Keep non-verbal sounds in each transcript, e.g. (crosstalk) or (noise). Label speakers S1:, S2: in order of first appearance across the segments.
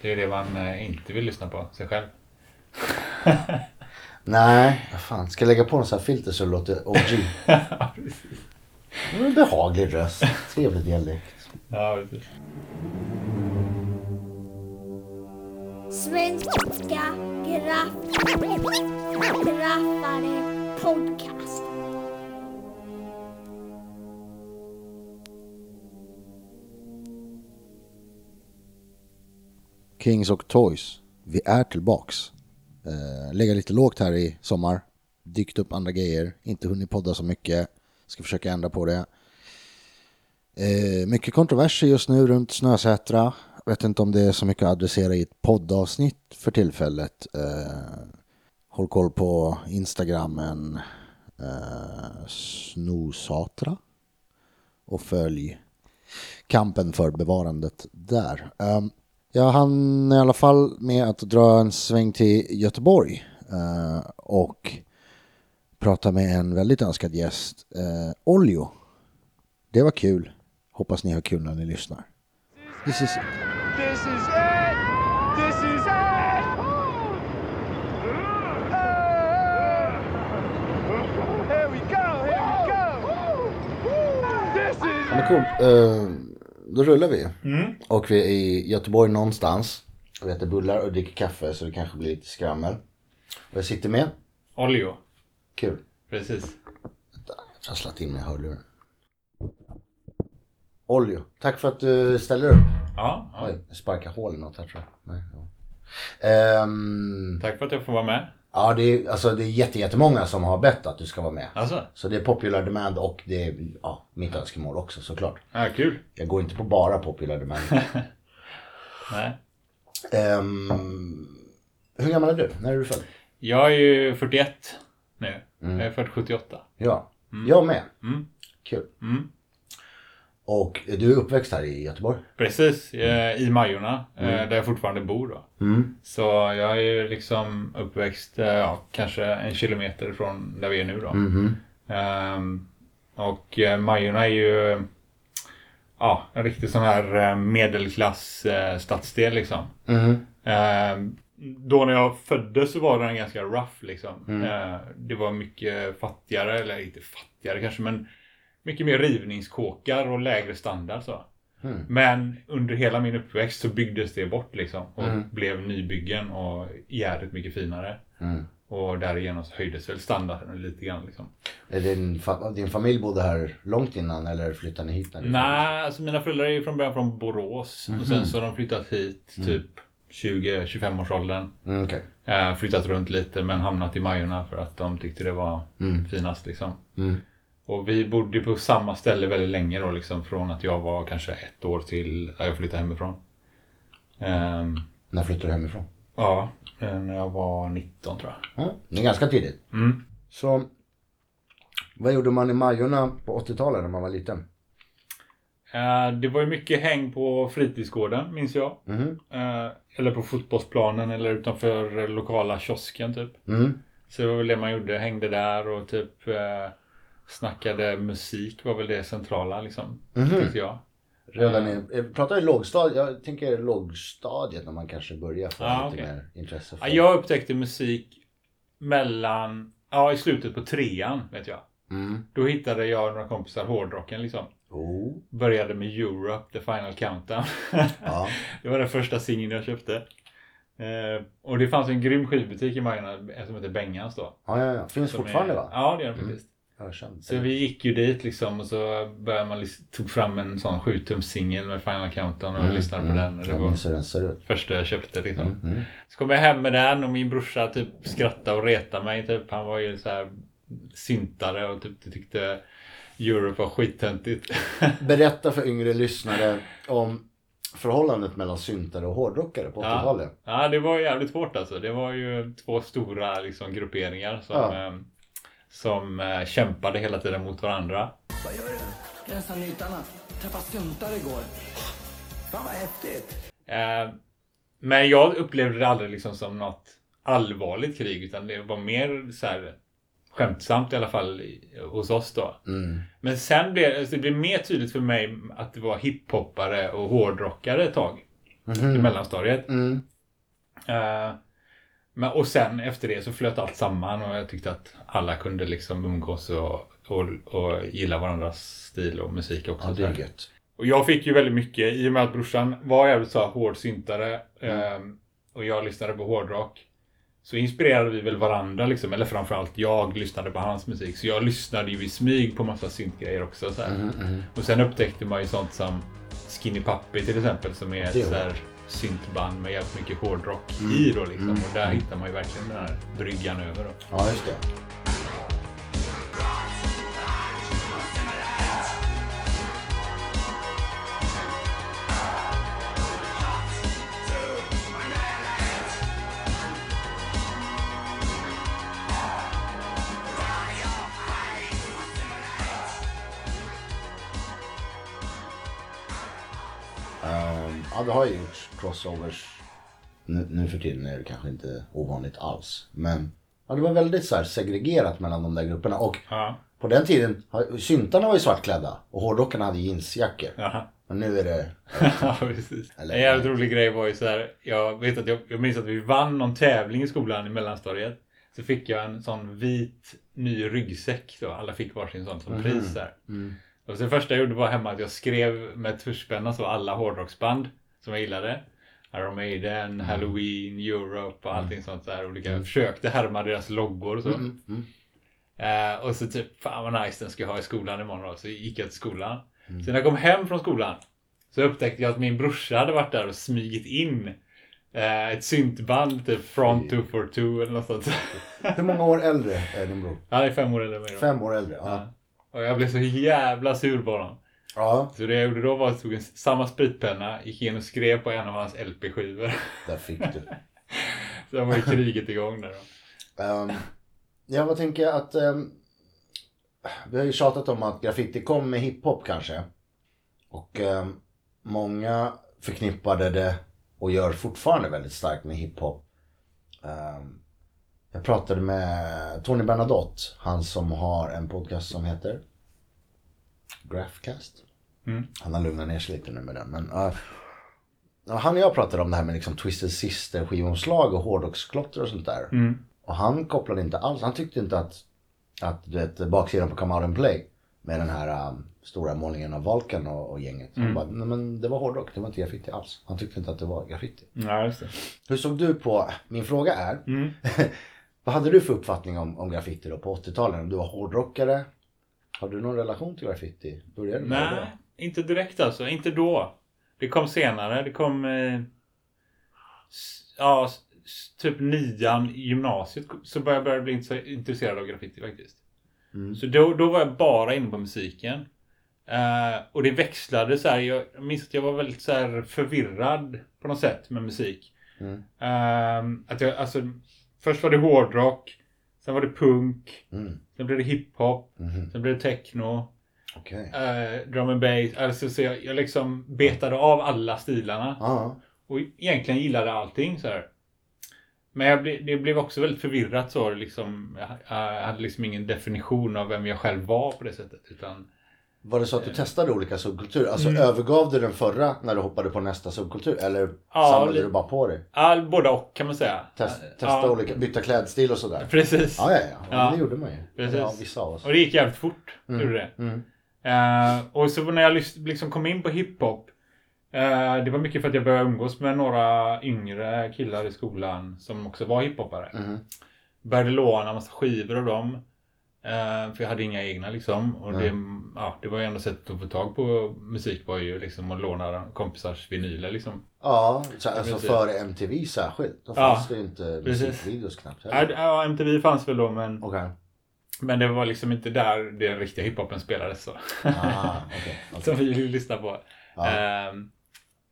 S1: Det är ju det man eh, inte vill lyssna på, sig själv.
S2: Nej, vad fan. Ska jag lägga på någon sån här filter så det låter OG?
S1: (laughs) ja, precis.
S2: En behaglig röst. Trevlig dialekt.
S1: Ja, precis.
S3: Svenska graffare, graffare podcast.
S2: Kings och Toys. Vi är tillbaks. Eh, lägga lite lågt här i sommar. Dykt upp andra grejer. Inte hunnit podda så mycket. Ska försöka ändra på det. Eh, mycket kontroverser just nu runt Snösätra. Vet inte om det är så mycket att adressera i ett poddavsnitt för tillfället. Eh, håll koll på Instagrammen eh, Snosatra. Och följ kampen för bevarandet där. Ehm, jag hann i alla fall med att dra en sväng till Göteborg eh, och prata med en väldigt önskad gäst, eh, Oljo. Det var kul. Hoppas ni har kul när ni lyssnar. This is
S4: This is it! This is it! Here we go! Here we go! This is
S2: Men cool. Eh, då rullar vi. Och vi är i Göteborg någonstans. Vi äter bullar och dricker kaffe så det kanske blir lite skrammel. Och jag sitter med.
S1: Olio.
S2: Kul.
S1: Precis.
S2: Jag har slagit in mig i hörluren. Oljo, tack för att du ställer upp.
S1: Ja, ja.
S2: Oj, jag sparkar hål i något här tror jag. Nej, ja. Ehm,
S1: Tack för att jag får vara med.
S2: ja, det är, alltså, det är jätte, jättemånga som har bett att du ska vara med.
S1: Alltså,
S2: Så det är popular demand och det är ja, mitt önskemål också såklart.
S1: ja, kul.
S2: Jag går inte på bara
S1: (laughs)
S2: popular demand.
S1: Nej.
S2: Ehm, hur gammal är du? När är du född?
S1: Jag är ju 41 nu. Jag är född 78.
S2: Ja, jag med.
S1: Mm.
S2: Kul.
S1: Mm.
S2: Och du är uppväxt här i Göteborg?
S1: Precis, eh, i Majorna, eh, där jag fortfarande bor då. Så jag är ju liksom uppväxt eh, ja, kanske en kilometer från där vi är nu då.
S2: Mm.
S1: Ehm, och eh, Majorna är ju eh, ja, en riktig sån här eh, medelklass eh, stadsdel liksom.
S2: Mhm.
S1: Ehm, då när jag föddes så var den ganska rough liksom. Ehm, det var mycket fattigare, eller inte fattigare kanske men mycket mer rivningskåkar och lägre standard så. Men under hela min uppväxt så byggdes det bort liksom och blev nybyggen och jävligt mycket finare. Och därigenom så höjdes väl standarden lite grann liksom.
S2: Är din, fa- din familj bodde här långt innan eller flyttade ni hit? När ni
S1: Nej, alltså mina föräldrar är ju från början från Borås och sen så har de flyttat hit typ 20-25 års åldern.
S2: Mm, okej.
S1: Eh, Flyttat runt lite men hamnat i Majorna för att de tyckte det var finast liksom.
S2: Mm.
S1: Och vi bodde på samma ställe väldigt länge då liksom från att jag var kanske ett år till när jag flyttade hemifrån. Ehm,
S2: När flyttade du hemifrån?
S1: Ja, eh, när jag var 19 tror jag.
S2: Ja, det är ganska tidigt.
S1: Mm.
S2: Så vad gjorde man i Majorna på 80-talet när man var liten?
S1: Eh, Det var ju mycket häng på fritidsgården, minns jag.
S2: Mhm.
S1: Eh, Eller på fotbollsplanen eller utanför eh, lokala kiosken typ.
S2: Mm.
S1: Så det var väl det man gjorde, hängde där och typ eh, snackade musik var väl det centrala liksom.
S2: Mm.
S1: Tyckte jag.
S2: Mhm. Redan i, jag pratar i lågstadiet, jag tänker lågstadiet när man kanske börjar få
S1: Ja,
S2: lite
S1: Ah, okej.
S2: mer intresse för.
S1: Ja, Jag upptäckte musik mellan, ja i slutet på trean vet jag.
S2: Mm.
S1: Då hittade jag och några kompisar hårdrocken liksom.
S2: Oh.
S1: Började med Europe, The Final Countdown.
S2: Ja.
S1: (laughs) Det var den första singeln jag köpte. Eh, och det fanns en grym skivbutik i Majorna eh, som heter Bengans då.
S2: Ja, ja, ja. Finns
S1: Som
S2: fortfarande
S1: är,
S2: va? Mm.
S1: Ja, det gör den faktiskt.
S2: Jag har känt
S1: Så
S2: det.
S1: vi gick ju dit liksom och så började man lis- tog fram en sån 7 tums singel med Final Countdown
S2: Mm.
S1: och lyssnade på den. Och det
S2: Jag
S1: var
S2: minns hur den ser ut. Mm,
S1: första jag köpte liksom. Så kom jag hem med den och min brorsa typ skrattade och retade mig. Typ. Han var ju så här syntare och typ tyckte Europe var (laughs) skittöntigt.
S2: Berätta för yngre lyssnare om förhållandet mellan syntare och hårdrockare på 80-talet.
S1: Ja, det var jävligt hårt alltså. Det var ju två stora liksom, grupperingar som,
S2: Ja.
S1: eh, som eh, kämpade hela tiden mot varandra.
S5: Vad gör du? Rensar nytarna. Träffade stuntar igår. Fan vad häftigt.
S1: Eh, men jag upplevde det aldrig liksom som något allvarligt krig utan det var mer så här skämtsamt i alla fall i- hos oss då.
S2: Mm.
S1: Men sen blev alltså det blev mer tydligt för mig att det var hiphoppare och hårdrockare ett tag. i mellanstadiet.
S2: Mm.
S1: Eh, men, och sen efter det så flöt allt samman och jag tyckte att alla kunde liksom umgås och, och, och gilla varandras stil och musik också.
S2: Ja, det är gött.
S1: Och jag fick ju väldigt mycket i och med att brorsan var jävligt så här hårdsyntare
S2: Mm.
S1: ehm, och jag lyssnade på hårdrock. Så inspirerade vi väl varandra liksom, eller framförallt jag lyssnade på hans musik. Så jag lyssnade ju i smyg på massa syntgrejer också.
S2: Mm.
S1: Så här. Och sen upptäckte man ju sånt som Skinny Puppy till exempel som är
S2: Det
S1: ett
S2: är
S1: så här syntband med jävligt mycket hårdrock i då liksom. Och där hittar man ju verkligen den här bryggan över då.
S2: Ja, just det. Ehm, Ja, det har ju gjorts crossovers. Nu, nu för tiden är det kanske inte ovanligt alls. Men ja, det var väldigt så här segregerat mellan de där grupperna. Och
S1: Ja.
S2: på den tiden, har- syntarna var ju svartklädda och hårdrockarna hade jeansjackor.
S1: Jaha.
S2: Men nu är det...
S1: (laughs) Ja, precis.
S2: Eller-
S1: En jävligt rolig grej var ju så här. Jag, vet att jag, jag minns att vi vann någon tävling i skolan i mellanstadiet. Så fick jag en sån vit ny ryggsäck. Då. Alla fick varsin sån som pris. Där. Och så det första jag gjorde var hemma att jag skrev med tuschpenna så alla hårdrocksband som jag gillade. Iron Maiden, Halloween, Europe och allting sånt där. Olika, Försökte härma deras loggor och så. Eh, och så typ, fan vad nice den ska jag ha i skolan imorgon då. Så gick jag till skolan. Så när jag kom hem från skolan så upptäckte jag att min brorsa hade varit där och smugit in eh, ett syntband, typ Front 242 eller något sånt. (laughs)
S2: (laughs) Hur många år äldre är din bror?
S1: Han är fem år äldre än mig då.
S2: Fem år äldre? Ja.
S1: Ja. Och jag blev så jävla sur på honom.
S2: ja.
S1: Så det jag gjorde då var att jag tog en, samma spritpenna, gick in och skrev på en av hans LP-skivor.
S2: Där fick du.
S1: (laughs) så då var ju kriget igång där då.
S2: Ehm, ja, vad tänker jag att... ehm, vi har ju tjatat om att graffiti kom med hiphop kanske. Och ehm, många förknippade det och gör fortfarande väldigt starkt med hiphop. Ehm, jag pratade med Tony Bernadotte, han som har en podcast som heter Graphcast. Han har lugnat ner sig lite nu med den. Men, eh, Ja, Han och jag pratade om det här med liksom Twisted Sister skivomslag och hårdrocksklotter och sånt där. Och han kopplade inte alls, han tyckte inte att, att du vet, baksidan på Come Out and Play med den här um, stora målningen av Valken och, och gänget.
S1: Mm.
S2: Han bara, nej men det var hårdrock, det var inte graffiti alls. Han tyckte inte att det var graffiti.
S1: Ja, just det. Mm.
S2: Hur såg du på, min fråga är, vad hade du för uppfattning om, om graffiti då på 80-talet? Om du var hårdrockare, har du någon relation till graffiti? Började du med det då?
S1: Nej, inte direkt alltså. Inte då. Det kom senare. Det kom... Eh, s- ja, s- s- typ nian i gymnasiet så började jag började bli intresse- intresserad av graffiti faktiskt. Så då, då var jag bara inne på musiken. Eh, och det växlade så här. Jag minns att jag var väldigt så här förvirrad på något sätt med musik. Eh, att jag, alltså, först var det hårdrock. Sen var det punk.
S2: Mm,
S1: Sen blev det hiphop. Sen blev det techno
S2: mhm, Okej.
S1: eh, drum and bass. Alltså, så jag, jag liksom betade av alla stilarna.
S2: Ja,
S1: Och egentligen gillade allting så här. Men jag ble, det blev också väldigt förvirrat så liksom. Jag, ha- jag hade liksom ingen definition av vem jag själv var på det sättet. Utan,
S2: Var det så att du testade olika subkulturer? Alltså
S1: Mm.
S2: övergav du den förra när du hoppade på nästa subkultur? Eller
S1: Ja,
S2: samlade
S1: lite.
S2: du bara på dig?
S1: all, båda och kan man säga.
S2: Test,
S1: Ja,
S2: testa
S1: ja,
S2: olika, byta klädstil och sådär?
S1: Precis.
S2: Ja, ja, ja. ja.
S1: Ja.
S2: men Det gjorde man ju.
S1: Precis.
S2: Ja, vissa av oss.
S1: Och det gick jävligt fort.
S2: Mm.
S1: Gjorde det. Eh, och så när jag lys- liksom kom in på hiphop. Uh, det var mycket för att jag började umgås med några yngre killar i skolan som också var hiphoppare.
S2: Mm.
S1: Började låna massa skivor av dem. eh, för jag hade inga egna liksom. Och det, ja, det var ju enda sättet att få tag på musik var ju liksom att låna kompisars vinyler liksom.
S2: Ja, så, alltså
S1: Precis.
S2: före MTV särskilt. Då
S1: Ja,
S2: fanns det ju inte
S1: precis.
S2: musikvideos knappt
S1: Ja,
S2: heller.
S1: d- Äh, Ja, MTV fanns väl då men,
S2: Okej.
S1: (laughs) men det var liksom inte där den riktiga hiphopen spelades. Så.
S2: Ah,
S1: (laughs)
S2: okej.
S1: Som vi lyssnade på. Ehm,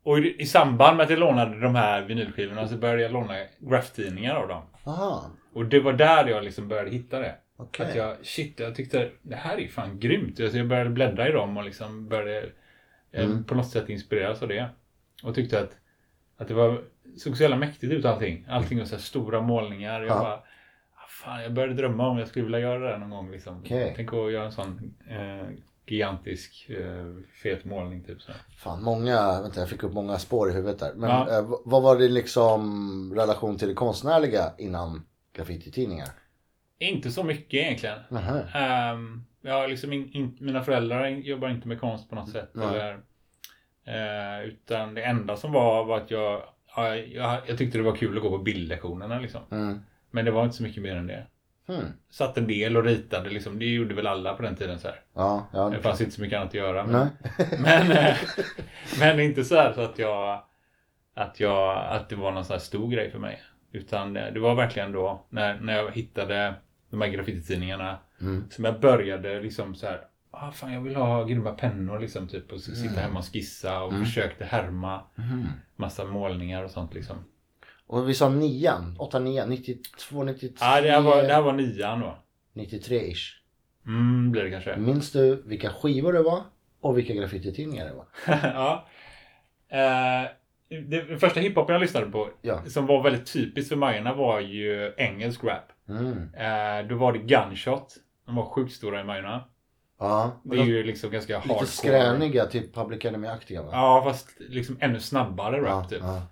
S1: och i, i samband med att jag lånade de här vinylskivorna så började jag låna grafftidningar av dem.
S2: Aha,
S1: Och det var där jag liksom började hitta det.
S2: Okej.
S1: Att jag, shit, jag tyckte det här är ju fan grymt. Alltså jag började bläddra i dem och liksom började eh,
S2: Mm.
S1: på något sätt inspireras av det. Och tyckte att, att det var, såg så jävla mäktigt ut allting. Allting var så här stora målningar. Jag
S2: Ja.
S1: bara, ah, fan jag började drömma om jag skulle vilja göra det här någon gång. Liksom.
S2: Okej.
S1: Tänk att göra en sån eh, gigantisk eh, fet målning typ så.
S2: Fan, många, vänta jag fick upp många spår i huvudet där. Men
S1: Ja.
S2: eh, v- vad var din liksom relation till det konstnärliga innan graffititidningar?
S1: Inte så mycket egentligen.
S2: Nähä.
S1: Ehm, jag har liksom in, in, mina föräldrar jobbar inte med konst på något sätt.
S2: Nej.
S1: Eller, eh, utan det enda som var var att jag, ja, jag, jag tyckte det var kul att gå på bildlektionerna. Liksom.
S2: Mm.
S1: Men det var inte så mycket mer än det.
S2: Hmm.
S1: Satt en del och ritade. Liksom. Det gjorde väl alla på den tiden. Så här.
S2: Ja, ja.
S1: Det fanns inte så mycket annat att göra. Men,
S2: Nej.
S1: men,
S2: (laughs)
S1: eh, (laughs) men inte så här så att jag att, jag, att det var någon sån här stor grej för mig. Utan eh, det var verkligen då när, när jag hittade de här graffititidningarna
S2: Mm.
S1: som jag började liksom så här. Ah, fan, jag vill ha grymma pennor liksom typ och s-
S2: Mm.
S1: sitta hemma och skissa och försökte härma massa målningar och sånt liksom.
S2: Och vi sa nian, åtta, nian, 92, 93,
S1: Ja, det här var, det här var nian då.
S2: 93-ish.
S1: Mm, blir det kanske.
S2: Minns du vilka skivor det var och vilka graffititidningar det var?
S1: (laughs) ja. Eh, det, den första hiphopen jag lyssnade på
S2: Ja.
S1: som var väldigt typiskt för Majorna var ju engelsk rap.
S2: Mm.
S1: Eh, då var det Gunshot. De var sjukt stora i Majorna.
S2: Ja,
S1: Det är ju liksom ganska hardcore.
S2: lite skräniga, typ Public Enemy-aktiga va?
S1: Ja, fast liksom ännu snabbare rap typ.
S2: ja.
S6: Come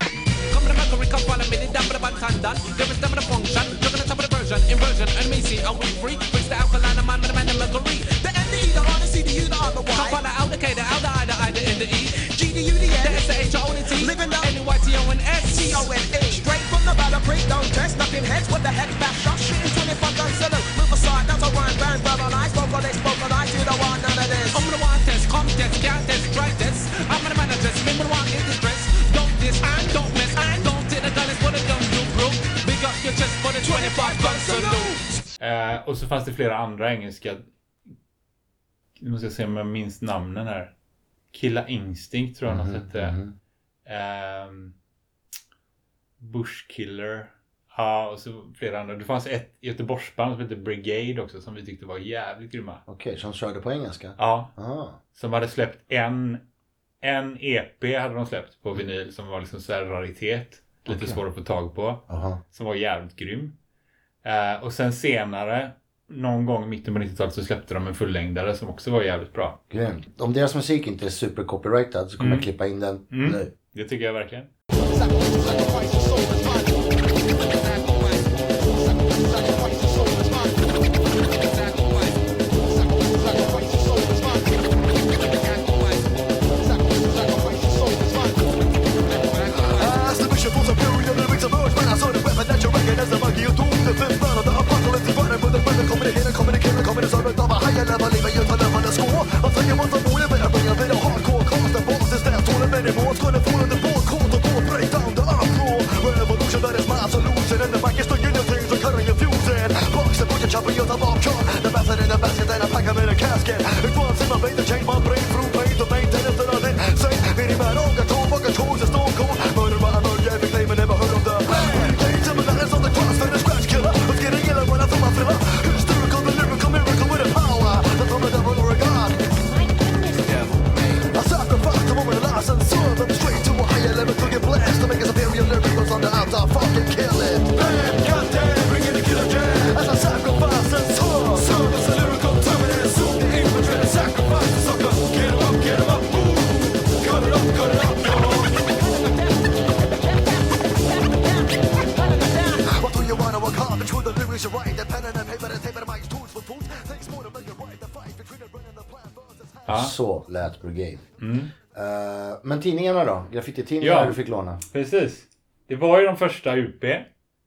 S6: to the Mercury Cup, follow me, the dump of the box undone. Give us some of the function, look at the top of the version, inversion, and me see, are we free? Fix the alkaline, I'm the man, the mercury. The N, the E, the R, the C, the U, the R, the Y. Come follow out the K, the L, the I, the I, the N, the E. G, the U, the N, the S, the H, the O, the T. Living up, N, E, Y, T, O, N, S. T, O, N, A. Straight from the battle, break down test, nothing heads, what the heck, back shot, shooting 25 gun sellers. Move aside, that's a rhyme, bang, brother, lies, vocal, they spoke, and I do the one, none of this. I'm the one test, come test, count test, try test. I'm the man that test, remember the one in the dress. Don't this, I don't miss, I don't take the gun, it's what it don't do, bro. Big up your chest for the 25 gun salute.
S1: Eh, och så fanns det flera andra engelska. Nu måste jag se om jag minns namnen här. Killa Instinct tror jag något hette. Ehm, Bush Killer. Ja, och så flera andra. Det fanns ett Göteborgsband som hette Brigade också som vi tyckte var jävligt grymma.
S2: Okej, som körde på engelska?
S1: Ja,
S2: Ah.
S1: som hade släppt en, en EP hade de släppt på vinyl som var liksom så här raritet. Lite svår att få tag på
S2: Aha.
S1: som var jävligt grym. Eh, och sen senare, någon gång i mitten på 90-talet, så släppte de en fullängdare som också var jävligt bra.
S2: Grymt. Om deras musik inte är super copyrightad så kommer
S1: Mm.
S2: jag klippa in den nu.
S1: Det tycker jag verkligen.
S7: My goodness.
S2: Så lät Brigade. Eh, men tidningarna då? Graffititidningar
S1: Mm. Ja.
S2: du fick låna?
S1: Precis. Det var ju de första UP.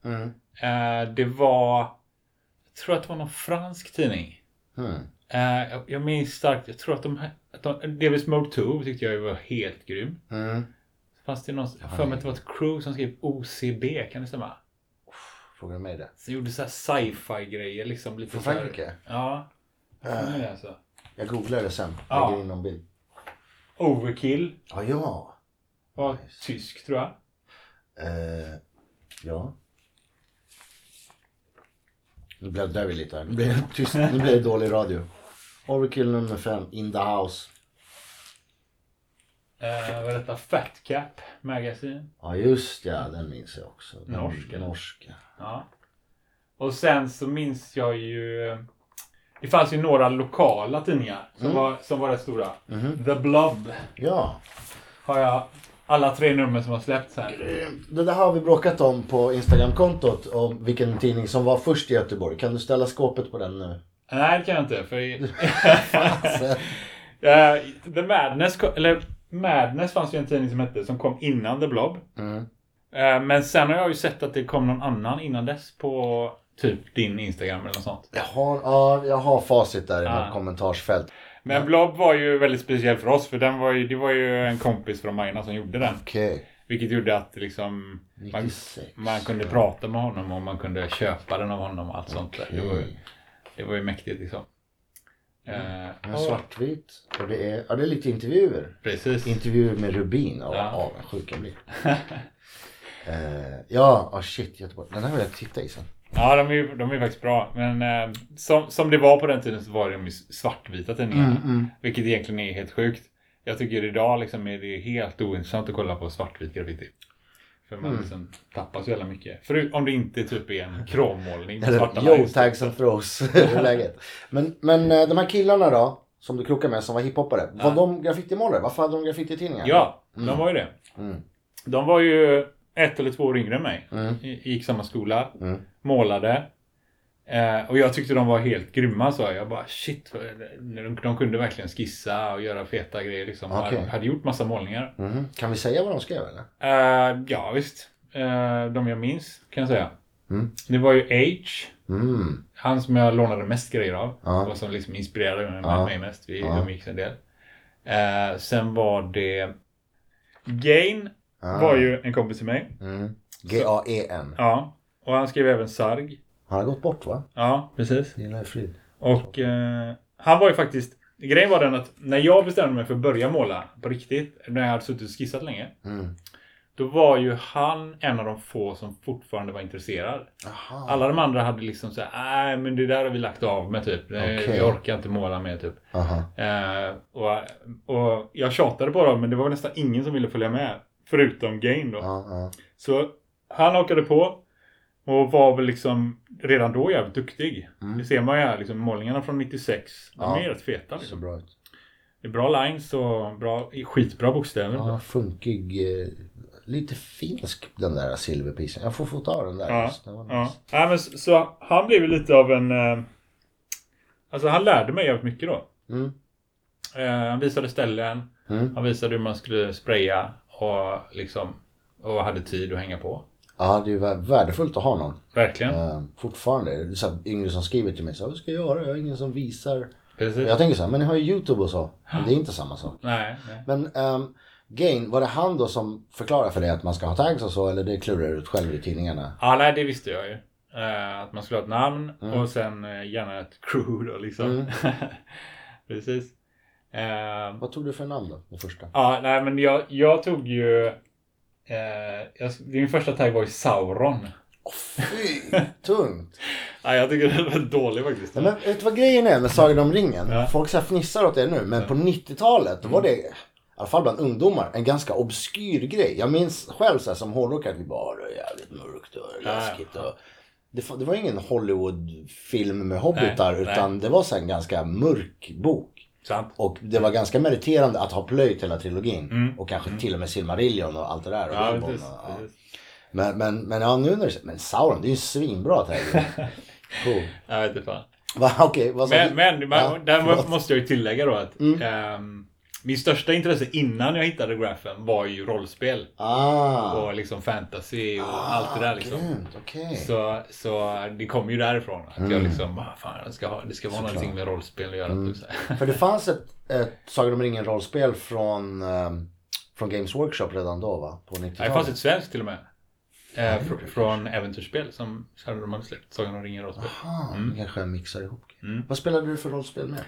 S2: Mm.
S1: Eh, det var... Jag tror att det var någon fransk tidning.
S2: Mm.
S1: Eh, jag- jag minns starkt, jag tror att de... här- Att de Davis Mode 2 tyckte jag ju var helt grym.
S2: Mm.
S1: Fanns det någon... För mig att det var ett crew som skrev OCB, kan det stämma?
S2: Frågar du mig det?
S1: Så gjorde så här sci-fi grejer liksom. Lite
S2: Från
S1: så här-
S2: Frankrike? Äh.
S1: Ja. Jag tror det, Alltså.
S2: Jag googlar det sen.
S1: Ja.
S2: Lägger in någon bild.
S1: Overkill
S2: Ah, ja.
S1: var
S2: Nice.
S1: tysk tror jag.
S2: Eh, ja. Nu bläddrar vi lite här. Nu blir det, tyst, nu blir det dålig radio. Overkill nummer 5, In the House.
S1: Eh, vad är detta? Fat Cap Magazine.
S2: Ja just ja, den minns jag också. Den
S1: Norsk, eller?
S2: Norska.
S1: Ja. Och sen så minns jag ju eh, Det fanns ju några lokala tidningar
S2: Mm.
S1: som, var, som var rätt stora.
S2: Mm-hmm.
S1: The Blob
S2: Ja.
S1: har jag alla tre nummer som har släppts här.
S2: Det där har vi bråkat om på Instagram-kontot om vilken tidning som var först i Göteborg. Kan du ställa skåpet på den nu?
S1: Nej, det kan jag inte. För... Eh, The Madness, ko- eller Madness fanns ju en tidning som hette, som kom innan The Blob. Eh, Men sen har jag ju sett att det kom någon annan innan dess på typ din Instagram eller något sånt.
S2: Jag har, ja, jag har facit där i
S1: Ja.
S2: något kommentarsfält.
S1: Men Blob var ju väldigt speciell för oss för den var ju, det var ju en kompis från Magna som gjorde den.
S2: Okej.
S1: Vilket gjorde att liksom man,
S2: 96.
S1: man kunde prata med honom och man kunde köpa den av honom och allt sånt där. Det var ju, det var ju mäktigt liksom. Eh,
S2: Den är svartvit. Och det är, ja, det är lite intervjuer.
S1: precis.
S2: Intervjuer med Rubin. Ja,
S1: Ja.
S2: avundsjuk jag blir. Eh, ja, oh shit Göteborg. Den här vill jag titta i sen.
S1: Ja, de är ju de är ju faktiskt bra. Men eh, som, som det var på den tiden så var de ju svartvita tidningarna. Vilket egentligen är helt sjukt. Jag tycker idag liksom är det helt ointressant att kolla på svartvit graffiti. För man liksom tappar så jävla mycket. För om det inte typ är en krommålning med svarta liksom.
S2: Yo
S1: lines.
S2: tags
S1: (laughs)
S2: and throws. det är (laughs) läget. Men, men eh, de här killarna då, som du krokade med, som var hiphoppare. Var de graffitimålare? Varför hade de graffititidningar? Mm.
S1: Ja, de var ju det. De var ju ett eller två år yngre än mig. I- Gick samma skola.
S2: Mm.
S1: Målade. Eh, och jag tyckte de var helt grymma så jag bara shit. De, de kunde verkligen skissa och göra feta grejer liksom. Och
S2: Okej.
S1: hade- hade gjort massa målningar.
S2: Mhm. Kan vi säga vad de skrev eller?
S1: Eh, ja visst. Eh, de jag minns kan jag säga. Det var ju H.
S2: Mm.
S1: Han som jag lånade mest grejer av.
S2: Ja.
S1: Och som liksom inspirerade mig, mig mest. Vi
S2: Ja.
S1: umgicks en del. Eh, sen var det... Gain
S2: Ah.
S1: var ju en kompis till mig.
S2: Mm. G-A-E-N.
S1: Ja. Och han skrev även Sarg.
S2: Han har gått bort va?
S1: Ja, precis.
S2: Gillar frid.
S1: Och eh, han var ju faktiskt... Grejen var den att när jag bestämde mig för att börja måla på riktigt, när jag hade suttit och skissat länge.
S2: Mm.
S1: Då var ju han en av de få som fortfarande var intresserad.
S2: Aha.
S1: Alla de andra hade liksom såhär, nej men det där har vi lagt av med typ. Okay.
S2: Okej.
S1: Jag orkar inte måla mer typ.
S2: Aha.
S1: Eh, och, och jag tjatade på dem men det var nästan ingen som ville följa med. Förutom Gain då.
S2: Ja, ja.
S1: Så han hakade på. Och var väl liksom redan då jävligt duktig. Det ser man ju här liksom målningarna från 96. De
S2: Mm. Ja.
S1: är rätt feta
S2: Så
S1: liksom.
S2: bra ut.
S1: Det är bra lines och bra, skitbra bokstäver.
S2: Ja, funkig. eh, Lite finsk den där silverprisen. Jag får få ta den där.
S1: Ja,
S2: just. Den var nice.
S1: ja. Nej, men så, så han blev ju lite av en... Eh, alltså han lärde mig jävligt mycket då.
S2: Mm.
S1: Eh, han visade ställen.
S2: Mm.
S1: Han visade hur man skulle spraya och liksom... Och hade tid att hänga på.
S2: Ja, det är ju vär- värdefullt att ha någon.
S1: Verkligen.
S2: Eh, fortfarande. Det är så här yngre som skriver till mig så här, vad ska jag göra? Jag har ingen som visar.
S1: Precis.
S2: Jag tänker så här, men ni har ju YouTube och så. Men det är inte samma sak.
S1: Nej, nej.
S2: Men um, Gain, var det han då som förklarade för dig att man ska ha tags och så? Eller det klurar du ut själv i tidningarna?
S1: Ja, nej, det visste jag ju. Eh, att man skulle ha ett namn och sen eh, gärna ett crew då liksom. (laughs) Precis. Eh,
S2: Vad tog du för namn då? Det första?
S1: Ja, nej men jag, jag tog ju... Eh, jag, min första tagg var ju Sauron.
S2: (laughs) Fy, tungt!
S1: Nej, jag tycker den är dålig faktiskt.
S2: Nej, men vet du vad grejen är med Sagan om ringen?
S1: Ja. Mm.
S2: Folk så här fnissar åt det nu, men på 90-talet då var det, i alla fall bland ungdomar, en ganska obskyr grej. Jag minns själv så här, som hårdrockare, att vi bara "Åh, det är jävligt mörkt och läskigt. Och... Det, fa- det var ingen Hollywood-film med hobbitar,
S1: Nej, nej.
S2: utan det var så här en ganska mörk bok.
S1: Sant.
S2: Och det
S1: Mm.
S2: var ganska meriterande att ha plöjt hela trilogin. Och kanske till och med Silmarillion och allt det där. Och
S1: Ja,
S2: Bilbon
S1: precis.
S2: och, ja.
S1: precis.
S2: Men, men, men ja, nu när det, Men Sauron, det är ju svinbra tagg.
S1: (laughs)
S2: Cool.
S1: Jag vet inte fan.
S2: Va, okej, vad sa
S1: Men,
S2: du?
S1: men
S2: Ja,
S1: man, där
S2: förlåt.
S1: måste jag ju tillägga då att ehm, min största intresse innan jag hittade grafen var ju rollspel.
S2: Ah,
S1: Och liksom fantasy och allt det där liksom.
S2: grymt, okej.
S1: Så, så det kom ju därifrån. Att
S2: Mm.
S1: jag liksom, bara, fan, det ska, ha, det ska vara någonting med rollspel att göra. Typ, så här.
S2: För det fanns ett, ett Sagan om ringen rollspel från, ehm, från Games Workshop redan då va? På
S1: Ja, Det fanns
S2: 90-talet.
S1: ett svenskt till och med. Eh, fr- från Äventyrsspel som som de hade släppt. Sagan om ringen rollspel.
S2: Ah,
S1: Mm.
S2: kanske jag mixar ihop. Vad spelade du för rollspel med?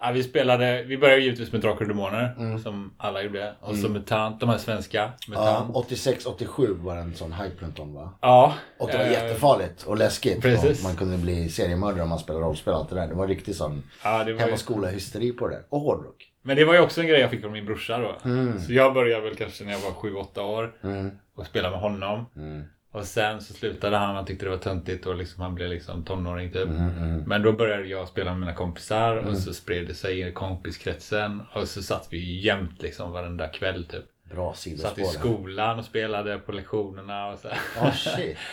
S1: Ja, vi spelade, vi började givetvis med Drakar och Demoner. Som alla gjorde. Och så MUTANT, de här svenska.
S2: Mm. Ja,
S1: MUTANT.
S2: 86-87 var det en sån hype runt om va?
S1: Ja.
S2: Och det var
S1: eh,
S2: jättefarligt och läskigt.
S1: precis.
S2: Och man kunde bli seriemördare om man spelade rollspel och allt det där. Det var riktigt sån
S1: Ja, det var
S2: hem
S1: ju-
S2: och skola-hysteri på det där. Och hårdrock.
S1: Men det var ju också en grej jag fick av min
S2: Mm. mm,
S1: brorsa då. Så jag började väl kanske när jag var 7-8 år. Och spelade med honom. Och sen så slutade han, han tyckte det var töntigt och liksom, han blev liksom tonåring typ.
S2: Mm.
S1: Men då började jag spela med mina kompisar och så spred det sig i kompiskretsen. Och så satt vi ju jämt liksom varenda kväll typ.
S2: Bra
S1: Satt i
S2: sidospår.
S1: skolan och spelade på lektionerna och så. här.
S2: Ah, shit.
S1: (laughs)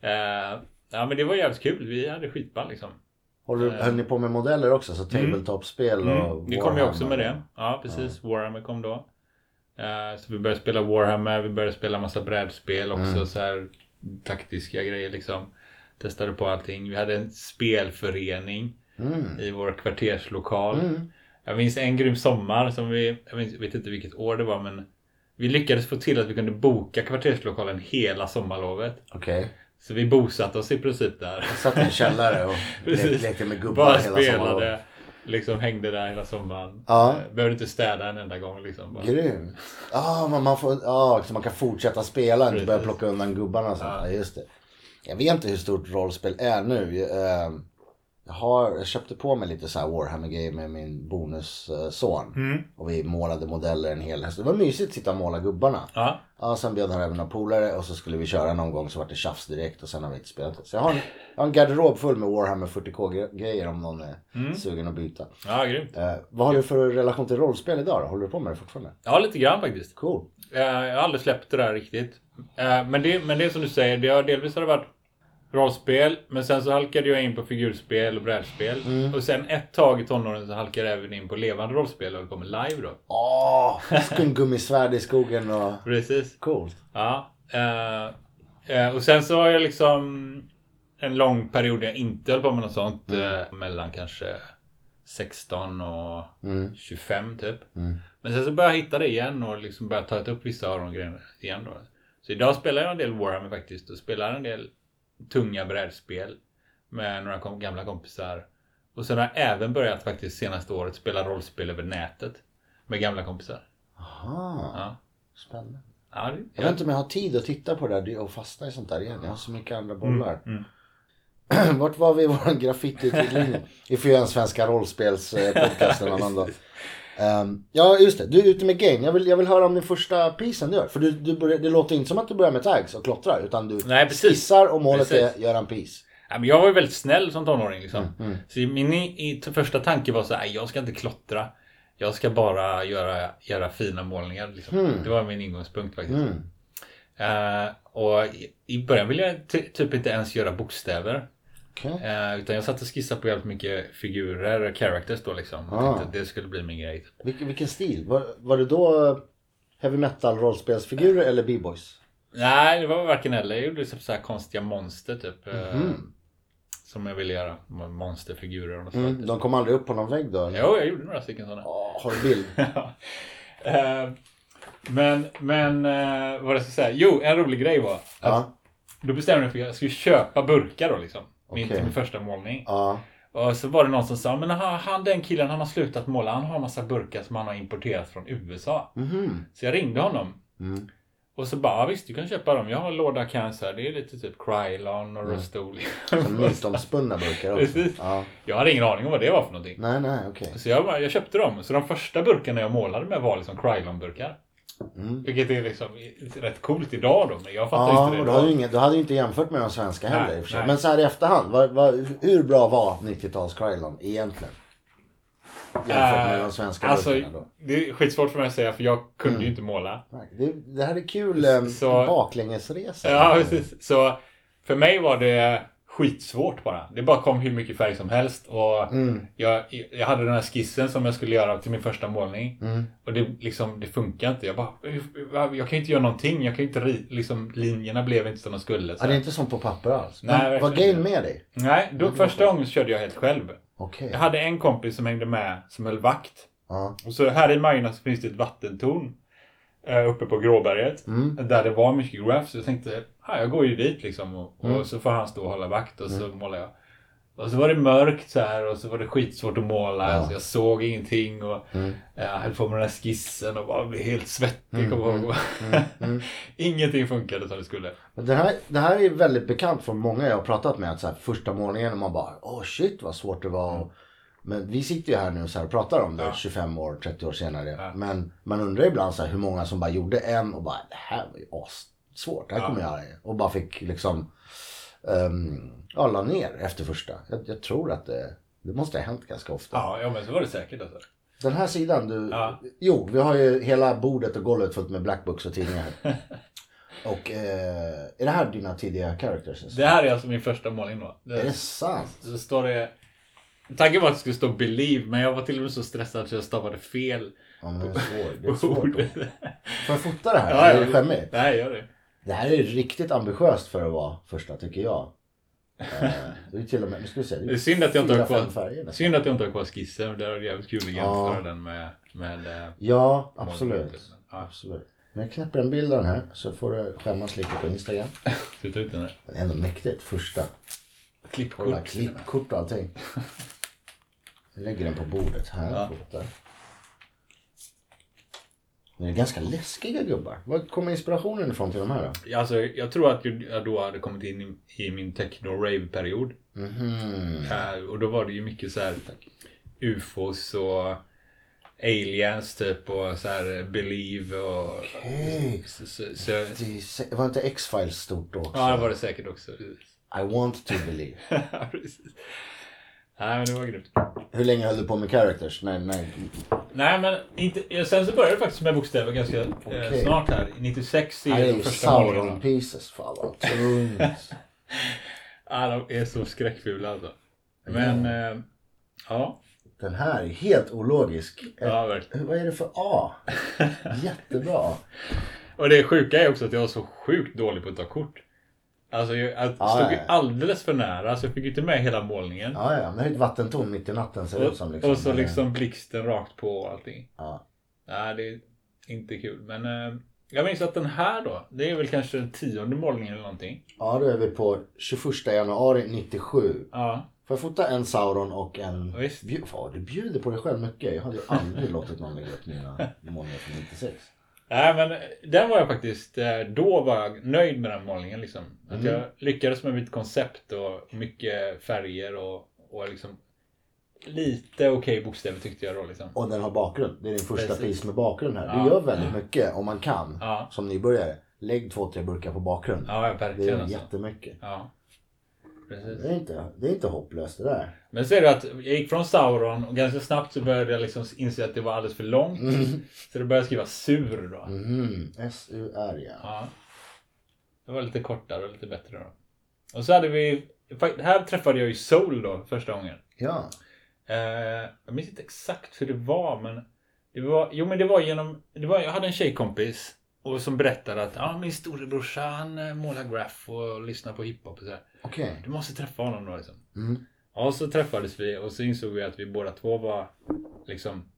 S1: Eh, ja men det var jävligt kul, vi hade skitball liksom.
S2: Har du, höll ni på med modeller också? Så tabletop-spel och
S1: Mm, det kom ju också med
S2: Warhammer.
S1: det. Ja, precis. Warhammer kom då. Eh, så vi började spela Warhammer, vi började spela massa brädspel också. Så här taktiska grejer liksom. Testade på allting. Vi hade en spelförening i vår kvarterslokal. Jag minns en grym sommar som vi, jag minns, vet inte vilket år det var men vi lyckades få till att vi kunde boka kvarterslokalen hela sommarlovet.
S2: Okej.
S1: Så vi bosatte oss i princip där.
S2: Satt i
S1: (laughs)
S2: en källare och le-
S1: Precis.
S2: lekte med gubbar
S1: Bara
S2: hela sommaren.
S1: spelade. Liksom hängde där hela sommaren.
S2: Ja.
S1: Eh, Behövde inte städa en enda gång liksom. Bara.
S2: Grymt. Ja, men man, får, ja, så man kan fortsätta spela och inte börja
S1: Precis.
S2: plocka undan gubbarna. och sånt. Ja, just det. Jag vet inte hur stort rollspel är nu. Jag, eh, jag, har, jag köpte på mig lite så här Warhammer-grejer med min bonusson.
S1: Mm.
S2: Och vi målade modeller en hel höst. Det var mysigt att sitta och måla gubbarna.
S1: Ja.
S2: Ja, sen bjöd han även några polare och så skulle vi köra någon gång så vart det tjafs direkt och sen har vi inte spelat det. Så jag har en, jag har en garderob full med Warhammer 40K-grejer om någon är sugen att byta.
S1: ja, grymt.
S2: Eh, vad har du för relation till rollspel idag då? Håller du på med det fortfarande?
S1: Ja, lite grann faktiskt.
S2: Cool.
S1: Eh, Jag har aldrig släppt det där riktigt. Eh, Men det, men det är som du säger, det har delvis har det varit rollspel. Men sen så halkade jag in på figurspel och brädspel.
S2: Mm.
S1: Och sen ett tag i tonåren så halkade jag även in på levande rollspel och höll på med live då.
S2: Åh, skumgummisvärd i skogen och...
S1: Precis.
S2: Coolt.
S1: Ja. eh, eh, och sen så har jag liksom en lång period där jag inte höll på med något sånt. eh, mellan kanske 16 och 25 typ. Men sen så började jag hitta det igen och liksom började ta upp vissa av de grejerna igen då. Så idag spelar jag en del Warhammer faktiskt och spelar en del tunga brädspel med några kom- gamla kompisar. Och sen har jag även börjat faktiskt senaste året spela rollspel över nätet med gamla kompisar.
S2: Aha,
S1: Ja.
S2: spännande.
S1: Ja,
S2: Jag
S1: det,
S2: vet inte om jag har tid att titta på det där och fastna i sånt där igen. Jag har så mycket andra
S1: Mm,
S2: bollar. (clears throat) Vart var vi i vår (laughs) graffiti-linje? Vi får göra en svenska rollspelspodcast en annan dag. Ehm, ja, just det. Du är ute med game. Jag vill, jag vill höra om din första pisen du gör. För du, du börjar, det låter inte som att du börjar med tags och klottrar. Utan du
S1: Nej, precis.
S2: skissar och målet
S1: Precis.
S2: är göra en pis.
S1: Ja, men jag var ju väldigt snäll som tonåring. Liksom. Så min i, i, första tanke var så här, jag ska inte klottra. Jag ska bara göra, göra fina målningar. Liksom. Det var min ingångspunkt faktiskt. Eh, och i, i början ville jag ty, typ inte ens göra bokstäver.
S2: Okej.
S1: Eh, utan jag satt och skissade på jävligt mycket figurer, characters då liksom.
S2: Ah.
S1: Jag tänkte att det skulle bli min grej. typ.
S2: Vilken, vilken stil? Var, var det då eh, heavy metal rollspelsfigurer eller b-boys?
S1: Nej, det var varken eller. Jag gjorde liksom så här konstiga monster typ. eh, Som jag ville göra. Monsterfigurer och något sånt.
S2: De kom aldrig upp på någon vägg då? eller?
S1: Mm. Jo, jag gjorde några stycken sådana.
S2: Ja, Har
S1: (laughs)
S2: du bild?
S1: Eh, men, men eh, vad det ska säga? Jo, en rolig grej var att
S2: Ja.
S1: då bestämde jag mig för att jag skulle köpa burkar då liksom. Min,
S2: Okej.
S1: till min första målning.
S2: ja.
S1: Och så var det någon som sa, men aha, han den killen han har slutat måla, han har en massa burkar som han har importerat från USA.
S2: Mhm.
S1: Så jag ringde
S2: Mm.
S1: honom. Och så bara, ja, visst du kan köpa dem, jag har en låda cancer, det är lite typ Krylon och Rustol.
S2: Mm. Som mytomspunna burkar också.
S1: (laughs) Precis.
S2: Ja.
S1: jag hade ingen aning om vad det var för någonting.
S2: Nej, nej, okej.
S1: Så jag, bara- jag köpte dem. Så de första burkarna jag målade med var liksom Krylon-burkar. Vilket är liksom rätt coolt idag då. Men jag fattar
S2: Mm. Ja,
S1: inte
S2: och
S1: det.
S2: du hade, ju inget, du hade ju inte jämfört med de svenska heller i och för sig.
S1: nej.
S2: Men så här i efterhand, vad, vad, hur bra var 90-tals Krylon egentligen? Jämfört med de svenska
S1: alltså,
S2: burkarna då. Mm.
S1: Det är skitsvårt för mig att säga för jag kunde ju inte måla.
S2: Nej, Det, det här är kul eh,
S1: Så-
S2: baklängesresa.
S1: Ja, precis. Så för mig var det skitsvårt bara. Det bara kom hur mycket färg som helst. Och
S2: Mm.
S1: jag, jag hade den här skissen som jag skulle göra till min första målning.
S2: Mm.
S1: Och det, liksom, det funkar inte. Jag bara, jag kan ju inte göra någonting. Jag kan ju inte ri- liksom, linjerna blev inte som de skulle. så
S2: Ja, det är
S1: här.
S2: inte som på papper alls.
S1: Nej,
S2: Men var
S1: verkligen
S2: game med dig?
S1: Nej, då, första gången så körde jag helt själv.
S2: Okej.
S1: Jag hade en kompis som hängde med som höll vakt.
S2: Ja.
S1: Och så här i Majorna så finns det ett vattentorn eh, uppe på Gråberget. Där det var mycket graffs. Så jag tänkte, "Ah, jag går ju dit liksom. Och, och så får han stå och hålla vakt och så målar jag. Och så var det mörkt så här och så var det skitsvårt att måla. Så jag såg ingenting och eh, jag höll på med den här skissen och bara blev helt svettig. kommer jag ihåg. (laughs) ingenting funkade som det skulle.
S2: Men Det här, det här är väldigt bekant från många jag har pratat med. Att så här, första målningen och man bara åh shit vad svårt det var. Och- Men vi sitter ju här nu och så här och pratar om det 25 år, 30 år senare. Men man undrar ibland så här, hur många som bara gjorde en och bara det här var ju as svårt, det här kommer jag göra det. Och bara fick liksom, um, ja, la ner efter första. Jag, jag tror att det, det måste ha hänt ganska ofta.
S1: Ja, ja, men så var det säkert alltså.
S2: Den här sidan du...
S1: Ja.
S2: Jo, vi har ju hela bordet och golvet fullt med blackbooks
S1: (laughs)
S2: och tidningar. och eh, är det här dina tidiga characters?
S1: Det här är alltså min första målning då. Det-
S2: Är det sant?
S1: Så står det... Tanken var att det skulle stå believe, men jag var till och med så stressad så jag stavade fel.
S2: Ja, men det är svårt. Det
S1: (laughs)
S2: är svårt.
S1: ordet.
S2: Får jag fota det här?
S1: Ja,
S2: är
S1: ja.
S2: det skämmigt?
S1: Nej, gör det.
S2: Det här är ju riktigt ambitiöst för att vara första, tycker jag. Eh, det är till och med, nu ska vi se.
S1: Det är synd att jag inte har
S2: fyra,
S1: kvar,
S2: fem färger nästan.
S1: synd att jag inte har kvar skissen. Det hade varit jävligt kul att
S2: Ja.
S1: jämföra den med... med eh,
S2: Ja, absolut.
S1: Ja.
S2: absolut. Men jag knäpper en bild av den här så får du skämmas lite på Instagram.
S1: ska vi ta ut den här?
S2: Men ändå mäktigt, första. Kolla
S1: Klippkort.
S2: klippkort och allting. Jag lägger den på bordet här.
S1: Ja.
S2: fotar. Men det är ganska läskiga gubbar. Var kommer inspirationen ifrån till de här då?
S1: Alltså, jag tror att jag då hade kommit in i- i min techno-rave-period.
S2: Mhm. Mm.
S1: Eh, Och då var det ju mycket så här ufos och aliens typ och så här believe och... Så, så, så,
S2: Det är se- var inte X-Files stort då också?
S1: ja, det var det säkert också.
S2: I want to believe.
S1: Ja, precis. Nej, men det var grymt.
S2: Hur länge höll du på med characters? Nej, nej.
S1: Nej, men inte, sen så började det faktiskt med bokstäver ganska eh,
S2: Okej.
S1: snart här. 96
S2: Det
S1: är
S2: är
S1: de
S2: ju
S1: första
S2: Sauron
S1: målningarna.
S2: pieces. Fan vad tungt.
S1: Ja, de är så skräckfula alltså. Men, eh, ja.
S2: Den här är helt ologisk. Eh,
S1: Ja, verkligen.
S2: Vad är det för
S1: (laughs)
S2: A? Jättebra.
S1: Och det sjuka är också att jag var så sjukt dålig på att ta kort. Alltså, jag jag
S2: Ja,
S1: stod ju
S2: ja, ja.
S1: alldeles för nära så jag fick ju inte med hela målningen.
S2: Ja, ja, men det är ett vattentorn mitt i natten ser det ut som.
S1: Och,
S2: Liksom.
S1: och så liksom blixten rakt på och allting.
S2: Ja.
S1: Nej, det är inte kul. Men eh, jag minns att den här då, det är väl kanske den tionde målningen eller någonting.
S2: Ja, då är vi på 21 januari 97.
S1: Ja,
S2: Får jag fota en Sauron och en...
S1: Visst.
S2: Bju- Fan, du bjuder på dig själv mycket. Jag hade ju aldrig låtit någon lägga upp mina målningar från 96.
S1: Nej, men eh, den var jag faktiskt, eh, då var jag nöjd med den målningen liksom. Att
S2: Mm.
S1: jag lyckades med mitt koncept och mycket färger och, och liksom lite okej bokstäver tyckte jag då liksom.
S2: Och den har bakgrund. Det är din första
S1: Precis.
S2: pris med bakgrund här.
S1: Ja.
S2: Du gör väldigt mycket om man kan.
S1: Ja.
S2: Som nybörjare. Lägg två, tre burkar på bakgrund.
S1: Ja, ja,
S2: det
S1: verkligen
S2: är
S1: alltså.
S2: jättemycket.
S1: Ja. Precis.
S2: Det är, inte, det är inte hopplöst det där.
S1: Men ser du att jag gick från Sauron och ganska snabbt så började jag liksom inse att det var alldeles för långt. Så då började jag skriva sur då.
S2: Mm, S-U-R ja.
S1: Ja. Det var lite kortare och lite bättre då. Och så hade vi, fakt- här träffade jag ju Soul då första gången.
S2: Ja,
S1: Eh, jag minns inte exakt hur det var men det var, jo men det var genom, det var, jag hade en tjejkompis och som berättade att ah, min storebrorsa han eh, målar graff och lyssnar på hiphop och så här.
S2: okej.
S1: Du måste träffa honom då liksom.
S2: Mm.
S1: Ja, så träffades vi och så insåg vi att vi båda två var liksom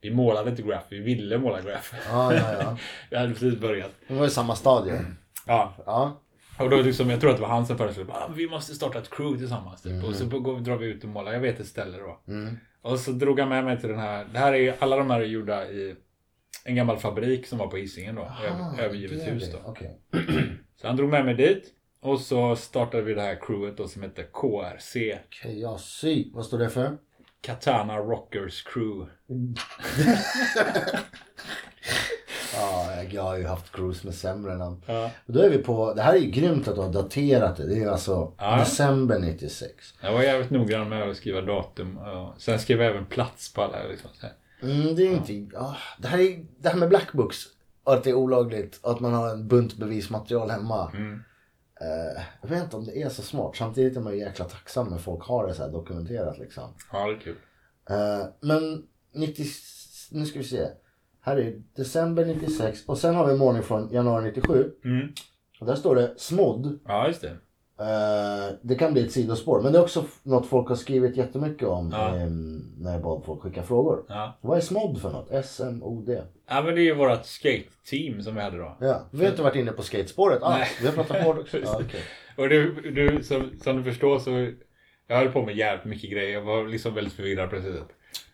S1: Vi målade inte graph, vi ville måla graph.
S2: Ja, ja, ja.
S1: (laughs) vi hade precis börjat.
S2: Det var i samma stadie.
S1: Ja,
S2: Ja.
S1: och då liksom, jag tror att det var han som föreslog ah, vi måste starta ett crew tillsammans. Typ. Och så
S2: Mm.
S1: går, vi- drar vi ut och målar, jag vet ett ställe då. Och så drog han med mig till den här, det här är ju, alla de här är gjorda i en gammal fabrik som var på Hisingen då.
S2: Ah,
S1: Över, övergivet
S2: det är
S1: hus
S2: det.
S1: då.
S2: Okej.
S1: Så han drog med mig dit. Och så startade vi det här crewet då som hette KRC,
S2: Okej, ja, sy. Vad står det för?
S1: Katana Rockers Crew.
S2: Mm. Ja, jag- jag har ju haft cruise med sämre namn.
S1: Ja.
S2: Och Då är vi på, det här är ju grymt att du har daterat det. Det är alltså
S1: Ja.
S2: december 96.
S1: Jag var jävligt noggrann med att skriva datum. ja. Sen skrev jag även plats på alla. Liksom. så här.
S2: Mm, det är inte, ja. det, här är, det här med blackbooks och att det är olagligt och att man har en bunt bevismaterial hemma.
S1: Mm.
S2: Eh, jag vet inte om det är så smart. Samtidigt är man ju jäkla tacksam när folk har det så här dokumenterat liksom.
S1: Ja, det är kul.
S2: Eh, men 90, nu ska vi se. Här är december 96 och sen har vi en målning från januari 97.
S1: Mm.
S2: Och där står det smådd.
S1: Ja, just det.
S2: Eh, det kan bli ett sidospår, men det är också f- något folk har skrivit jättemycket om
S1: Ja.
S2: eh, när jag bad folk skicka frågor.
S1: Ja.
S2: Vad är smodd för något? S-M-O-D.
S1: ja, men det är ju vårt skate-team som vi hade då.
S2: Ja. Vi har inte varit inne på skatespåret alls.
S1: Nej.
S2: Vi har pratat
S1: (laughs)
S2: hårt också. Ja, okej.
S1: Och du, du som, som du förstår så jag höll på med jävligt mycket grejer. Jag var liksom väldigt förvirrad precis.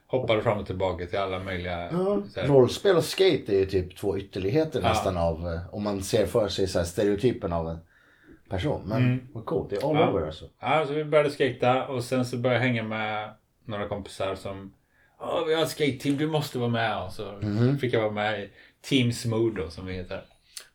S1: Hoppade fram och tillbaka till alla möjliga... så här-
S2: Rollspel och skate är ju typ två ytterligheter
S1: Ja.
S2: nästan av, eh, om man ser för sig så här stereotypen av en person. Men vad coolt, det är all
S1: Mm. Ja.
S2: over alltså.
S1: Ja, så vi började skata och sen så började jag hänga med några kompisar som Ja, vi har
S2: Mhm.
S1: ett skate-team, du måste vara med. Och så fick jag vara med i Team Smooth då, som vi heter.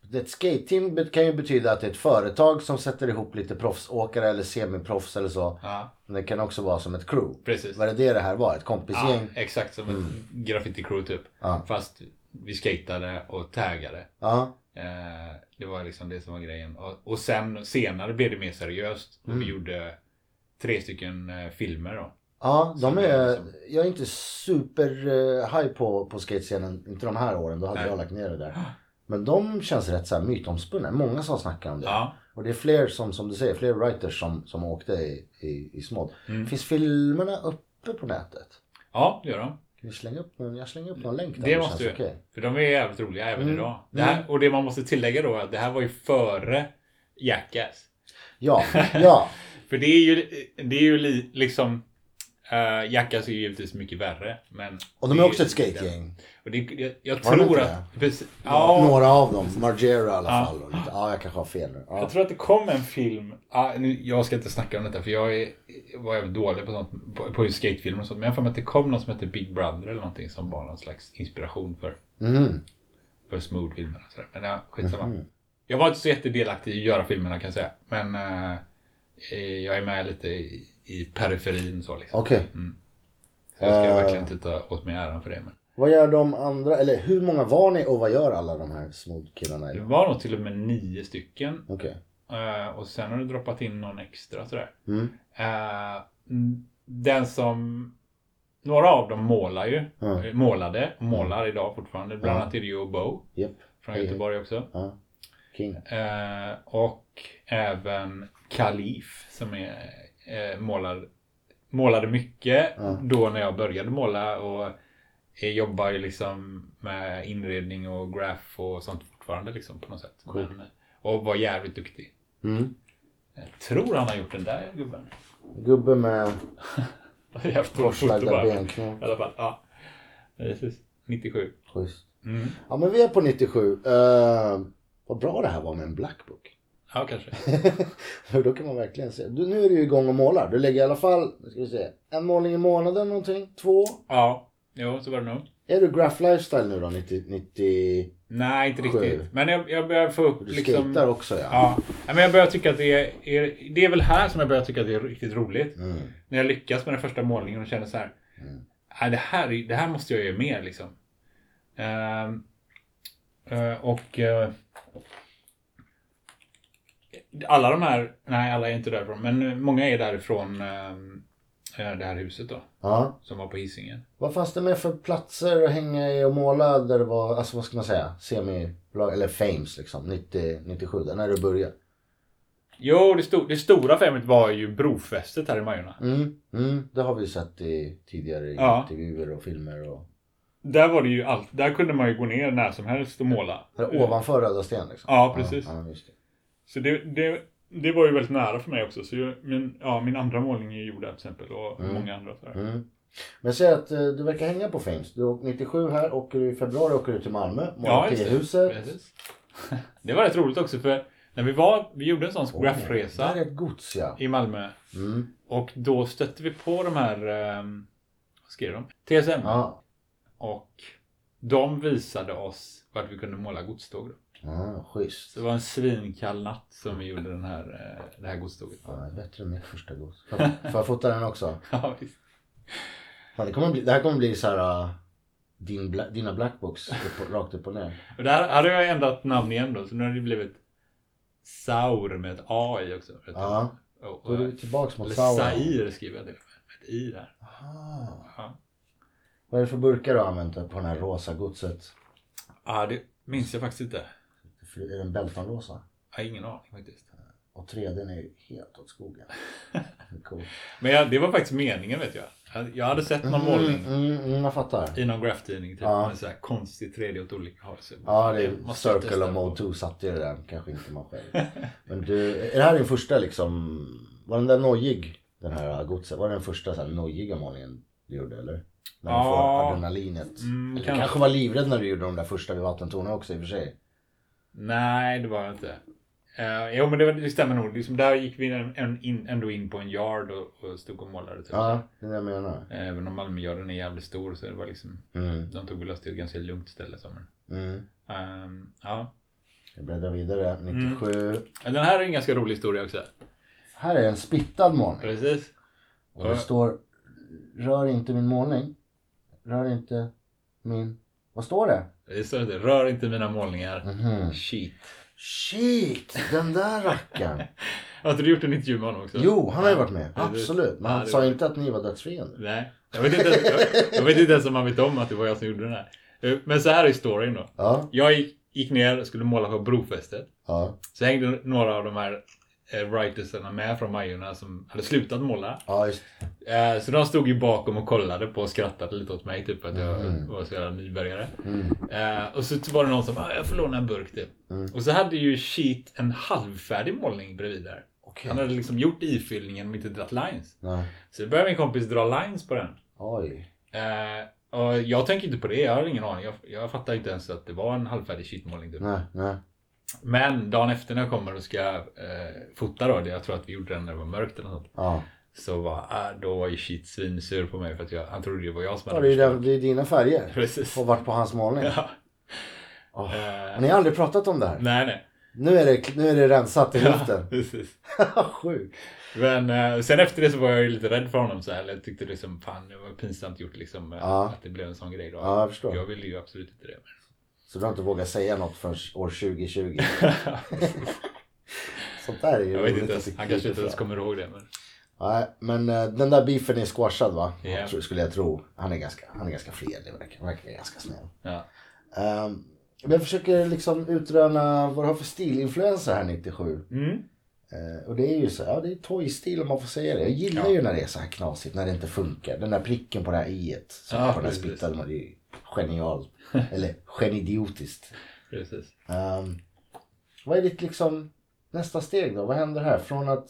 S2: Det är Ett skate-team bet- kan ju betyda att det är ett företag som sätter ihop lite proffsåkare eller semiproffs eller så.
S1: Ja,
S2: Men det kan också vara som ett crew.
S1: Precis.
S2: Var det det det här var? Ett kompisgäng?
S1: ja, exakt som ett graffiti-crew typ.
S2: Ja.
S1: Fast vi skatade och taggade.
S2: Ja.
S1: Eh, det var liksom det som var grejen. Och, och sen senare blev det mer seriöst. Och
S2: Mm.
S1: vi gjorde tre stycken eh, filmer då.
S2: Ja, de
S1: Som
S2: är,
S1: är liksom- som-
S2: jag är inte super eh, high på, på skatescenen, inte de här åren, då hade
S1: Nej.
S2: jag lagt ner det där. Men de känns rätt så här mytomspunna, många som snackar om det.
S1: Ja.
S2: Och det är fler som, som du säger, fler writers som, som åkte i, i, i smått.
S1: Mm.
S2: Finns filmerna uppe på nätet?
S1: Ja, det gör de.
S2: Kan vi slänga upp någon, jag slänger upp någon länk där
S1: Det
S2: om
S1: måste
S2: känns
S1: du.
S2: okej. Mm.
S1: För de är jävligt roliga även idag. Det här, och det man måste tillägga då är att det här var ju före Jackass.
S2: Ja, ja.
S1: För det är ju, det är ju li, liksom... Uh, Jackass är ju givetvis mycket värre. Men
S2: Och de
S1: det
S2: är också
S1: ju-
S2: ett skategäng.
S1: Och det, jag jag
S2: Var de
S1: tror
S2: inte
S1: att... Precis, ja,
S2: Några av dem, Margera i alla fall. Och lite, ja, jag kanske har fel nu. Ja.
S1: Jag tror att det kom en film. Ah, nu, jag ska inte snacka om detta för jag är, var jävligt dålig på, sånt, på, på skatefilmer och sånt. Men jag har för mig att det kom någon som hette Big Brother eller någonting som var någon slags inspiration för,
S2: Mm.
S1: för smooth-filmerna. och sådär. Men ja, skitsamma. Jag var inte så jättedelaktig i att göra filmerna kan jag säga. Men eh, eh, jag är med lite i, i periferin så liksom.
S2: Okej.
S1: Så jag ska
S2: Eh.
S1: verkligen inte ta åt mig äran för det. Men
S2: Vad gör de andra? Eller hur många var ni och vad gör alla de här smooth-killarna? i?
S1: det
S2: Okej.
S1: var nog till och med nio stycken Eh, och sen har du droppat in någon extra sådär.
S2: Mm.
S1: Eh, n- den som... Några av dem målar ju.
S2: Mm.
S1: Eh, Målade och målar idag fortfarande. Bland annat är det ju Bo
S2: Japp.
S1: från
S2: Mm. Hej, hej.
S1: Göteborg också.
S2: Ja. King.
S1: Eh, och även Kalif som är eh, målad, målade mycket då när jag började måla och eh, jobbar ju liksom med inredning och graf och sånt fortfarande liksom på något sätt. Men, och var jävligt duktig.
S2: Mm.
S1: Jag tror han har gjort den där gubben. (laughs)
S2: Gubbe med
S1: Jag får foto
S2: korslagda
S1: bara.
S2: benknop.
S1: I alla fall, ja. Precis. 97.
S2: Schysst.
S1: Mm.
S2: Ja men vi är på 97. Uh, vad bra det här var med en black book. (laughs)
S1: Ja, kanske.
S2: För då kan man verkligen se. Du, nu är du ju igång och målar. Du lägger i alla fall, nu ska vi se, en målning i månaden någonting? Två?
S1: Ja, jo, så var det nog.
S2: Är du Graph Lifestyle nu då? 90, 90...
S1: Nej, inte
S2: Sju.
S1: riktigt. Men jag, jag börjar få upp
S2: Du
S1: liksom...
S2: skejtar också ja.
S1: Ja, Nej, men jag börjar tycka att det är, är... Det är väl här som jag börjar tycka att det är riktigt roligt.
S2: Mm.
S1: När jag lyckas med den första målningen och känner så här. "Nej, Det, här är- det här måste jag göra mer liksom. Ehm, eh, och... eh, alla de här... Nej, alla är inte därifrån. Men eh, många är därifrån ehm, eh, det här huset då.
S2: ja.
S1: Som var på Hisingen.
S2: Vad fanns det med för platser att hänga i och måla där det var, alltså vad ska man säga, semi eller fames liksom, 90, 97, där när du började?
S1: Jo, det, sto- det stora femmet var ju brofästet här i Majorna.
S2: Mm, mm, det har vi ju sett i tidigare
S1: Ja.
S2: intervjuer och filmer och
S1: Där var det ju allt. Där kunde man ju gå ner när som helst och måla.
S2: eller, ovanför Röda Sten liksom.
S1: Ja, precis.
S2: Ja, just det.
S1: Så det, det, det var ju väldigt nära för mig också. Så jag, min, ja, min andra målning är gjord där till exempel och
S2: Mm.
S1: många andra. Så här.
S2: Men säg att eh, du verkar hänga på fames. Du åker 97 här, åker du i februari åker du till Malmö, målar
S1: Ja, just det.
S2: P-huset.
S1: Precis. (laughs) Det var rätt roligt också för när vi var, vi gjorde en sån
S2: Åh,
S1: graffresa
S2: Där är ett gods ja.
S1: i Malmö.
S2: Mm.
S1: Och då stötte vi på de här, ehm, vad skrev de? TSM.
S2: Ja.
S1: Och de visade oss vart vi kunde måla godståg. Då.
S2: Ja, schysst.
S1: Så det var en svinkall natt som vi gjorde den här, eh, det här godståget. (laughs)
S2: Ja, det är bättre än mitt första gods. Får jag- Får jag fota den också?
S1: Ja, visst.
S2: Fan, det, kommer bli, det här kommer bli så här... äh, Din, bla- dina blackbox upp och- rakt upp och ner.
S1: Och där hade jag ändrat namn igen då, så nu har det blivit Saur med ett A i också. vet du.
S2: Ja.
S1: Och,
S2: Då
S1: och,
S2: är du tillbaks mot
S1: eller
S2: Sauron.
S1: Sair skriver jag det med, med ett I där.
S2: Ah.
S1: Ja.
S2: Vad är det för burkar du har använt på den här rosa godset?
S1: Ja, det minns jag faktiskt inte.
S2: För Är den Beltan-rosa?
S1: Jag har ingen aning faktiskt.
S2: Och 3D är ju helt åt skogen. Cool.
S1: Men jag, det var faktiskt meningen vet jag. Jag- Jag hade sett någon målning
S2: Mm, mm, jag fattar.
S1: i någon graphtidning typ,
S2: Ja.
S1: med så här konstig 3D åt olika håll. Så
S2: Ja, det
S1: jag
S2: är
S1: måste testa
S2: Circle
S1: på.
S2: of Mode 2 satte ju det där. Kanske inte man själv. Men du, är det här din första liksom... Var den där nojig? Den här godset. Var det den första så här nojiga målningen du gjorde eller? När du
S1: Ja.
S2: får adrenalinet.
S1: Mm,
S2: eller du
S1: kanske.
S2: kanske var livrädd när du gjorde de där första vid vattentornen också i och för sig.
S1: Nej, det var jag inte. Uh, jo, men det, var- det stämmer nog. Liksom, där gick vi en, en, in, ändå in på en yard och, och stod och målade. Typ.
S2: Ja, det är det jag menar.
S1: Även om Malmöjorden är jävligt stor så det var liksom,
S2: Mm.
S1: de tog väl oss till ett ganska lugnt ställe. Som,
S2: Mm.
S1: um, ja.
S2: Jag bläddrar vidare.
S1: Mm.
S2: 97.
S1: Den här är en ganska rolig historia också.
S2: Här är en splittad målning.
S1: Precis.
S2: Och det står Rör inte min målning. Rör inte min... Vad står det?
S1: Det står inte rör inte mina målningar.
S2: Mhm.
S1: Shit.
S2: Shit! Den där
S1: (laughs)
S2: rackaren.
S1: Har inte du gjort en intervju med honom också?
S2: Jo, han har ju varit med.
S1: Ja, det-
S2: Absolut. Men
S1: ja,
S2: han
S1: det
S2: sa
S1: var-
S2: ju inte att ni var dödsfiender.
S1: Nej. Jag vet, inte, ens- jag, jag vet inte ens om han vet om att det var jag som gjorde den här. Eh, Men så här är storyn då.
S2: Ja,
S1: Jag gick, gick ner och skulle måla på brofästet.
S2: ja,
S1: Så hängde några av de här eh, writersarna med från Majorna som hade slutat måla.
S2: ja just
S1: Eh, Så de stod ju bakom och kollade på och skrattade lite åt mig, typ att jag
S2: Mm.
S1: var så jävla nybörjare. Eh, Och så var det någon som ah, jag får låna en burk typ.
S2: Mm.
S1: Och så hade ju Sheet en halvfärdig målning bredvid där.
S2: Okej.
S1: Han hade liksom gjort ifyllningen men inte dratt lines.
S2: Nej.
S1: Så började min kompis dra lines på den.
S2: Oj.
S1: Eh, Och jag tänker inte på det, jag har ingen aning. Jag, jag fattar inte ens att det var en halvfärdig sheetmålning. Typ.
S2: Nej, nej.
S1: Men dagen efter när jag kommer och ska eh, fota då, det- jag tror att vi gjorde den när det var mörkt eller något.
S2: Ja.
S1: Så var, äh, då var ju Sheet svinsur på mig för att jag, han trodde det var jag som
S2: ja
S1: hade
S2: det, är,
S1: förstört.
S2: den- det är dina färger.
S1: Precis.
S2: Och varit på hans målning.
S1: Ja.
S2: Åh.
S1: Eh,
S2: Ni har aldrig pratat om det här.
S1: nej, nej.
S2: Nu är det, nu är det rensat i
S1: Ja, (laughs)
S2: luften. (laughs)
S1: precis.
S2: Sjukt.
S1: Men eh, sen efter det så var jag ju lite rädd för honom så här. eller Jag tyckte liksom fan det var pinsamt gjort liksom eh,
S2: Ja.
S1: att det blev en sån grej då.
S2: Ja, jag förstår.
S1: Jag ville ju absolut inte
S2: (laughs)
S1: det. men-
S2: Så du har inte vågat säga något förrän år 2020.
S1: (laughs)
S2: Sånt där är ju
S1: Jag vet
S2: roligt
S1: inte
S2: att
S1: ens,
S2: det
S1: han kanske inte
S2: kryper
S1: ens
S2: fram.
S1: kommer ihåg det. Men...
S2: Nej, men eh, den där beefen är squashad va?
S1: Ja.
S2: Jag tror- Skulle jag tro. Han är ganska, han är ganska fredlig, verkar, han verkar ganska snäll.
S1: Ja.
S2: Um, men jag försöker liksom utröna vad du har för stilinfluenser här 97.
S1: Mm.
S2: Eh, och det är ju så, ja det är toy-stil om man får säga det. Jag gillar
S1: Ja.
S2: ju när det är så här knasigt, när det inte funkar. Den där pricken på det här i-et, som
S1: Ja,
S2: på den här
S1: precis.
S2: splittade, man, det är ju genialt.
S1: (laughs)
S2: Eller genidiotiskt.
S1: Precis.
S2: Ehm, vad är ditt liksom nästa steg då? Vad händer här? Från att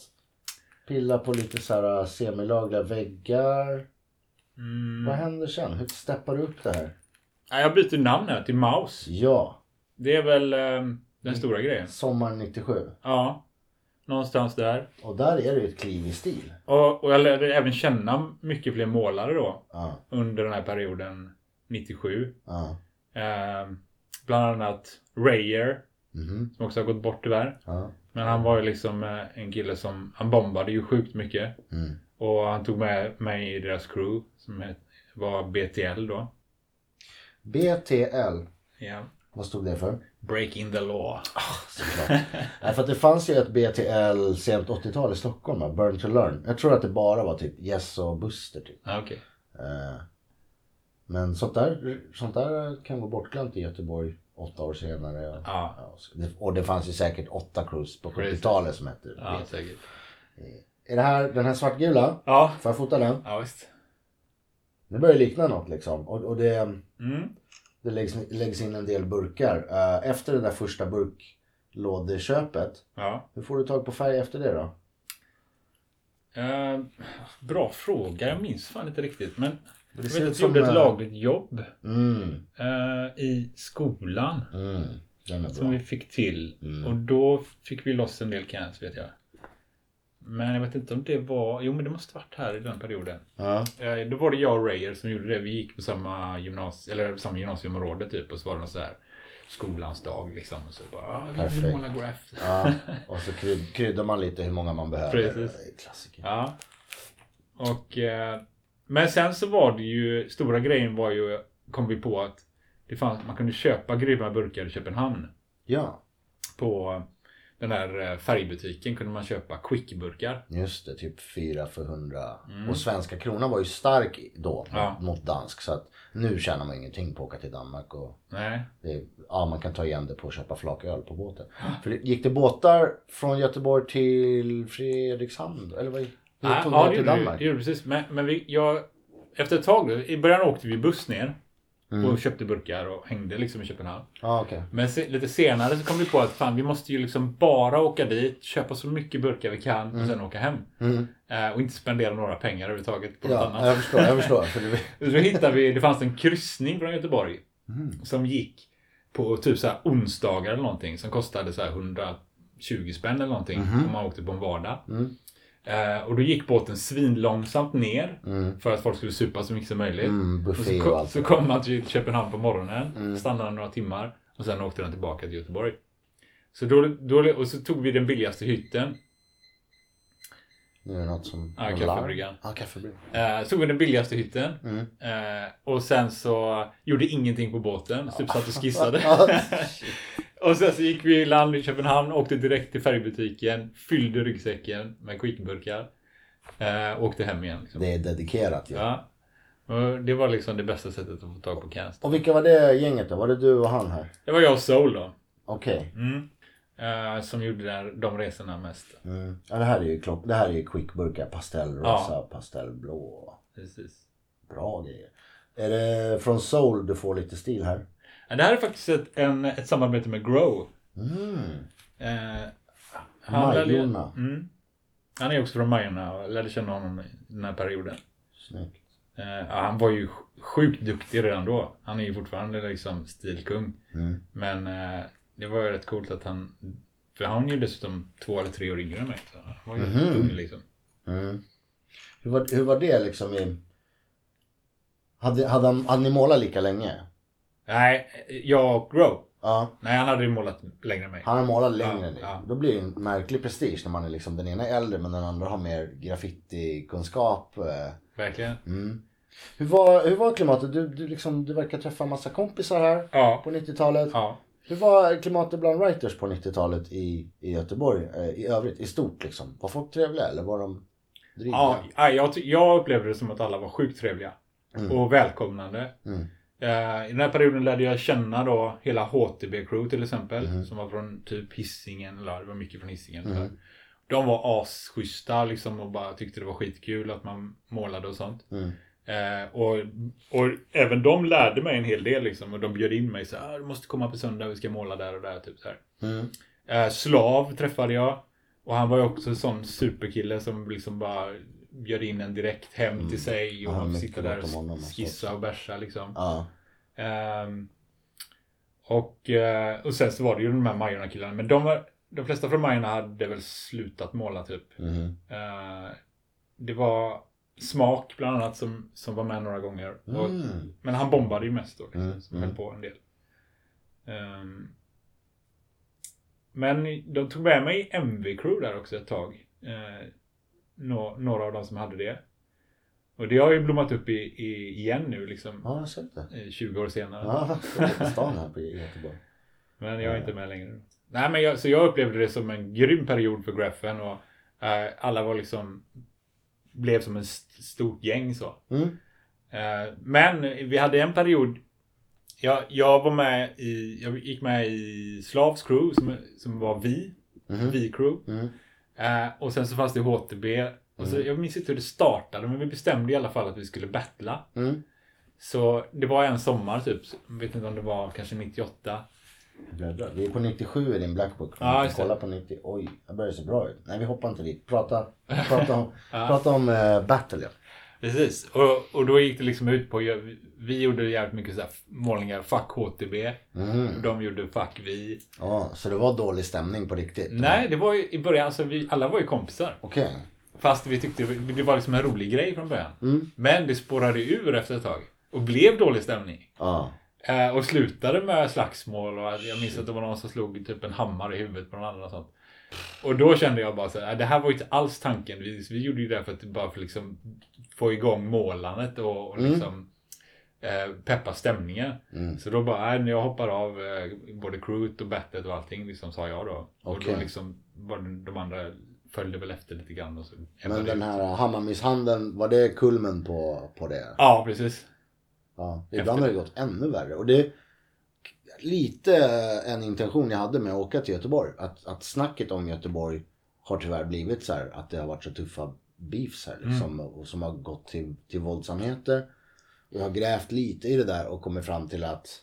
S2: pilla på lite så här äh, semilagliga väggar. Vad händer sen? Hur steppar du upp det här?
S1: Ja, jag byter namn här till Mouse.
S2: Ja, Mm.
S1: Det är väl eh, den stora grejen.
S2: sommar 97.
S1: Ja, någonstans där.
S2: Och där är det ju ett kliv i stil.
S1: Och, och jag lärde även känna mycket fler målare då
S2: Ja,
S1: under den här perioden 97.
S2: ja.
S1: Eh, bland annat Rayer
S2: Mhm,
S1: som också har gått bort tyvärr.
S2: ja.
S1: Men han var ju liksom eh, en kille som, han bombade ju sjukt mycket.
S2: Mm.
S1: Och han tog med mig i deras crew som het- var BTL då.
S2: BTL.
S1: Ja.
S2: Vad stod det för?
S1: Breaking the law.
S2: Såklart. Nej, för att det fanns ju ett BTL sent 80-tal i Stockholm, va? Burn to Learn. Jag tror att det bara var typ Yes och Buster typ.
S1: Ah, Okej.
S2: Eh, Men sånt där, sånt där kan gå bortglömt i Göteborg åtta år senare. Och,
S1: Ja.
S2: så- det- och det fanns ju säkert åtta crews på
S1: Precis.
S2: 70-talet som hette
S1: Ja,
S2: det.
S1: säkert.
S2: Är det här den här svartgula?
S1: Ja.
S2: Får jag fota den?
S1: Ja, visst.
S2: Det börjar likna något liksom. Och, och det,
S1: Mm.
S2: det läggs, läggs in en del burkar. Eh, Efter det där första burklådeköpet.
S1: Ja.
S2: Hur får du tag på färg efter det då?
S1: Eh, bra fråga. Jag minns fan inte riktigt. Men jag
S2: ser
S1: vet
S2: ut
S1: att
S2: som,
S1: jag gjorde
S2: eh,
S1: ett lagligt jobb
S2: Mm,
S1: eh, i skolan.
S2: mm. Den är
S1: Som vi
S2: bra.
S1: fick till.
S2: Mm.
S1: Och då fick vi loss en del cans vet jag. Men jag vet inte om det var... Jo men det måste varit här i den perioden.
S2: Ja,
S1: Eh, Då var det jag och Rayer som gjorde det. Vi gick på samma, gymnasie, eller samma gymnasieområde typ. Och så var det någon så här skolans dag liksom. Och så bara, ah, vi vill
S2: Perfekt.
S1: måla graff.
S2: ja. Och så kryd, kryddar man lite hur många man behöver.
S1: Precis.
S2: Det är
S1: (laughs)
S2: Klassiker.
S1: Ja. Och, eh, men sen så var det ju, stora grejen var ju, kom vi på att det fanns, man kunde köpa grymma burkar i Köpenhamn.
S2: Ja.
S1: På den här eh, färgbutiken kunde man köpa quickburkar.
S2: Just det, typ 4 för 100. Och svenska kronan var ju stark då
S1: Mm. Ja.
S2: mot dansk. Så att nu tjänar man ingenting på att åka till Danmark. Och
S1: Nej.
S2: det är, ja, man kan ta igen det på att köpa flaköl
S1: (gasps)
S2: på båten. För det, gick det båtar från Göteborg till Fredrikshamn? Eller vad hur
S1: Nej,
S2: tog
S1: Äh, Ah, ja, det
S2: ni till
S1: gjorde, vi-
S2: Danmark?
S1: det gjorde vi precis. Men, men vi, jag, efter ett tag, i början åkte vi buss ner.
S2: Mm.
S1: Och köpte burkar och hängde liksom i Köpenhamn.
S2: Ja, okej.
S1: Men se, lite senare så kom vi på att fan, vi måste ju liksom bara åka dit, köpa så mycket burkar vi kan
S2: Mm.
S1: och sen åka hem. Eh, och inte spendera några pengar överhuvudtaget på något
S2: Ja,
S1: annat.
S2: jag förstår, jag
S1: (laughs)
S2: förstår. För det, Mm.
S1: Så hittade vi, det fanns en kryssning från Göteborg som gick på typ så här onsdagar eller någonting som kostade så här 120 spänn eller någonting
S2: Mhm.
S1: om man åkte på en vardag.
S2: Mm,
S1: Eh, och då gick båten svinlångsamt ner för att folk skulle supa så mycket som möjligt.
S2: mm,
S1: Och så,
S2: buffé och
S1: kom,
S2: allt. Mm.
S1: så kom man till Köpenhamn på morgonen, stannade några timmar och sen åkte den tillbaka till Göteborg. Så då, då, och så tog vi den billigaste hytten.
S2: Nu är det något som...
S1: Ja, kaffebryggan.
S2: Ja, kaffebryggan.
S1: Eh, så tog vi den billigaste hytten.
S2: Mm.
S1: Eh, och sen så gjorde ingenting på båten. Typ satt och skissade.
S2: (laughs) Ja,
S1: (laughs) och sen så gick vi i land i Köpenhamn. Åkte direkt till färgbutiken. Fyllde ryggsäcken med quickburkar. Eh, och åkte hem igen. Liksom.
S2: det är dedikerat ju.
S1: Ja. Och det var liksom det bästa sättet att få tag på Canst.
S2: Och vilka var det gänget då? Var det du och han här?
S1: Det var jag och Soul då.
S2: Okej.
S1: Mm. Eh, som gjorde där, de resorna mest.
S2: Mm. Ja, det här är ju klock... Det här är ju quickburkar. Pastellrosa, pastellblå.
S1: Precis.
S2: Bra grejer. Är det från Soul du får lite stil här?
S1: Ja, Eh, Det här är faktiskt ett, en, ett samarbete med Grow.
S2: Mm.
S1: Eh, han, lärde,
S2: Majorna.
S1: mm, han är också från Majorna och lärde känna honom i den här perioden.
S2: Snyggt.
S1: Eh, ja, han var ju sj- sjukt duktig redan då. Han är ju fortfarande liksom stilkung.
S2: Mm.
S1: Men eh, det var ju rätt coolt att han... För han är ju dessutom två eller tre år yngre än mig. Så han var ju
S2: Mhm.
S1: ung liksom.
S2: Mm. Hur, var, hur var det liksom i... Hade, hade, han, hade ni målat lika länge?
S1: Nej, jag och Grow.
S2: Ja.
S1: Nej, han hade ju målat längre än mig.
S2: Han har målat längre
S1: Ja,
S2: än dig.
S1: ja.
S2: Då blir det en märklig prestige när man är liksom den ena är äldre men den andra har mer graffitikunskap. eh.
S1: Verkligen.
S2: Mm. Hur, var, hur var klimatet? Du, du, liksom, du verkar träffa en massa kompisar här
S1: Ja.
S2: på 90-talet.
S1: Ja.
S2: Hur var klimatet bland writers på 90-talet i, i Göteborg eh, i övrigt? I stort liksom. Var folk trevliga eller var de dryga?
S1: Ja, nej, jag, ty- jag upplevde det som att alla var sjukt trevliga. Och välkomnande.
S2: Mm.
S1: Eh, I den här perioden lärde jag känna då hela HTB-crew till exempel. Som var från typ Hisingen. Eller det var mycket från Hisingen. tror jag. De var asschyssta liksom och bara tyckte det var skitkul att man målade och sånt.
S2: Mm.
S1: Eh, och, och även de lärde mig en hel del liksom. Och de bjöd in mig så här. Du måste komma på söndag, vi ska måla där och där. Typ så här.
S2: Mm.
S1: Eh, Slav träffade jag. Och han var ju också en sån superkille som liksom bara bjöd in en direkt hem till sig. Och
S2: Mm. Ja,
S1: han
S2: mycket
S1: sitta där
S2: gott om honom,
S1: och
S2: alltså.
S1: skissa och bärsa liksom.
S2: Ja.
S1: Ehm, och, eh, och sen så var det ju de här Majorna-killarna. Men de, var, de flesta från Majorna hade väl slutat måla typ.
S2: Mhm.
S1: Eh, det var Smak bland annat som, som var med några gånger. Och,
S2: Mm.
S1: men han bombade ju mest då. Liksom,
S2: Mm,
S1: som höll på en del. Ehm, men de tog med mig i MV-crew där också ett tag. Eh, nå, några av de som hade det. Och det har ju blommat upp i, i, igen nu liksom.
S2: Ja, jag har sett det.
S1: eh, 20 år senare.
S2: Ja, (laughs) jag är på stan här på i Göteborg.
S1: Men jag är inte med längre. Nej, men jag, så jag upplevde det som en grym period för Graffen och eh, alla var liksom blev som en st- stort gäng så.
S2: Mm.
S1: Eh, men vi hade en period. Jag, jag var med i, jag gick med i Slavs crew som, som var vi, vi crew.
S2: Mm.
S1: Eh, och sen så fanns det HTB. Och så, jag minns inte hur det startade men vi bestämde i alla fall att vi skulle battla.
S2: Mm.
S1: Så det var en sommar typ, jag vet inte om det var kanske 98.
S2: Bläddra. Vi är på 97 i din blackbook.
S1: Ja,
S2: Ja,
S1: just det.
S2: kolla på 90. Oj, det börjar se bra ut. Nej, vi hoppar inte dit. Prata,
S1: (laughs)
S2: prata om, prata om eh, battle. Ja.
S1: Precis, och, och då gick det liksom ut på, jag- vi gjorde jävligt mycket så här målningar, fuck HTB. De gjorde fuck vi.
S2: Ja, så det var dålig stämning på riktigt?
S1: Nej, det var ju i början, så vi alla var ju kompisar.
S2: Okej.
S1: Fast vi tyckte det var liksom en rolig grej från början. Men det spårade ur efter ett tag. Och blev dålig stämning.
S2: Ja.
S1: Eh, och slutade med slagsmål och att jag minns att det var någon som slog typ en hammare i huvudet på någon annan och sånt. Och då kände jag bara så här, "Nej, det här var ju inte alls tanken. Vi, vi gjorde ju det här för att bara för liksom få igång målandet och,
S2: Mm.
S1: och liksom eh, peppa stämningen. Så då bara, nej, jag hoppar av eh, både crewet och bettet och allting, liksom sa jag då. Och
S2: Okej.
S1: då liksom var det, de andra följde väl efter lite grann och så ebbade
S2: Men den
S1: ut.
S2: här Hammarmisshandeln, var det kulmen på, på det?
S1: Ja, precis.
S2: Ja. Ibland har det gått ännu värre. Och det är lite eh, en intention jag hade med att åka till Göteborg. Att, att snacket om Göteborg har tyvärr blivit så här att det har varit så tuffa beefs här
S1: Mm.
S2: liksom. Och som har gått till, till våldsamheter. Och jag har grävt lite i det där och kommit fram till att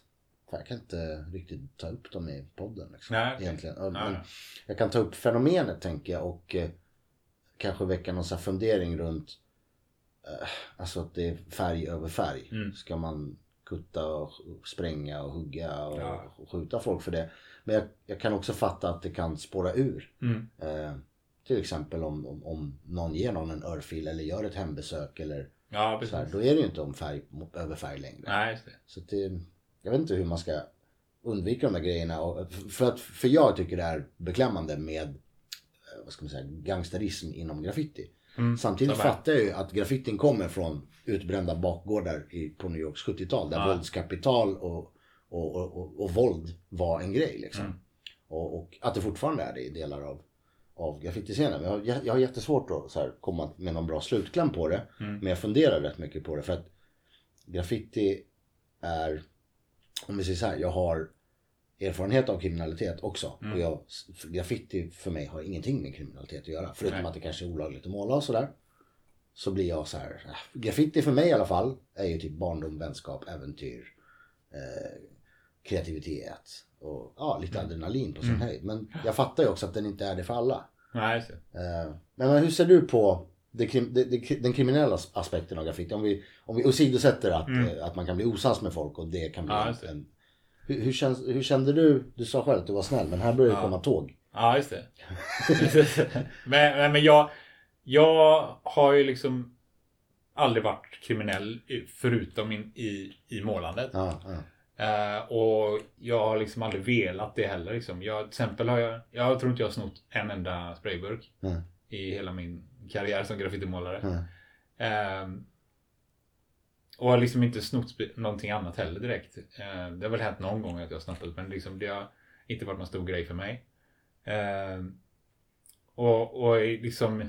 S2: fan, jag kan inte riktigt ta upp dem i podden. Liksom,
S1: Nej, okej.
S2: egentligen. Ja,
S1: Ja,
S2: men
S1: ja.
S2: Jag kan ta upp fenomenet tänker jag och eh, kanske väcka någon sån här fundering runt eh, Alltså att det är färg över färg.
S1: Mm.
S2: Ska man kutta och sk- spränga och hugga och,
S1: Ja.
S2: och skjuta folk för det? Men jag, jag kan också fatta att det kan spåra ur.
S1: Mm.
S2: Eh, till exempel om, om, om någon ger någon en örfil eller gör ett hembesök eller
S1: Ja,
S2: så här,
S1: precis.
S2: Då är det ju inte om färg mot- över färg längre.
S1: Nej, just det.
S2: Så att det, jag vet inte hur man ska undvika de där grejerna. Och, för, att, för jag tycker det är beklämmande med eh, vad ska man säga, gangsterism inom graffiti.
S1: Mm.
S2: Samtidigt
S1: samma här.
S2: fattar jag ju att graffitin kommer från utbrända bakgårdar i, på New Yorks 70-tal där våldskapital och, och, och, och, och våld var en grej. Liksom.
S1: Mm.
S2: Och, och att det fortfarande är det i delar av, av graffitiscenen. Men jag, jag har jättesvårt att så här, komma med någon bra slutkläm på det.
S1: Mm.
S2: Men jag funderar rätt mycket på det för att graffiti är, om vi säger så här, jag har erfarenhet av kriminalitet också. Och jag, för graffiti för mig har ingenting med kriminalitet att göra. Förutom att det kanske är olagligt att måla och sådär. Så blir jag så här, äh, graffiti för mig i alla fall är ju typ barndom, vänskap, äventyr, eh, kreativitet och ja, lite adrenalin på sin höjd. Men jag fattar ju också att den inte är det för alla.
S1: Nej, så.
S2: Eh, Men men hur ser du på det, krim, det, det, den kriminella as- aspekten av graffiti? Om vi, om vi åsidosätter att, eh, att man kan bli osams med folk och det kan bli
S1: Mm. Ja, just det.
S2: en... Hur, hur, känns, hur kände du? Du sa själv att du var snäll, men här börjar det komma tåg.
S1: Ja, just det. (laughs) men, men- men jag, jag har ju liksom aldrig varit kriminell i- förutom in, i, i målandet.
S2: Ja, ja.
S1: Eh, och jag har liksom aldrig velat det heller. Liksom. Jag, till exempel har jag, jag tror inte jag har snott en enda sprayburk
S2: Mm.
S1: i hela min karriär som graffitimålare.
S2: Mm.
S1: Ehm, och har liksom inte snott spe- någonting annat heller direkt. Ehm, det har väl hänt någon gång att jag har snattat men liksom det har inte varit någon stor grej för mig. Ehm, och, och i- liksom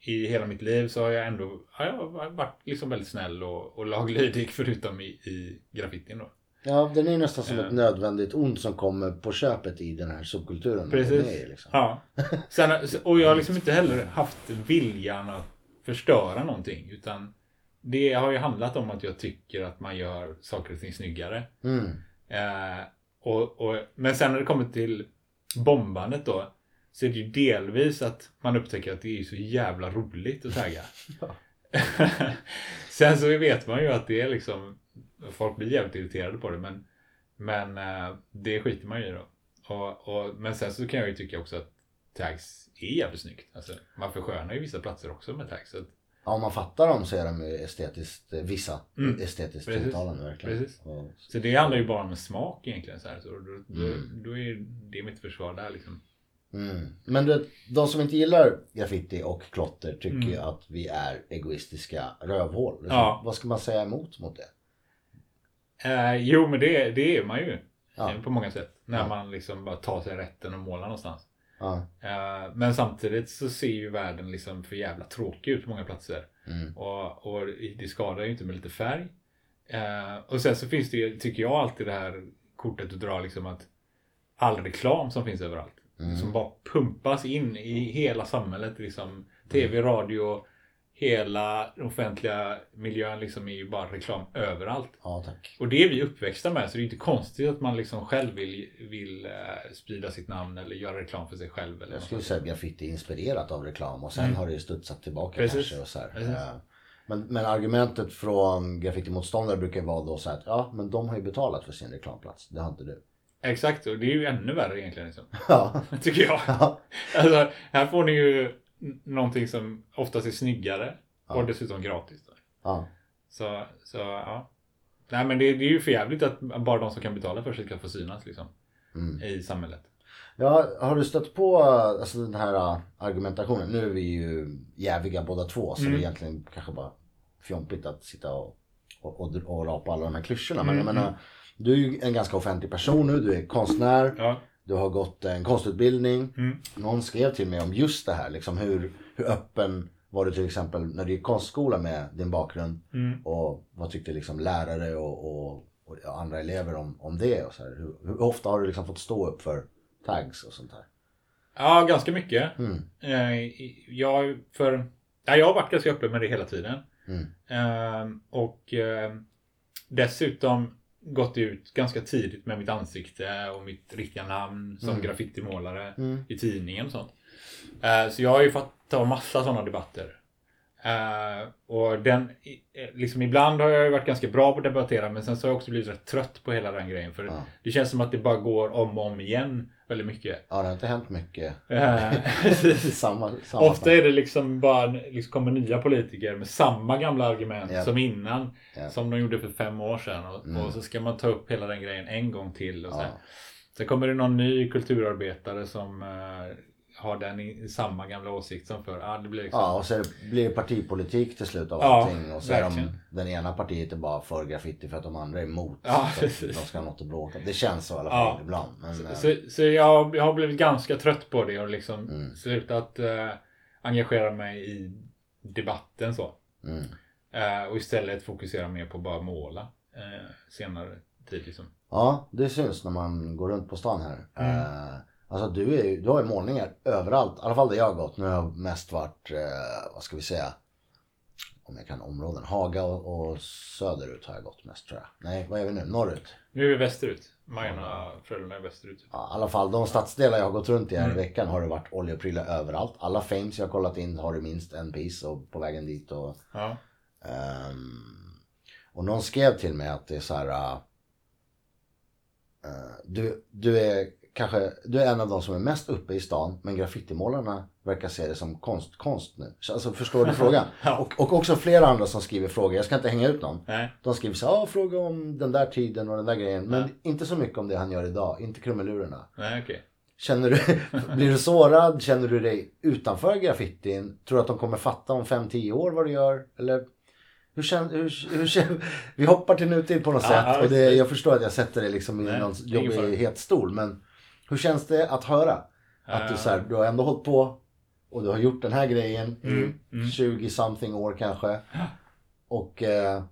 S1: i hela mitt liv så har jag ändå ja, jag har varit liksom väldigt snäll och, och laglydig (laughs) förutom i, i graffitin då.
S2: ja, den är ju nästan som
S1: Eh.
S2: ett nödvändigt ont som kommer på köpet i den här subkulturen. man är med i,
S1: Precis.
S2: liksom. (laughs)
S1: Ja. Sen, och jag har liksom inte heller haft viljan att förstöra någonting. Utan det har ju handlat om att jag tycker att man gör saker och ting snyggare.
S2: Mm.
S1: Eh, och, och, men sen när det kommer till bombandet då. Så är det ju delvis att man upptäcker att det är så jävla roligt att tagga. (laughs) sen så vet man ju att det är liksom. Folk blir jävligt irriterade på det men. Men eh, det skiter man ju i då. Och, och, men sen så kan jag ju tycka också att tags är jävligt snyggt. Alltså, man förskönar ju vissa platser också med tags. Så att,
S2: Ja, om man fattar dem så är de ju estetiskt, eh, vissa
S1: Mm.
S2: estetiskt
S1: Precis.
S2: tilltalande verkligen.
S1: Precis.
S2: Och,
S1: Så det handlar ju bara om smak egentligen. Så här. Så då, då, då är det mitt försvar där liksom.
S2: Mm. Men du, de som inte gillar graffiti och klotter tycker
S1: Mm.
S2: ju att vi är egoistiska rövhål. Liksom.
S1: Ja.
S2: Vad ska man säga emot mot det?
S1: Eh, jo, men det, det är man ju
S2: Ja.
S1: eh, på många sätt. När
S2: Ja.
S1: man liksom bara tar sig rätten och målar någonstans.
S2: Ja.
S1: Eh, men samtidigt så ser ju världen liksom för jävla tråkig ut på många platser.
S2: Mm.
S1: Och, och det skadar ju inte med lite färg. Eh, och sen så finns det ju, tycker jag, alltid det här kortet att dra liksom att all reklam som finns överallt.
S2: Mm.
S1: Som bara pumpas in i hela samhället. Liksom,
S2: Mm.
S1: Tv, radio, hela den offentliga miljön liksom är ju bara reklam överallt.
S2: ja, tack.
S1: Och det är vi uppväxta med, så det är inte konstigt att man liksom själv vill, vill eh, sprida sitt namn eller göra reklam för sig själv. Eller
S2: Jag
S1: något.
S2: skulle säga att graffiti är inspirerat av reklam och sen har det ju studsat tillbaka
S1: Mm. Precis.
S2: kanske. Och så här.
S1: Precis.
S2: Eh, Men, men argumentet från graffitimotståndare brukar vara då så här att ja, men de har ju betalat för sin reklamplats. Det har inte du. (laughs)
S1: Exakt, och det är ju ännu värre egentligen. Liksom, (laughs)
S2: Ja,
S1: tycker jag.
S2: Ja.
S1: Alltså, här får ni ju n- någonting som oftast är snyggare och dessutom gratis. Då.
S2: ja.
S1: Så, så ja. Nej men det, det är ju för jävligt att bara de som kan betala för sig ska få synas liksom.
S2: Mm.
S1: I samhället.
S2: Ja, har du stött på eh, alltså, den här eh, argumentationen? Nu är vi ju jäviga båda två så det är egentligen kanske bara fjompigt att sitta och, och, och, och rapa alla de här klyschorna. Men jag menar, du är ju en ganska offentlig person nu, du är konstnär,
S1: Ja.
S2: du har gått en konstutbildning.
S1: Mm.
S2: Någon skrev till mig om just det här, liksom hur, hur öppen var du till exempel när du gick konstskola med din bakgrund?
S1: Mm.
S2: Och vad tyckte liksom lärare och, och, och andra elever om, om det? Och så här? Hur, hur ofta har du liksom fått stå upp för tags och sånt där?
S1: Ja, ganska mycket.
S2: Mm.
S1: Eh, Jag, för, ja, jag har varit ganska öppen med det hela tiden.
S2: Mm.
S1: Ehm, och ehm, dessutom gått ut ganska tidigt med mitt ansikte och mitt riktiga namn
S2: Mm.
S1: som graffitimålare i tidningen och sånt. Eh, så jag har ju fått ta massa sådana debatter. Eh, och den, i- eh, liksom ibland har jag ju varit ganska bra på att debattera men sen så har jag också blivit rätt trött på hela den grejen. För
S2: Ja.
S1: det känns som att det bara går om och om igen. väldigt mycket.
S2: Ja, det har inte hänt mycket.
S1: Eh,
S2: (laughs) samma, samma
S1: Ofta är det liksom bara liksom kommer nya politiker med samma gamla argument
S2: Ja.
S1: som innan.
S2: Ja. Mm.
S1: Som de gjorde för fem år sedan. Och, och så ska man ta upp hela den grejen en gång till. Och så.
S2: Ja.
S1: Sen kommer det någon ny kulturarbetare som eh, har den i, samma gamla åsikt som förr. Ah, det blir liksom,
S2: Ja, och så är det- blir det partipolitik till slut av
S1: Ja,
S2: allting. Och så är de,
S1: verkligen.
S2: den ena partiet är bara för graffiti för att de andra är emot.
S1: Ja,
S2: så att de
S1: precis.
S2: ska ha något att bråka om. Det känns så i alla fall
S1: Ja.
S2: ibland. Men, eh, Mm.
S1: Så, så jag, jag har blivit ganska trött på det och liksom slutat eh, engagera mig i debatten så.
S2: mm.
S1: Eh, och istället fokusera mer på bara måla eh, senare tid liksom.
S2: Ja, det syns när man går runt på stan här.
S1: Mm.
S2: Eh, alltså du, är, ju- du har ju målningar överallt. I alla fall där jag har gått. Nu har jag mest varit, eh, vad ska vi säga, om jag kan områden. Haga och, och söderut har jag gått mest tror jag. Nej, vad är vi nu? Norrut?
S1: Nu är vi västerut. Majorna, Frölunda är västerut.
S2: Ja, I alla fall de stadsdelar jag har gått runt i här i veckan har det varit oljeprylar överallt. Alla fames jag har kollat in har det minst en piece och på vägen dit och...
S1: Ja.
S2: ehm, och någon skrev till mig att det är så här... ah, eh, du, du är kanske... Du är en av de som är mest uppe i stan men graffitimålarna verkar se det som konstkonst nu. Så, Alltså förstår du frågan? och, och också flera andra som skriver frågor. Jag ska inte hänga ut någon.
S1: Nej.
S2: De skriver så här, "Ah, fråga om den där tiden och den där grejen. Men inte så mycket om det han gör idag. Inte krumelurerna.
S1: Nej, okej.
S2: Känner du, (laughs) blir du sårad? Känner du dig utanför graffitin? Tror du att de kommer fatta om 5-10 år vad du gör? Eller hur känner, hur, hur känner, (laughs) vi hoppar till nutid på något
S1: Ja, ja,
S2: sätt. Och det,
S1: visst.
S2: jag förstår att jag sätter dig liksom i
S1: Nej,
S2: någon
S1: det är ingen fara.
S2: jobbig het stol. Men hur känns det att höra? Att du,
S1: Ja.
S2: så här, du har ändå hållit på och du har gjort den här grejen i
S1: Mm, mm.
S2: 20 something år kanske. Och eh,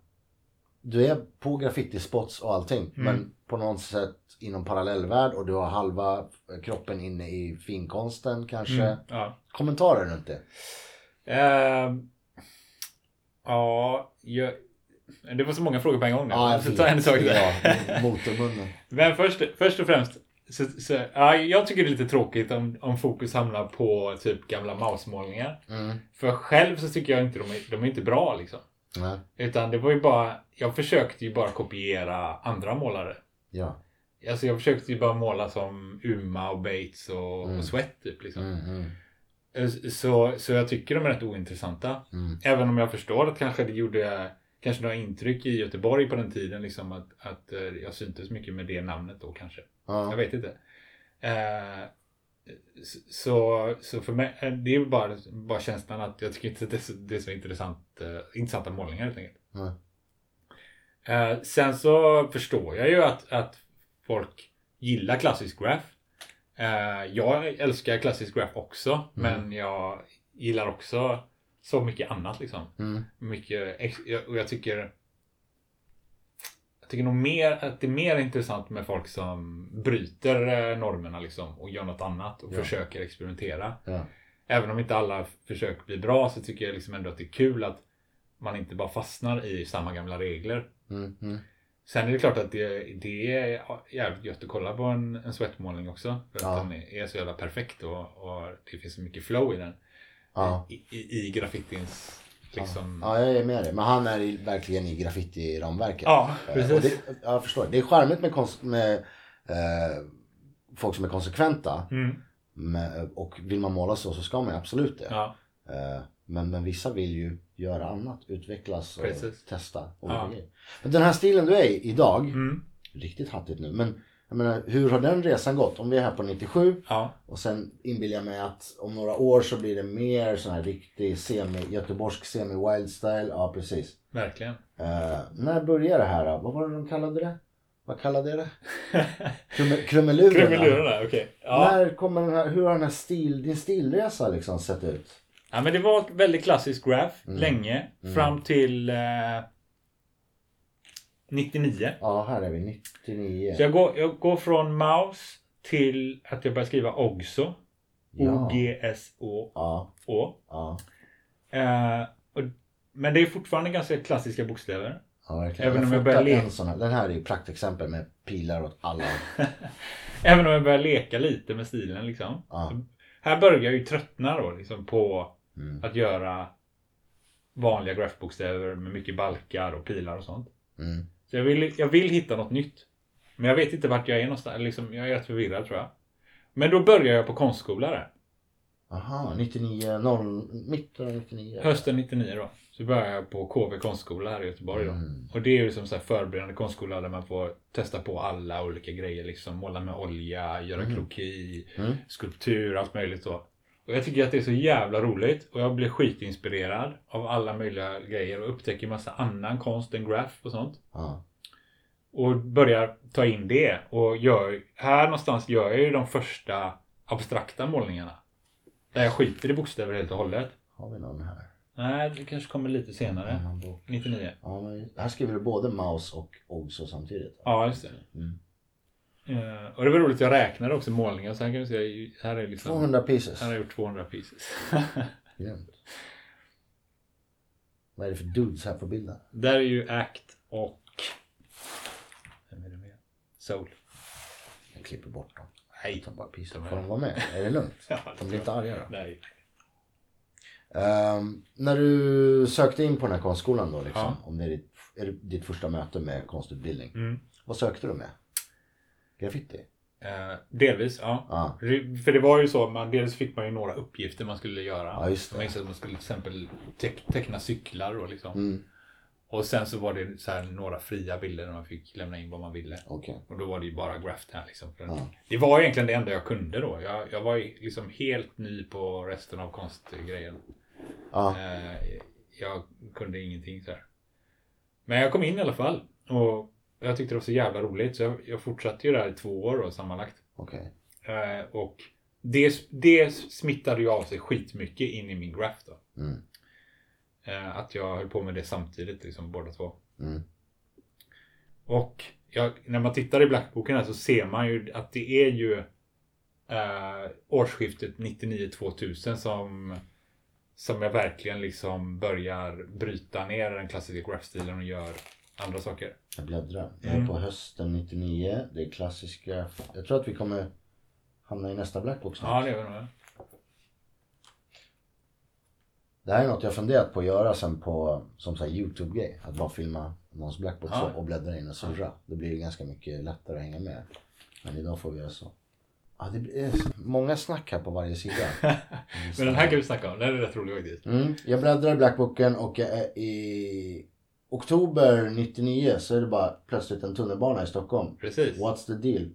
S2: du är på graffitispots och allting.
S1: Mm.
S2: Men på något sätt inom parallellvärld och du har halva kroppen inne i finkonsten kanske.
S1: Mm, ja.
S2: Kommentarer runt det?
S1: Ehm, ja, jag, det var så många frågor på en gång nu.
S2: Ja, jag
S1: så
S2: vet.
S1: ta en sak
S2: Ja,
S1: (laughs) där.
S2: motormunnen.
S1: Men först, först och främst, så, så, ja, jag tycker det är lite tråkigt om, om fokus hamnar på typ gamla mausmålningar.
S2: Mm.
S1: För själv så tycker jag inte de är, de är inte bra liksom.
S2: Nej.
S1: Utan det var ju bara, jag försökte ju bara kopiera andra målare.
S2: Ja.
S1: Alltså jag försökte ju bara måla som Uma och Bates och, och Sweat typ liksom. Eh,
S2: Mm, mm,
S1: Så, så jag tycker de är rätt ointressanta.
S2: Mm.
S1: Även om jag förstår att kanske det gjorde kanske några intryck i Göteborg på den tiden. Liksom att, att eh, jag syntes mycket med det namnet då kanske. Jag
S2: Ja.
S1: vet inte. Eh, s- så, så för mig, eh, det är bara, bara känslan att jag tycker inte att det är så, det är så intressant, eh, intressanta målningar helt enkelt.
S2: Nej.
S1: Eh, sen så förstår jag ju att, att folk gillar klassisk graph. Eh, jag älskar klassisk graph också,
S2: Mm.
S1: men jag gillar också så mycket annat liksom.
S2: Mm.
S1: Mycket, ex- jag- och jag tycker jag tycker nog mer att det är mer intressant med folk som bryter eh, normerna liksom och gör något annat och försöker experimentera.
S2: Ja.
S1: Även om inte alla f- försök blir bra så tycker jag liksom ändå att det är kul att man inte bara fastnar i samma gamla regler.
S2: Mm, mm.
S1: Sen är det klart att det, det är jävligt gött att kolla på en, en svettmålning också. För
S2: Ja.
S1: att den är så jävla perfekt och, och det finns så mycket flow i den.
S2: Ja.
S1: I, i, i graffitins liksom...
S2: ja, jag är med dig. Men han är i- verkligen i graffiti-ramverket.
S1: Ja,
S2: Eh,
S1: precis.
S2: Och det, ja, jag förstår. Det är charmigt med, konst, med eh, folk som är konsekventa.
S1: Mm.
S2: Men- och vill man måla så så ska man ju absolut det.
S1: Ja.
S2: Eh, men, men vissa vill ju göra annat, utvecklas och
S1: Precis.
S2: testa. olika
S1: Ja.
S2: grejer. Men den här stilen du är i idag,
S1: Mm.
S2: riktigt hattigt nu, men jag menar, hur har den resan gått? Om vi är här på 97
S1: Ja.
S2: och sen inbillar jag mig att om några år så blir det mer sån här riktig semi, göteborgsk semi-wild style. Ja, precis.
S1: Verkligen.
S2: Eh, när började det här då? Vad var det de kallade det? Vad kallade
S1: (laughs)
S2: jag det? Krume- Krumelurerna.
S1: Krumelurerna, okej. Ja.
S2: När kommer den här, hur har den här stil, din stilresa liksom sett ut?
S1: ja, men det var ett väldigt klassisk graph
S2: Mm.
S1: länge. Fram till eh, 99.
S2: Ja, här är vi 99.
S1: Så jag går, jag går från mouse till att jag börjar skriva OGSO.
S2: Ja.
S1: O-G-S-O.
S2: Ja,
S1: -O.
S2: ja,
S1: Eh, och, men det är fortfarande ganska klassiska bokstäver.
S2: ja verkligen.
S1: Även om jag
S2: fotar
S1: börjar le-
S2: en sån här. Den här är ju praktexempel med pilar åt alla.
S1: Även om jag börjar leka lite med stilen liksom.
S2: Ja.
S1: Så Här börjar jag ju tröttna då liksom på
S2: Mm.
S1: att göra vanliga grafbokstäver med mycket balkar och pilar och sånt.
S2: Mm.
S1: Så jag vill, jag vill hitta något nytt. Men jag vet inte vart jag är någonstans. Eller Liksom, jag är rätt förvirrad tror jag. Men då började jag på konstskola där.
S2: Aha, 99, 0, mitten av 99.
S1: Hösten 99 då. Så började jag på KV konstskola här i Göteborg då. Och det är ju som så här förberedande konstskola där man får testa på alla olika grejer liksom. Måla med olja, göra kroki,
S2: Mm.
S1: skulptur, allt möjligt så. Och jag tycker att det är så jävla roligt och jag blir skitinspirerad av alla möjliga grejer och upptäcker massa annan konst än graf och sånt.
S2: Ja.
S1: Och börjar ta in det och gör, här någonstans gör jag ju de första abstrakta målningarna. Där jag skiter i bokstäver helt och hållet.
S2: Har vi någon här?
S1: Nej, det kanske kommer lite senare.
S2: Annan bok.
S1: 99.
S2: Ja, men här skriver du både Maus och Ogso samtidigt.
S1: Ja, just det. Eh, och det var roligt, jag räknade också målningar. Så här kan du se, här är liksom...
S2: 200 pieces.
S1: Här har jag gjort 200 (laughs) pieces.
S2: Grymt. Vad är det för dudes här på bilden?
S1: Där är ju Act och... Vem är det mer? Soul.
S2: Jag klipper bort dem.
S1: Nej.
S2: Ta bara pieces.
S1: De är-
S2: Får de vara med? Är det lugnt?
S1: (laughs) Ja,
S2: De blir inte arga då?
S1: Nej.
S2: Ehm, när du sökte in på den här konstskolan då, liksom,
S1: Ja.
S2: om det är ditt, är det ditt första möte med konstutbildning.
S1: Mm.
S2: Vad sökte du med? Graffiti?
S1: Eh, delvis, ja.
S2: Ja.
S1: Det- För det var ju så, man, dels fick man ju några uppgifter man skulle göra.
S2: Ja, just det.
S1: Man, att man skulle till exempel teck, teckna cyklar och liksom.
S2: Mm.
S1: Och sen så var det så här några fria bilder där man fick lämna in vad man ville.
S2: Okej.
S1: Och då var det ju bara graft här liksom. För
S2: Ja.
S1: Det var egentligen det enda jag kunde då. Jag, jag var ju liksom helt ny på resten av konstgrejen.
S2: Ja.
S1: Eh, jag kunde ingenting så här. Men jag kom in i alla fall. Och jag tyckte det var så jävla roligt. Så jag, jag fortsatte ju där i två år då, sammanlagt.
S2: Okej.
S1: Eh, och det, det smittade ju av sig skitmycket in i min graph då.
S2: Mm.
S1: Eh, att jag höll på med det samtidigt, liksom båda två.
S2: Mm.
S1: Och jag, när man tittar i Blackboken här så ser man ju att det är ju eh, årsskiftet 99-2000 som, som jag verkligen liksom börjar bryta ner den klassiska graphstilen och gör andra saker.
S2: Jag bläddrar. Jag
S1: Mm.
S2: är på hösten 99. Det är klassiska. Jag tror att vi kommer hamna i nästa Black Box. nu.
S1: Ja, det är väl det.
S2: Det här är något jag funderat på att göra sen på som så här Youtube-grej. Att bara filma någons blackbox
S1: Ja.
S2: och bläddra in och surra. Det blir ju ganska mycket lättare att hänga med. Men idag får vi göra så. Ja, det blir eh, många snack här på varje sida.
S1: (laughs) Men den här kan vi snacka om. Den är rätt rolig faktiskt.
S2: Mm, jag bläddrar i blackboken och jag är i oktober 99 så är det bara plötsligt en tunnelbana i Stockholm.
S1: Precis.
S2: What's the deal?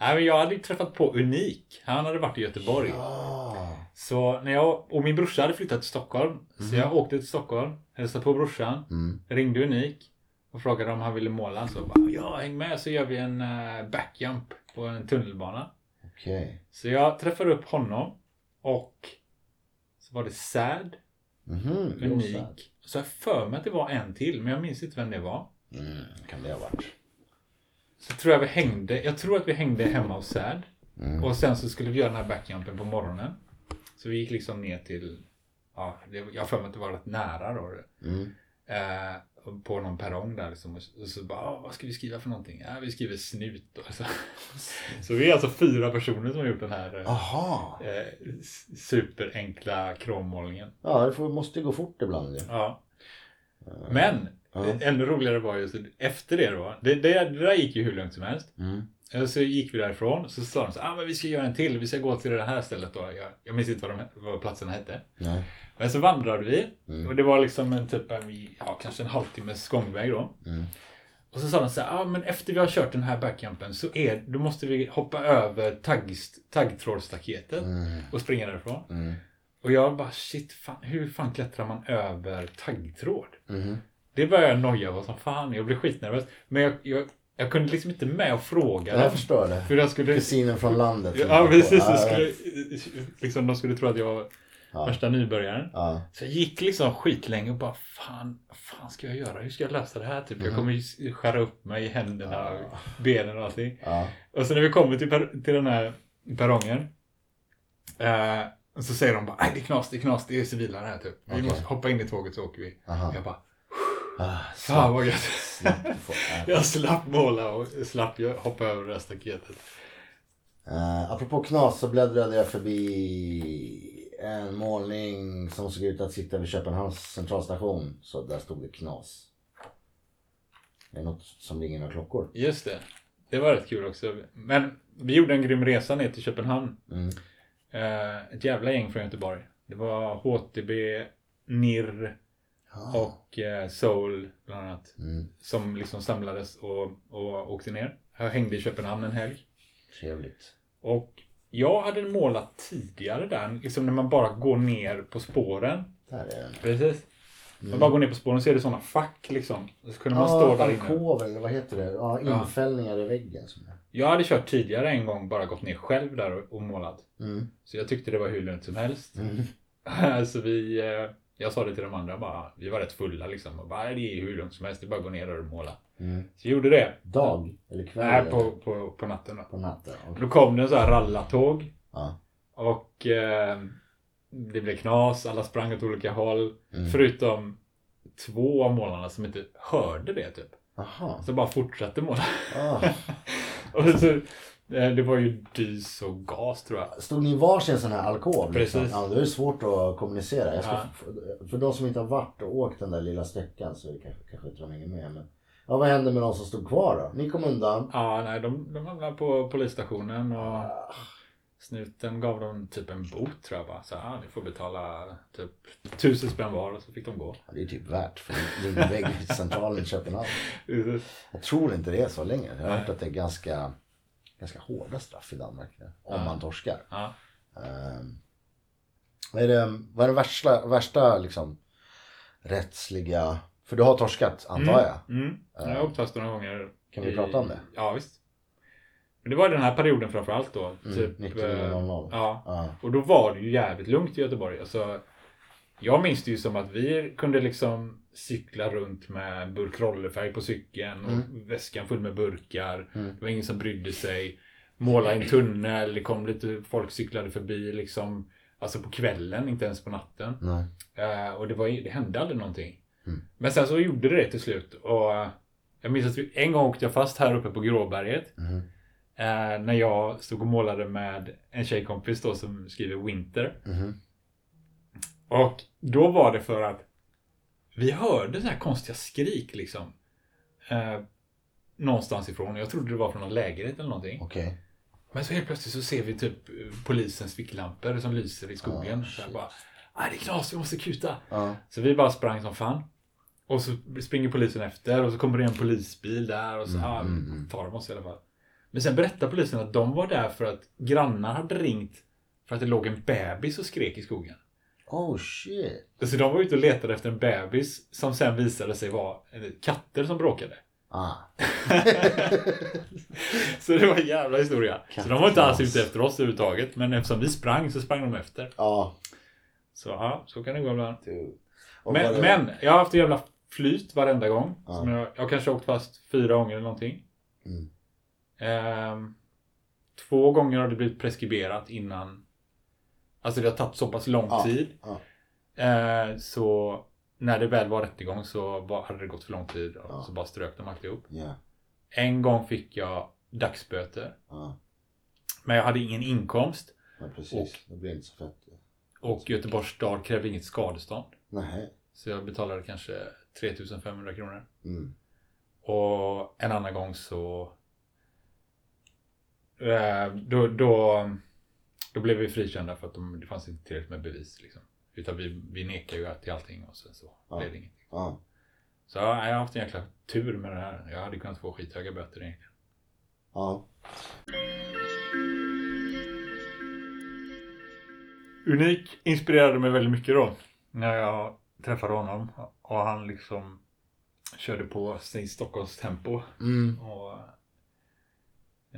S1: Nej, men jag hade ju träffat på Unik. Han hade varit i Göteborg.
S2: Ah,
S1: Så när jag och min brorsa hade flyttat till Stockholm. Så jag åkte till Stockholm, hälsade på brorsan,
S2: Mm.
S1: ringde Unik och frågade om han ville måla. Så bara, ja häng med så gör vi en eh, backjump på en tunnelbana.
S2: Okej.
S1: Så jag träffade upp honom och så var det Sad,
S2: Mhm, det var så här.
S1: Unik. Så jag för mig att det var en till men jag minns inte vem det var.
S2: Mm, kan det ha varit.
S1: Så tror jag vi hängde, jag tror att vi hängde hemma hos Sad.
S2: Mm.
S1: Och sen så skulle vi göra den här backjumpen på morgonen. Så vi gick liksom ner till, ja, det, jag har för mig att det var rätt nära då.
S2: Mm.
S1: Eh, på någon perrong där liksom. Och så, och så bara, "Ah, vad ska vi skriva för någonting? Ja, vi skriver snut då. (laughs) Så, så vi är alltså fyra personer som har gjort den här eh,
S2: Aha.
S1: eh, s- superenkla krommålningen.
S2: Ja, det får, måste gå fort ibland. ju.
S1: Ja. Men, eh,
S2: Ja.
S1: ännu roligare var ju så efter det då. Det, det, det där gick ju hur långt som helst.
S2: Mm.
S1: Eh, Så gick vi därifrån så sa de så ah, men vi ska göra en till, vi ska gå till det här stället då. Jag, jag minns inte vad, de, vad platserna hette.
S2: Nej.
S1: Men så vandrade vi
S2: Mm.
S1: och det var liksom en typ en, ja, kanske en halvtimmes gångväg då.
S2: Mm.
S1: Och så sa de så här, ah, men efter vi har kört den här backcampen så är, då måste vi hoppa över tagg, taggtrådsstaketet
S2: Mm.
S1: och springa därifrån. Och jag bara, shit, fan, hur fan klättrar man över taggtråd?
S2: Mhm.
S1: Det började jag noja vad som fan, jag blev skitnervös. Men jag, jag, jag kunde liksom inte med och fråga
S2: Jag
S1: dem
S2: förstår det.
S1: hur jag skulle
S2: Kusinen från landet. som
S1: Ja
S2: kom på.
S1: precis, så
S2: Ja,
S1: skulle, liksom, de skulle tro att jag var värsta nybörjaren.
S2: Ja.
S1: Så jag gick liksom skitlänge och bara fan, vad fan ska jag göra? Hur ska jag lösa det här? Typ? Jag kommer ju skära upp mig i händerna, och benen och allting.
S2: Ja.
S1: Och så när vi kommer till, per- till den här perrongen eh, så säger de bara "Aj, det är knas, det är knas, det är civila det här typ. Vi måste hoppa in i tåget så åker vi.
S2: Aha.
S1: Jag bara
S2: Ah,
S1: fan vad gött.
S2: snabbt få- ja.
S1: (laughs) jag slapp måla och slapp ju hoppa över det här staketet.
S2: Eh, apropå knas så bläddrade jag förbi en målning som såg ut att sitta vid Köpenhamns centralstation. Så där stod det knas. Det är något som ringer några klockor.
S1: Just det. Det var rätt kul också. Men vi gjorde en grym resa ner till Köpenhamn.
S2: Mm.
S1: Eh, ett jävla gäng från Göteborg. Det var HTB, NIR och eh, Soul bland annat.
S2: Mm,
S1: Som liksom samlades och, och åkte ner. Jag hängde i Köpenhamn en helg.
S2: Trevligt.
S1: Och jag hade målat tidigare där, liksom när man bara går ner på spåren.
S2: Där är den.
S1: Precis. Man bara går ner på spåren så är det sådana fack liksom. Och Så kunde man stå
S2: Ja,
S1: där inne.
S2: alkover eller vad heter det? Ja, infällningar i väggen. som är.
S1: Jag hade kört tidigare en gång, bara gått ner själv där och, och målat.
S2: Mm.
S1: Så jag tyckte det var hur lugnt som helst. (laughs) så vi, eh, jag sa det till de andra bara, vi var rätt fulla liksom. Och bara, "Nej, det är hur lugnt som helst, det är bara att gå ner där och måla. Så vi gjorde det.
S2: Mm. Dag eller kväll?
S1: Här
S2: eller
S1: på, på, på natten då.
S2: på natten. Och,
S1: Då kom det en sån här rallartåg.
S2: ja.
S1: Och eh, det blev knas, alla sprang åt olika håll.
S2: Mm.
S1: Förutom två av målarna som inte hörde det typ.
S2: Aha.
S1: Så bara fortsatte måla.
S2: Ah.
S1: (laughs) och så, eh, det var ju dys och gas tror jag.
S2: Stod ni i varsin sån här alkov? Liksom?
S1: Precis.
S2: Ja, då är det svårt att kommunicera. Jag ska,
S1: Ja.
S2: för, för de som inte har varit och åkt den där lilla sträckan så är det kanske, kanske inte de hänger med. Men, ja, vad hände med de som stod kvar då? Ni kom undan.
S1: Ja, nej, de, de hamnade på polisstationen och snuten gav dem typ en bot tror jag bara. Så här, "Ah, ni får betala typ tusen spänn var och så fick de gå.
S2: Ja, Det är typ värt för Lindvägg i centralen i Köpenhamn. Jag tror inte det är så länge. Jag har hört att det är ganska, ganska hårda straff i Danmark. nu, Om man torskar.
S1: Ja.
S2: Ehm, vad, är det, vad är den värsta, värsta liksom, rättsliga... För du har torskat antar jag.
S1: Mm. Jag har upptas några gånger.
S2: Kan vi prata om det?
S1: Ja, visst. Men det var den här perioden framför allt då.
S2: Mm,
S1: Typ,
S2: 1900.
S1: eh, Ja.
S2: Ja.
S1: Och då var det ju jävligt lugnt i Göteborg. Alltså, jag minns det ju som att vi kunde liksom cykla runt med en burk rollefärg på cykeln och väskan full med burkar. Det var ingen som brydde sig. Måla i en tunnel, det kom lite folk cyklade förbi liksom. Alltså på kvällen, inte ens på natten.
S2: Nej.
S1: Eh, och det, var, det hände aldrig någonting. Men sen så gjorde det det till slut. Och eh, jag minns att vi, en gång åkte jag fast här uppe på Gråberget.
S2: mhm,
S1: Eh, när jag stod och målade med en tjejkompis då som skriver Winter.
S2: mhm,
S1: Och då var det för att vi hörde så här konstiga skrik liksom. Eh, någonstans ifrån. Jag trodde det var från någon lägenhet eller någonting.
S2: Okej.
S1: Men så helt plötsligt så ser vi typ eh, polisens ficklampor som lyser i skogen. så jag bara, "Ah, det är knas, vi måste kuta.
S2: Ah,
S1: Så vi bara sprang som fan. Och så springer polisen efter och så kommer det en polisbil där och så ah, tar de oss i alla fall. Men sen berättar polisen att de var där för att grannar hade ringt för att det låg en bebis och skrek i skogen.
S2: Oh shit.
S1: Så de var ute och letade efter en bebis som sen visade sig vara eh, katter som
S2: (laughs)
S1: bråkade. (laughs)
S2: Ah.
S1: Så det var en jävla historia. Så de var inte alls ute efter oss överhuvudtaget. Men eftersom vi sprang så sprang de efter.
S2: Ja.
S1: Så ja, så kan det gå ibland.
S2: Och var
S1: Men,
S2: det-
S1: men jag har haft en jävla flyt varenda gång. Som jag, jag kanske har åkt fast fyra gånger eller någonting.
S2: Mm.
S1: Ehm, två gånger har det blivit preskriberat innan. Alltså det har tagit så pass lång
S2: Ah,
S1: tid.
S2: ja.
S1: Ehm, så när det väl var rättegång så var, hade det gått för lång tid. Och Så bara strök de alltihop.
S2: Ja.
S1: En gång fick jag dagsböter.
S2: Ja.
S1: Men jag hade ingen inkomst.
S2: ah, ja, precis. Det blir inte så fett.
S1: Och Göteborgs stad krävde inget skadestånd.
S2: Nej.
S1: Så jag betalade kanske 3500 kronor.
S2: Mm.
S1: Och en annan gång så... Eh, Då, då, då blev vi frikända för att de, det fanns inte tillräckligt med bevis. Liksom. Utan vi, vi nekade ju till allting och sen så blev det inget.
S2: Ja.
S1: Så jag jag har haft en jäkla tur med det här. Jag hade kunnat få skithöga böter egentligen.
S2: Ja.
S1: Unik inspirerade mig väldigt mycket då. När jag träffade honom och han liksom körde på sin Stockholms tempo.
S2: mm,
S1: Och,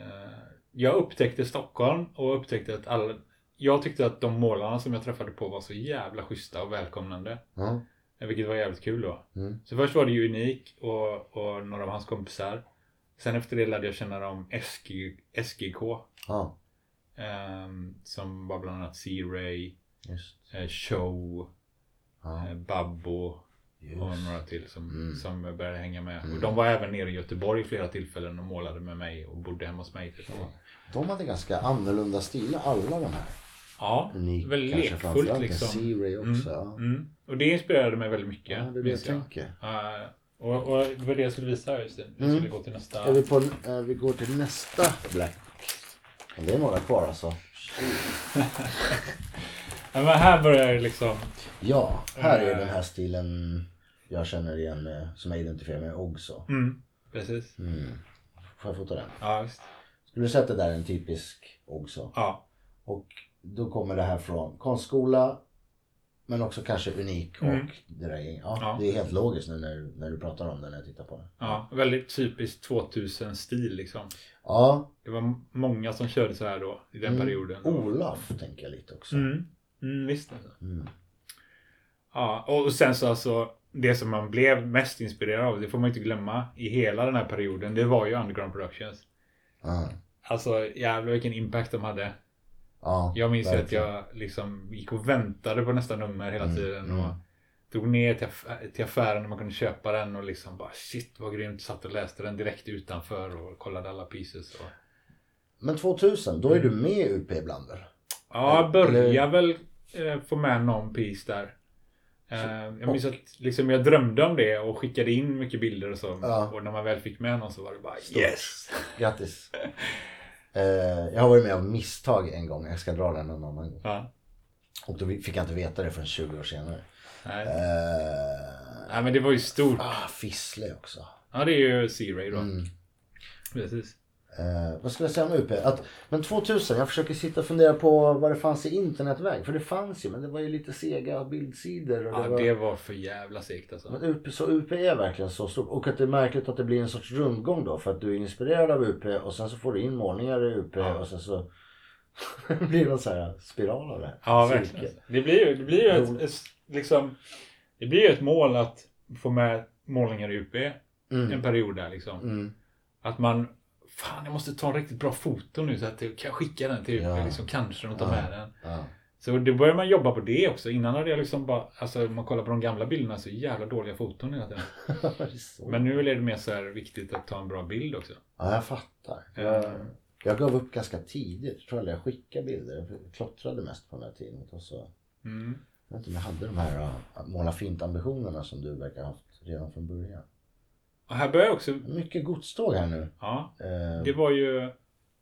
S1: eh, jag upptäckte Stockholm och upptäckte att alla... Jag tyckte att de målarna som jag träffade på var så jävla schyssta och välkomnande.
S2: Ja. mm,
S1: Vilket var jävligt kul då. Så först var det ju Unik och, och några av hans kompisar. Sen efter det lärde jag känna dem SG, SGK.
S2: Ja.
S1: Ehm, som var bland annat C-Ray,
S2: Just.
S1: eh, Show, eh, Babbo och några till som,
S2: Mm.
S1: som började hänga med. Och de var även nere i Göteborg i flera tillfällen och målade med mig och bodde hemma hos mig. Typ.
S2: De hade ganska annorlunda stilar alla de här.
S1: Ja,
S2: Ni
S1: väldigt
S2: kanske
S1: lekfullt
S2: framförallt en
S1: liksom.
S2: C-Ray också.
S1: Mm. Och det inspirerade mig väldigt mycket.
S2: Ja, det är det
S1: minns
S2: jag
S1: jag.
S2: tänker. Mm.
S1: Eh, Och, och det var det jag skulle visa just det. Vi skulle gå till nästa.
S2: Är vi, på, eh, vi går till nästa Black. Men det är några kvar alltså.
S1: Ja, men här börjar det liksom.
S2: Ja, här är den här stilen jag känner igen, eh, som jag identifierar mig med också.
S1: Mm, precis.
S2: Får jag fota den?
S1: Ja, visst.
S2: Skulle du säga att det där är en typisk också?
S1: Ja.
S2: Och då kommer det här från konstskola, men också kanske unik och det där gänget. Ja,
S1: Mm. Ja.
S2: Det är helt logiskt nu när, när du pratar om det, när jag tittar på det.
S1: ja. Väldigt typisk 2000-stil liksom.
S2: Ja,
S1: Det var många som körde så här då i den perioden.
S2: Olaf tänker jag lite Mm. också.
S1: Mm. Mm, visst. Alltså. Ja, och och sen så alltså det som man blev mest inspirerad av, det får man inte glömma i hela den här perioden, det var ju Underground Productions.
S2: Ja,
S1: Alltså jävlar vilken impact de hade.
S2: ja,
S1: Jag minns ju att
S2: verkligen. Mm,
S1: jag liksom gick och väntade på nästa nummer hela tiden. Och Drog ner till, aff- till affären där man kunde köpa den och liksom bara shit vad grymt. Satt och läste den direkt utanför och kollade alla pieces. Och...
S2: Men 2000, då är du med i UP ibland väl?
S1: Ja, jag
S2: eller-
S1: börjar väl eh, få med någon piece där. Eh, jag minns att liksom, jag drömde om det och skickade in mycket bilder och så.
S2: Ja.
S1: Och när man väl fick med någon så var det bara yes!
S2: Grattis! Eh, jag har varit med om misstag en gång, jag ska dra den en annan gång.
S1: Ja.
S2: Och då fick jag inte veta det förrän 20 år senare.
S1: Nej.
S2: Eh,
S1: Nej, men det var ju stort.
S2: ah, Fissle också.
S1: Ja, det är ju C-Ray då.
S2: Mm.
S1: Precis.
S2: Eh, vad skulle jag säga om UP? Att, men 2000, jag försöker sitta och fundera på vad det fanns i internetväg. För det fanns ju, men det var ju lite sega bildsidor. Och det
S1: Ja,
S2: var...
S1: det var för jävla segt alltså.
S2: Men UP, så UP är verkligen så stort. Och att det är märkligt att det blir en sorts rundgång då. För att du är inspirerad av UP och sen så får du in målningar i UP och sen så (laughs) blir det någon så här spiral av det. här.
S1: Ja,
S2: Cirkel.
S1: verkligen. Det blir ju, det blir ju ett, ett, liksom, det blir ju ett mål att få med målningar i UP
S2: Mm.
S1: en period där liksom. Att man, fan jag måste ta en riktigt bra foto nu så att jag kan skicka den till UP,
S2: Ja.
S1: liksom, kanske de tar med den.
S2: Ja.
S1: Så då börjar man jobba på det också. Innan hade jag liksom bara, alltså om man kollar på de gamla bilderna så är jävla dåliga foton hela
S2: (laughs)
S1: tiden.
S2: (laughs) Det är så.
S1: Men nu är det mer så här viktigt att ta en bra bild också. Eh,
S2: ja, jag fattar. Jag, jag gav upp ganska tidigt. Jag tror aldrig jag skickade bilder. Jag klottrade mest på den här tiden. Och så,
S1: Mm.
S2: jag vet inte om jag hade de här uh, måla fint-ambitionerna som du verkar ha haft redan från början.
S1: Och här börjar jag också,
S2: Mycket godståg här nu.
S1: ja,
S2: Eh,
S1: Det var ju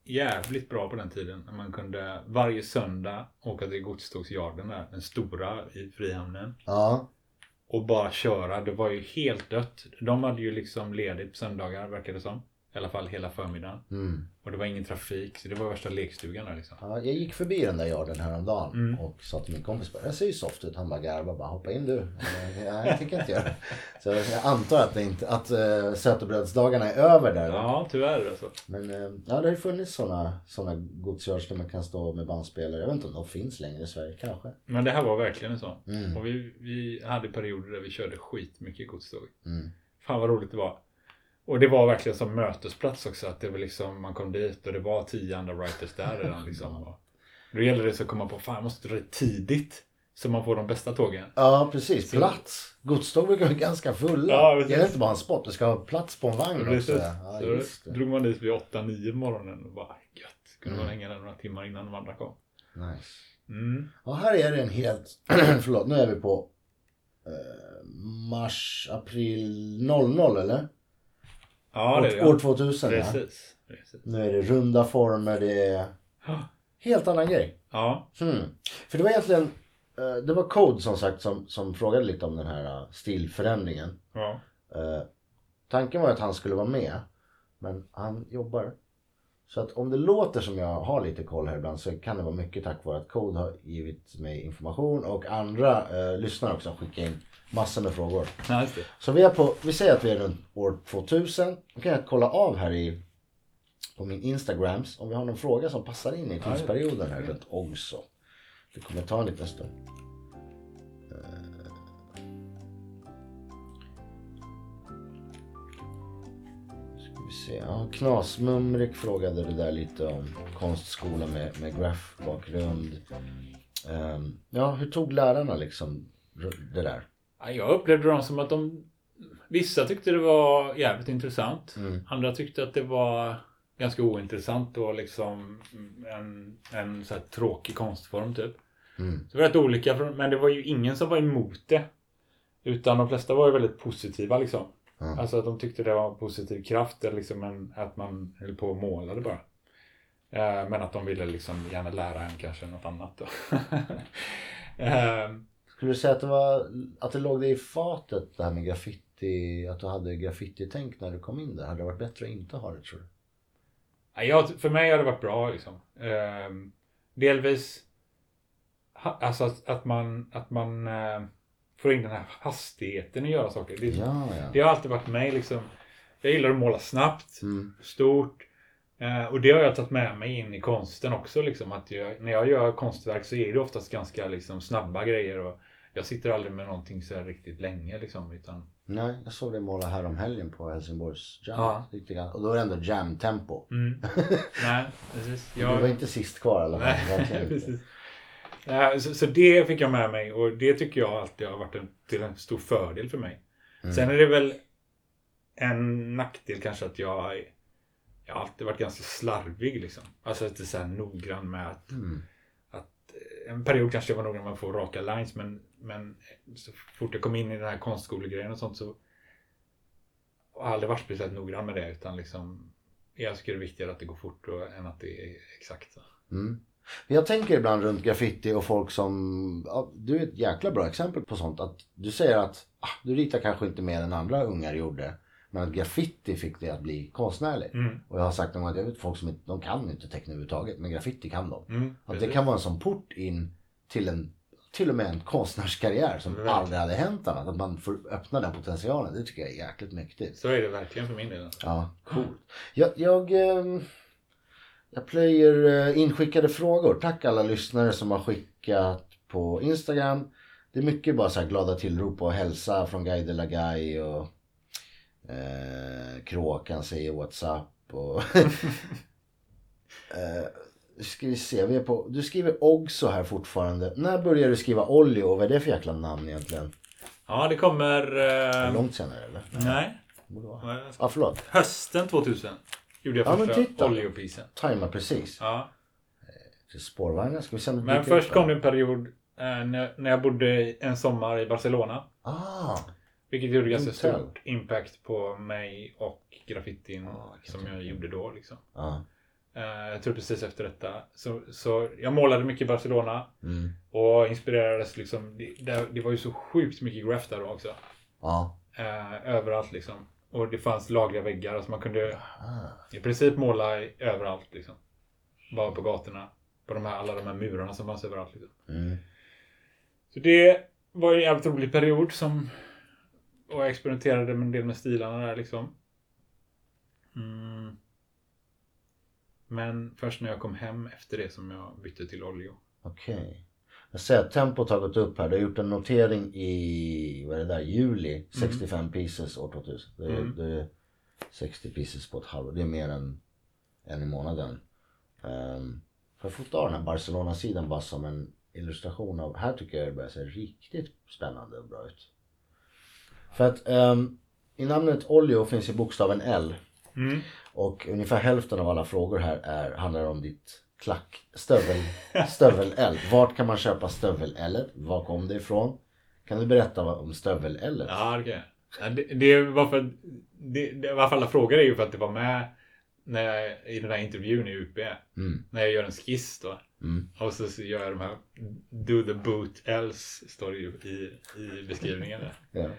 S1: jävligt bra på den tiden när man kunde varje söndag åka till godstågsjarden där, den stora i Frihamnen
S2: Eh, ja.
S1: och bara köra. Det var ju helt dött. De hade ju liksom ledigt på söndagar verkar det som. I alla fall hela förmiddagen.
S2: Mm.
S1: Och det var ingen trafik, så det var värsta lekstugan där liksom.
S2: Ja, jag gick förbi den där yarden häromdagen
S1: Mm.
S2: och sa till min kompis bara, jag ser ju soft ut. Han bara garvade bara, hoppa in du. Jag bara, Nej, jag
S1: (laughs)
S2: tänker inte göra det. Så jag antar att, det inte, att uh, sötebrödsdagarna är över där.
S1: Ja, tyvärr alltså.
S2: Men eh, ja, det har ju funnits sådana såna godsgörs där man kan stå med bandspelare. Jag vet inte om de finns längre i Sverige, kanske.
S1: Men det här var verkligen en sån.
S2: Mm.
S1: Och vi, vi hade perioder där vi körde skitmycket godståg.
S2: Mm.
S1: Fan vad roligt det var. Och det var verkligen som mötesplats också. Att det var liksom, man kom dit och det var tio andra writers där redan.
S2: (laughs)
S1: Liksom. Och då gäller det så att komma på, fan jag måste dra dit tidigt. Så man får de bästa tågen.
S2: Ja, precis. Plats. Godståg brukar vara ganska fulla.
S1: Ja,
S2: det
S1: precis.
S2: är inte bara en spot, du ska ha plats på en vagn också. Ja,
S1: så
S2: just det.
S1: drog man dit vid 8-9 på morgonen och bara gött. Kunde man
S2: Mm.
S1: hänga där några timmar innan de andra kom.
S2: Nice.
S1: Mm.
S2: Ja, här är det en helt... (clears throat) förlåt, nu är vi på eh, mars, april 00 eller?
S1: Ja, det är det.
S2: år, år 2000 ja.
S1: Precis. Precis.
S2: Nu är det runda former, det är... Helt annan grej.
S1: Ja,
S2: Hmm. För det var egentligen... eh, det var Code som sagt som, som frågade lite om den här eh, stilförändringen.
S1: ja.
S2: Eh, tanken var att han skulle vara med, men han jobbar. Så att om det låter som jag har lite koll här ibland så kan det vara mycket tack vare att Code har givit mig information och andra eh, lyssnare också skickar in massor med frågor.
S1: Nej, just det.
S2: Så vi, är på, vi säger att vi är runt år 2000. Då kan jag kolla av här i, på min Instagrams om vi har någon fråga som passar in i tidsperioden här runt också. Det kommer ta en liten stund. Eh, Ska vi se. Ja, Knasmumrik frågade det där lite om konstskola med, med graf-bakgrund. Ehm, ja, hur tog lärarna liksom det där?
S1: Ja, Jag upplevde dem som att de... Vissa tyckte det var jävligt intressant.
S2: Mm.
S1: Andra tyckte att det var ganska ointressant och liksom en, en så här tråkig konstform typ.
S2: Mm.
S1: Så det var rätt olika, från- men det var ju ingen som var emot det. Utan de flesta var ju väldigt positiva liksom. Alltså att de tyckte det var en positiv kraft, eller liksom en, att man höll på och målade bara. Eh, Men att de ville liksom gärna lära en kanske något annat då. (laughs) Eh,
S2: Skulle du säga att det, var, att det låg dig i fatet det här med graffiti? Att du hade graffiti-tänk när du kom in där? Hade det varit bättre att inte ha det tror du?
S1: Ja, Jag, för mig har det varit bra liksom. Ehm, delvis ha, alltså att, att man, att man eh, får in den här hastigheten att göra saker. Det,
S2: Ja,
S1: det
S2: ja.
S1: har alltid varit mig liksom. Jag gillar att måla snabbt,
S2: Mm.
S1: stort. Eh, och det har jag tagit med mig in i konsten också. Liksom, att jag, när jag gör konstverk så är det oftast ganska liksom, snabba grejer. Och jag sitter aldrig med någonting så här riktigt länge. Liksom, utan,
S2: Nej, jag såg dig måla här om helgen på Helsingborgs jam.
S1: Ja.
S2: Lite grann. Och då är det ändå jam-tempo.
S1: mm. Nej, precis.
S2: (laughs)
S1: (laughs)
S2: Du var inte sist kvar i alla fall.
S1: Nej, (laughs)
S2: verkligen inte.
S1: precis. Eh, Så, så det fick jag med mig och det tycker jag alltid har varit en, till en stor fördel för mig.
S2: Mm.
S1: Sen är det väl en nackdel kanske att jag, jag har alltid varit ganska slarvig. Liksom. Alltså inte så här noggrann med att,
S2: Mm.
S1: att eh, en period kanske jag var noggrann med att få raka lines men, men så fort jag kom in i den här konstskolegrejen och sånt så har jag aldrig varit speciellt noggrann med det utan liksom jag tycker det är viktigare att det går fort och, än att det är exakt. Så.
S2: Mm. Men Jag tänker ibland runt graffiti och folk som... Ja, du är ett jäkla bra exempel på sånt. Att du säger att ah, du ritar kanske inte mer än andra ungar gjorde. Men att graffiti fick dig att bli konstnärlig.
S1: Mm.
S2: Och jag har sagt någon gång att jag vet folk som inte, de kan inte teckna överhuvudtaget. Men graffiti kan de.
S1: Mm,
S2: Att det
S1: precis.
S2: kan vara en sån port in till en till och med en konstnärskarriär som
S1: Verkligen.
S2: aldrig hade hänt annat. Att man får öppna den potentialen. Det tycker jag är jäkligt mäktigt.
S1: Så är det verkligen för min del. alltså.
S2: Ja, coolt. Jag, jag, ehm, jag plöjer eh, inskickade frågor. Tack alla lyssnare som har skickat på Instagram. Det är mycket bara så här glada tillrop och hälsa från Guy de la Guy och eh, Kråkan säger WhatsApp och... (laughs) eh, ska vi se, vi är på... Du skriver Ogso här fortfarande. När börjar du skriva Olli och vad är det för jäkla namn egentligen?
S1: Ja, det kommer... eh,
S2: Långt senare eller?
S1: nej.
S2: Borde vara.
S1: vad är det?
S2: Ehm. Ja, förlåt.
S1: Hösten 2000 gjorde
S2: Ja,
S1: jag
S2: men
S1: första
S2: titta.
S1: oljepisen.
S2: Tajma precis.
S1: Ja.
S2: Spårvagnar, ska vi se om det
S1: Men
S2: dyker upp
S1: först kom det
S2: här?
S1: en period eh, när, när jag bodde i- en sommar i Barcelona.
S2: Ah,
S1: Vilket gjorde ganska
S2: Hotel.
S1: stort impact på mig och graffitin som jag gjorde då. Liksom.
S2: ja.
S1: Eh, jag tror precis efter detta. Så, så jag målade mycket i Barcelona
S2: Mm.
S1: och inspirerades. Liksom, det, det, det var ju så sjukt mycket graff där då också.
S2: ja.
S1: eh, överallt liksom. Och det fanns lagliga väggar. Alltså man kunde
S2: ah,
S1: i princip måla i- överallt liksom. Bara på gatorna. På de här, alla de här murarna som fanns överallt. Liksom.
S2: Mm.
S1: Så det var en jävligt rolig period som... Och jag experimenterade med en del med stilarna där liksom. Mm. Men först när jag kom hem efter det som jag bytte till olja.
S2: Okej. Jag ser att tempot har gått upp här. Du har gjort en notering i, vad är det där, juli 65 pieces år 2000. Det är,
S1: Mm.
S2: det är 60 pieces på ett halvår. Det är mer än en i månaden. Um, får jag fota den här Barcelona-sidan bara som en illustration av, här tycker jag det börjar se riktigt spännande och bra ut. För att ehm, i namnet Olio finns ju bokstaven L.
S1: Mm.
S2: Och ungefär hälften av alla frågor här är, handlar om ditt klack, stövel, stövel-L. Vart kan man köpa stövel-L? Var kom det ifrån? Kan du berätta vad- om stövel-L?
S1: Ja, det kan jag. Ja, Det, det var för att- det, det, varför alla frågar är ju för att det var med när jag, i den här intervjun i UP.
S2: Mm.
S1: När jag gör en skiss då.
S2: Mm.
S1: Och så, så gör jag de här Do the boot else står det ju i, i beskrivningen. Där.
S2: Ja.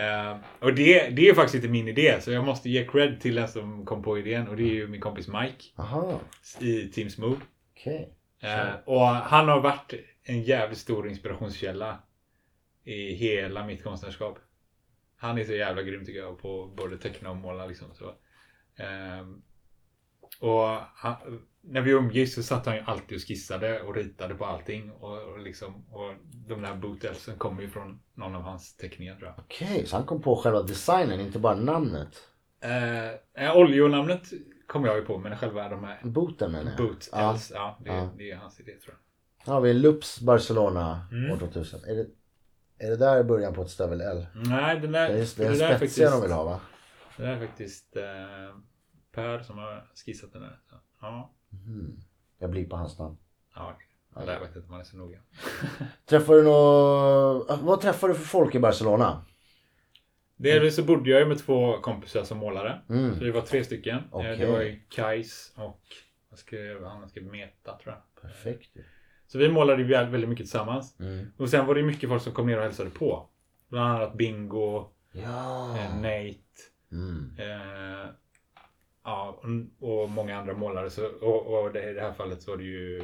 S1: Eh, och det, det är faktiskt inte min idé så jag måste ge cred till den som kom på idén och det är ju min kompis Mike
S2: Aha,
S1: i Team Smooth.
S2: okej.
S1: Eh, och han har varit en jävligt stor inspirationskälla i hela mitt konstnärskap. Han är så jävla grym tycker jag på både teckna och måla liksom. Så. Ehm, och han, när vi umgicks så satt han ju alltid och skissade och ritade på allting. Och, och, liksom, och de där bootelsen kommer ju från någon av hans teckningar tror jag.
S2: Okej, så han kom på själva designen, inte bara namnet.
S1: Eh, Eh, Oljonamnet kom jag ju på men själva de här
S2: Boten menar jag.
S1: bootels,
S2: Ja.
S1: ja, det,
S2: Ja.
S1: det är hans idé tror jag.
S2: Här har vi Lups Barcelona
S1: Mm.
S2: år 2000. Är det, är det där början på ett stövel-L?
S1: Nej, den där,
S2: Det är, det är
S1: den där
S2: den spetsiga de
S1: faktiskt-
S2: vill ha va?
S1: Det där är faktiskt eh, Per som har skissat den där. Så, ja.
S2: Jag blir på hans namn.
S1: ja. Det där vet jag inte om man är så noga.
S2: Träffar du nå... Vad träffar du för folk i Barcelona?
S1: Delvis så bodde jag ju med två kompisar som målare.
S2: Mm.
S1: Så vi var tre stycken. Eh, Det
S2: Okej.
S1: var ju Kajs och vad skrev han? Han skrev Meta tror jag.
S2: Perfekt ju.
S1: Så vi målade ju vä- väldigt mycket tillsammans.
S2: Mm.
S1: Och sen var det ju mycket folk som kom ner och hälsade på. Bland annat Bingo,
S2: Ja.
S1: eh, Nate.
S2: Mm.
S1: Eh, ja, och- och många andra målare. Så, och, och det, i det här fallet så var det ju...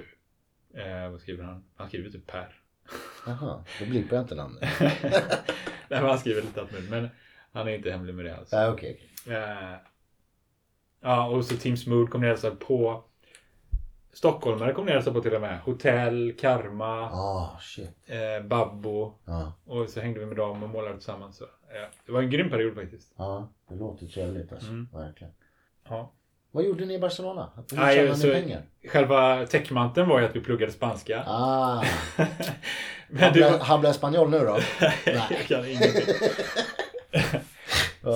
S1: Eh, vad skriver han? Han skriver typ Per.
S2: Aha, då blippar jag inte namnet.
S1: (laughs) Nej, men han skriver lite allt möjligt. Men han är inte hemlig med det alls.
S2: Nej, okej. okej.
S1: Eh, ja, och så Tim Smood kom ner och hälsade på. Stockholmare kom ner och hälsade på till och med. Hotell, Karma,
S2: Ah, shit.
S1: eh, Babbo.
S2: Ja,
S1: Och så hängde vi med dem och målade tillsammans. Så, eh, det var en grym period faktiskt.
S2: ja, det låter trevligt alltså.
S1: Mm.
S2: Verkligen.
S1: Ja.
S2: Vad gjorde ni i Barcelona? Hur
S1: Nej,
S2: tjänade
S1: så-
S2: ni pengar?
S1: Själva täckmanteln var ju att vi pluggade spanska.
S2: Ah,
S1: (laughs) Men det
S2: habla,
S1: var...
S2: habla spanjol nu då?
S1: (laughs) Jag kan
S2: (laughs)
S1: ingenting.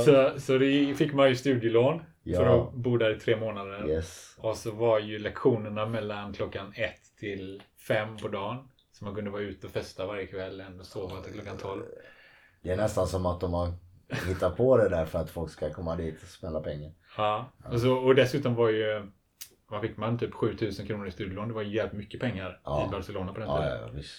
S1: så, så det fick man ju studielån för
S2: Ja.
S1: att bo där i tre månader.
S2: Yes.
S1: Och så var ju lektionerna mellan klockan ett till fem på dagen. Så man kunde vara ute och festa varje kväll ändå sova till klockan tolv.
S2: Det är nästan som att de har hittat på det där för att folk ska komma dit och smälla pengar.
S1: Ja. Och, så, och dessutom var ju... Vad fick man? Typ 7000 kronor i studielån. Det var jävligt mycket pengar
S2: Ja.
S1: i Barcelona på den
S2: Ja,
S1: tiden.
S2: ja, ja, visst.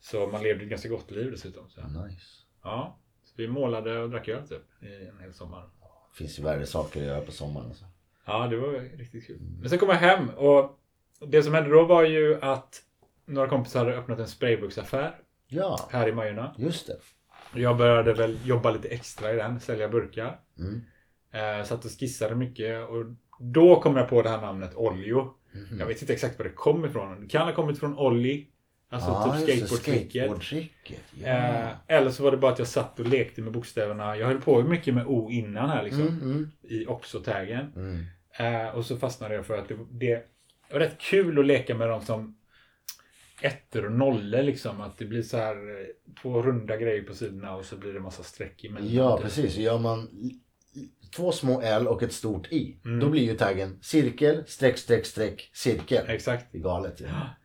S1: Så man levde ett ganska gott liv dessutom. Så.
S2: Nice.
S1: Ja. Så vi målade och drack öl typ i en hel sommar.
S2: Finns ju värre saker att göra på sommaren. Alltså.
S1: Ja, det var riktigt kul. Men sen kom jag hem och det som hände då var ju att några kompisar hade öppnat en sprayburksaffär
S2: Ja,
S1: här i Majorna.
S2: just det.
S1: Jag började väl jobba lite extra i den, sälja burkar.
S2: Mm.
S1: Eh, satt och skissade mycket och då kom jag på det här namnet Olio. Jag vet inte exakt var det kom ifrån. Det kan ha kommit från Olli. Alltså typ
S2: Ja, just det,
S1: skateboardtricket.
S2: skateboardtricket. Ja.
S1: Eh, eller så var det bara att jag satt och lekte med bokstäverna. Jag höll på mycket med O innan här liksom.
S2: Mm, mm,
S1: I också-taggen.
S2: mm.
S1: Eh, och så fastnade jag för att det, det var rätt kul att leka med dem som ettor och nollor liksom. Att det blir så här eh, två runda grejer på sidorna och så blir det massa streck emellan.
S2: Ja, precis. Gör man i- i- två små L och ett stort I,
S1: Mm.
S2: då blir ju taggen cirkel, streck, streck, streck, cirkel.
S1: Exakt.
S2: Det är galet ju. Ja.
S1: Ah.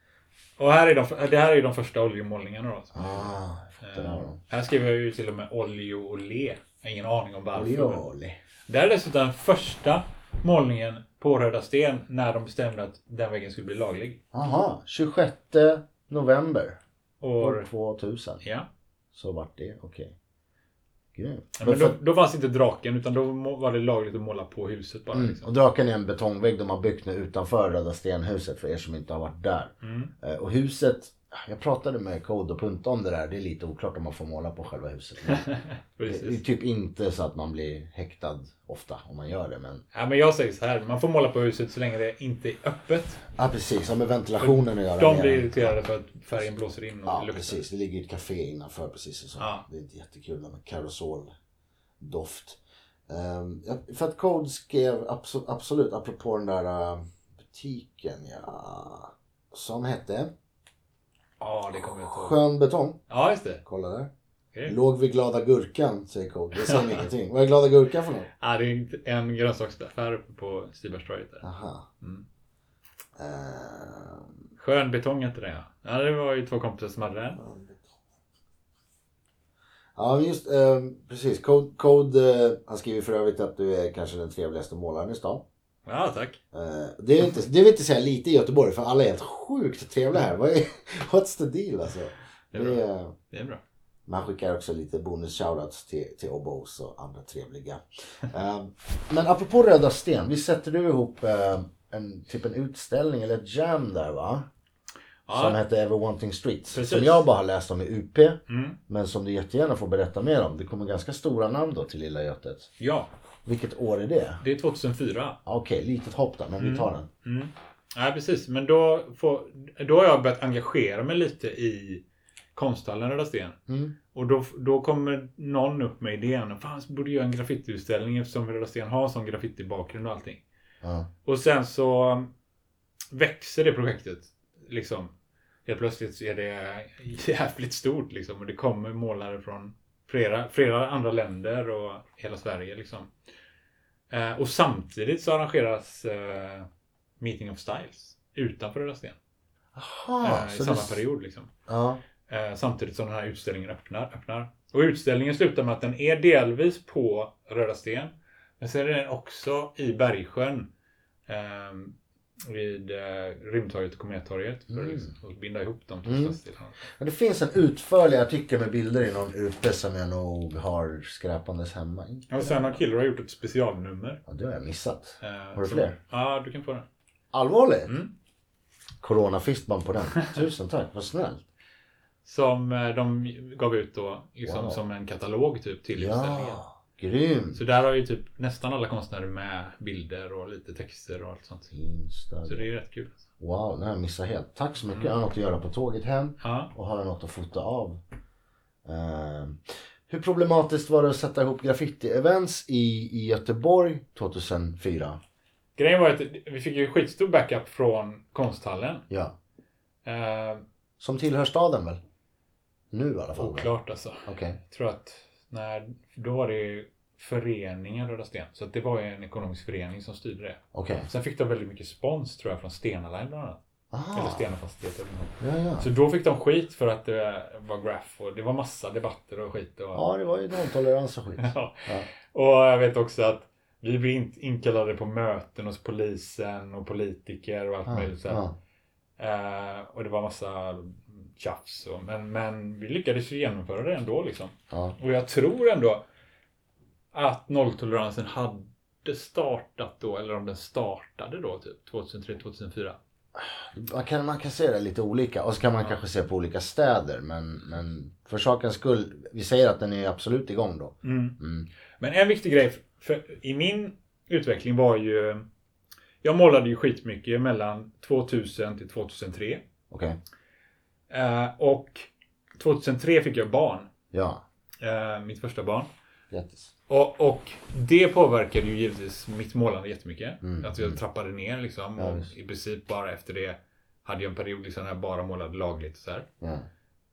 S1: Och här är de, det här är ju de första oljemålningarna då.
S2: Ah, jag fattar det här
S1: Eh,
S2: då.
S1: här skriver jag ju till och med oljo och le. Jag har ingen aning om varför.
S2: Oj,
S1: men-
S2: oj.
S1: Det här är dessutom den första målningen på Röda Sten när de bestämde att den väggen skulle bli laglig.
S2: Jaha, 26 november år
S1: Och,
S2: 2000
S1: ja.
S2: så vart det okej. Grymt.
S1: Men då, då fanns inte draken utan då må- var det lagligt att måla på huset bara.
S2: Mm.
S1: Liksom.
S2: Och draken är en betongvägg de har byggt nu utanför Röda Stenhuset för er som inte har varit där.
S1: Mm.
S2: Eh, Och huset, jag pratade med Code och Punta om det där. Det är lite oklart om man får måla på själva huset.
S1: (laughs)
S2: Men det är
S1: Precis.
S2: typ inte så att man blir häktad ofta om man gör det. Men
S1: Ja, men jag säger så här, man får måla på huset så länge det inte är öppet.
S2: ja precis, som med ventilationen att göra.
S1: De
S2: mer.
S1: blir irriterade för att färgen blåser in och
S2: Ja
S1: luktar.
S2: precis, det ligger ett café innanför precis. Och så.
S1: Ja.
S2: Det är inte jättekul med karosoldoft. Ehm, ja, för att Code skrev abso- absolut, apropå den där eh, butiken ja, som hette
S1: Ja, det kommer jag inte ihåg.
S2: Skön betong.
S1: Ja, just det.
S2: Kolla där.
S1: Okej.
S2: Låg vid Glada Gurkan, säger Code. Det säger ingenting. Vad är Glada Gurkan för något?
S1: Ja, det är inte- en grönsaksaffär uppe på Stibergstorget där.
S2: Aha.
S1: Mm.
S2: Ehm,
S1: Skönbetong hette det ja. Ja, det var ju två kompisar som hade den.
S2: Ja, men just eh, precis. Code, Code eh, han skriver för övrigt att du är kanske den trevligaste målaren i stan.
S1: Ja, tack.
S2: Eh, det, är inte, det vill inte säga lite i Göteborg för alla är helt sjukt trevliga här. Vad är- (laughs) What's the deal alltså?
S1: Det är
S2: Det är,
S1: Det är bra.
S2: man skickar också lite bonus shoutouts till, till Obos och
S1: (laughs)
S2: andra trevliga. Eh, men apropå Röda Sten, vi sätter du ihop eh, en, typ en utställning eller ett jam där va? Som
S1: Ja,
S2: heter Ever Wanting Streets.
S1: Precis.
S2: Som jag bara har läst om i UP.
S1: mm.
S2: Men som du jättegärna får berätta mer om. Det kommer ganska stora namn då till Lilla Götet.
S1: ja,
S2: Vilket år är det?
S1: det är 2004.
S2: Ja, Okej, litet hopp där, men vi tar den.
S1: Mm. Ja, precis. Men då, får, då har jag börjat engagera mig lite i konsthallen Röda Sten.
S2: Mm.
S1: Och då, då kommer någon upp med idén. Fan, så borde jag göra en graffitiutställning eftersom Röda Sten har en sån graffitibakgrund och allting.
S2: Ja.
S1: Och sen så växer det projektet. Liksom. Helt plötsligt så är det jävligt stort liksom. Och det kommer målare från flera, flera andra länder och hela Sverige liksom. Eh, och samtidigt så arrangeras eh, Meeting of Styles utanför Röda Sten.
S2: Aha,
S1: eh, I
S2: så
S1: samma
S2: det-
S1: period liksom.
S2: Ja,
S1: Eh, samtidigt som den här utställningen öppnar. öppnar. Och utställningen slutar med att den är delvis på Röda Sten. Men sen är den också i Bergsjön. ehm, vid eh, Rymdtorget och Komettorget. För
S2: Mm.
S1: att liksom, att binda ihop de två stadsdelarna.
S2: Men det finns en utförlig artikel med bilder i någon ute som jag nog har skräpandes hemma.
S1: Och sen har Killroy gjort ett specialnummer.
S2: Ja, det har jag missat.
S1: eh,
S2: har du
S1: som-
S2: fler?
S1: Ja, du kan få den.
S2: Allvarligt?
S1: Mm.
S2: Corona-fistband på den. Tusen tack, vad snällt.
S1: Som eh, de gav ut då liksom
S2: Wow.
S1: som en katalog typ till utställningen.
S2: Ja, grymt.
S1: Så där har ju typ nästan alla konstnärer med bilder och lite texter och allt sånt.
S2: Insta.
S1: Så det Mm. är ju rätt kul.
S2: Wow, den har jag missat helt. Tack så mycket. Jag har något att göra på tåget hem
S1: Ja.
S2: och har jag något att fota av. Eh, hur problematiskt var det att sätta ihop graffiti-events i, i Göteborg 2004?
S1: Grejen var att vi fick ju skitstor backup från konsthallen.
S2: Ja,
S1: Eh,
S2: som tillhör staden väl? Nu i alla fall.
S1: oklart alltså.
S2: Okej.
S1: Jag tror att när, då var det ju föreningen Röda Sten. Så att det var ju en ekonomisk förening som styrde det.
S2: Okej.
S1: Sen fick de väldigt mycket spons tror jag från Stena Line bland annat. Eller
S2: Ah,
S1: Stena Fastigheter. eller något.
S2: ja, ja.
S1: Så då fick de skit för att det var graff och det var massa debatter och skit. Och,
S2: ja, det var ju nolltolerans och skit.
S1: (laughs) Ja.
S2: Ja.
S1: Och jag vet också att vi blir in- inkallade på möten hos polisen och politiker och allt
S2: Ja,
S1: möjligt. Så. här.
S2: ja.
S1: Eh, och det var massa tjafs. Och, men, men vi lyckades ju genomföra det ändå liksom.
S2: Ja.
S1: Och jag tror ändå att nolltoleransen hade startat då, eller om den startade då, typ 2003-2004.
S2: Man, kan, man kan se det lite olika och så kan man kanske se på olika städer men, men för sakens skull, vi säger att den är absolut igång då. Mm.
S1: Men en viktig grej för, i min utveckling var ju... Jag målade ju skitmycket mellan 2000 till 2003.
S2: Okej,
S1: Eh, och 2003 fick jag barn.
S2: ja.
S1: Eh, mitt första barn.
S2: Grattis.
S1: Och, och det påverkade ju givetvis mitt målande jättemycket. Att jag trappade ner liksom.
S2: Mm. Ja,
S1: och
S2: visst.
S1: I princip bara efter det hade jag en period liksom när jag bara målade lagligt. och Så här.
S2: Ja.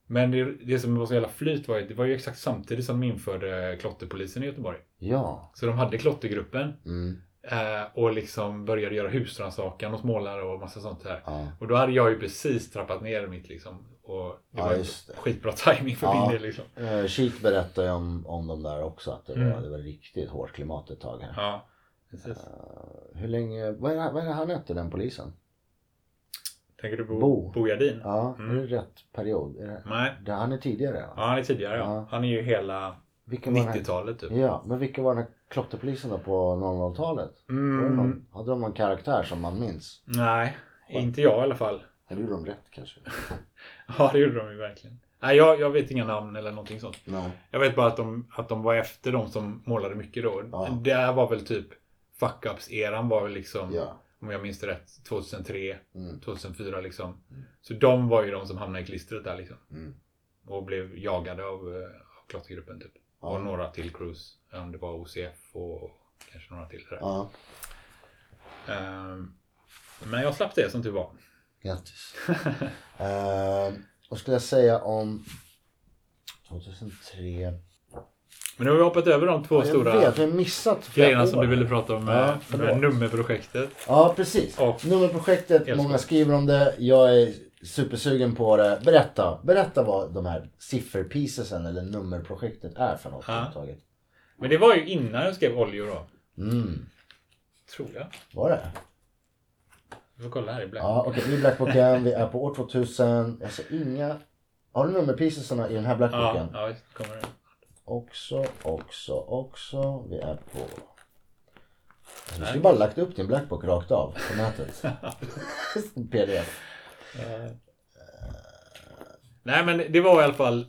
S1: Men det, det som var så jävla flyt var ju, det var ju exakt samtidigt som de införde klotterpolisen i Göteborg.
S2: ja.
S1: Så de hade klottergruppen.
S2: Mm.
S1: Eh, och liksom började göra husrannsakan hos målare och massa sånt här.
S2: Ja.
S1: Och då hade jag ju precis trappat ner mitt liksom. Och det
S2: Ja,
S1: var ju
S2: just det.
S1: skitbra (laughs) timing för
S2: Ja.
S1: min del liksom.
S2: Eh, Kik berättade ju om, om de där också att det, var, det var riktigt hårt klimat ett tag här.
S1: Mm.
S2: Eh,
S1: Ja, precis.
S2: Hur länge, vad är, det, vad är det han hette den polisen?
S1: Tänker du på
S2: Bo.
S1: Bo, Gardin?
S2: Ja, är det rätt period? Är det,
S1: Nej.
S2: det, han är tidigare? va?
S1: Mm. Ja, han är tidigare ja.
S2: Ja.
S1: Han är ju hela
S2: Vilken var den här-
S1: 90-talet typ.
S2: Ja, men vilka var den här klotterpolisen då på 00-talet? Var det någon- Hade de någon karaktär som man minns?
S1: Mm, Nej, inte jag i alla fall. (laughs)
S2: Eller gjorde de rätt kanske?
S1: Ja, det gjorde de ju verkligen. Nej, jag, jag vet inga namn eller någonting sånt.
S2: Nej.
S1: Jag vet bara att de, att de var efter de som målade mycket då.
S2: Ja.
S1: Det här var väl typ fuck ups-eran var väl liksom,
S2: Ja. Mm,
S1: om jag minns det rätt, 2003, 2004 liksom. Så de var ju de som hamnade i klistret där liksom.
S2: mm.
S1: Och blev jagade av, eh, av klottergruppen typ. Och några till crews. Om det var OCF och kanske några till. Sådär.
S2: Ja,
S1: Ehm, men jag slapp det som tur var. (laughs)
S2: grattis. eh, vad skulle jag säga om 2003?
S1: Men nu har vi hoppat över de två
S2: jag
S1: stora
S2: vet, vi har missat flera
S1: grejerna
S2: år.
S1: som du ville prata om eh,
S2: Ja,
S1: med,
S2: förlåt.
S1: med nummerprojektet.
S2: Ja, precis.
S1: Och-
S2: Nummerprojektet,
S1: Älskar.
S2: många skriver om det. Jag är supersugen på det. Berätta, berätta vad de här sifferpiecesen eller nummerprojektet är för något
S1: Ja.
S2: överhuvudtaget.
S1: Men det var ju innan jag skrev oljor då.
S2: Mm,
S1: Tror jag.
S2: var det?
S1: Vi får kolla här i Black.
S2: Ja, okej. I Blackboken, vi är på år 2000. Jag ser inga... Har du nummerpriserna i den här
S1: ja,
S2: Blackboken?
S1: ja visst kommer det.
S2: Också, också, också. Vi är på... Alltså, Du skulle bara lagt upp din Blackbook rakt av
S1: (laughs)
S2: på nätet. (laughs) Som PDF.
S1: Nej men det var i alla fall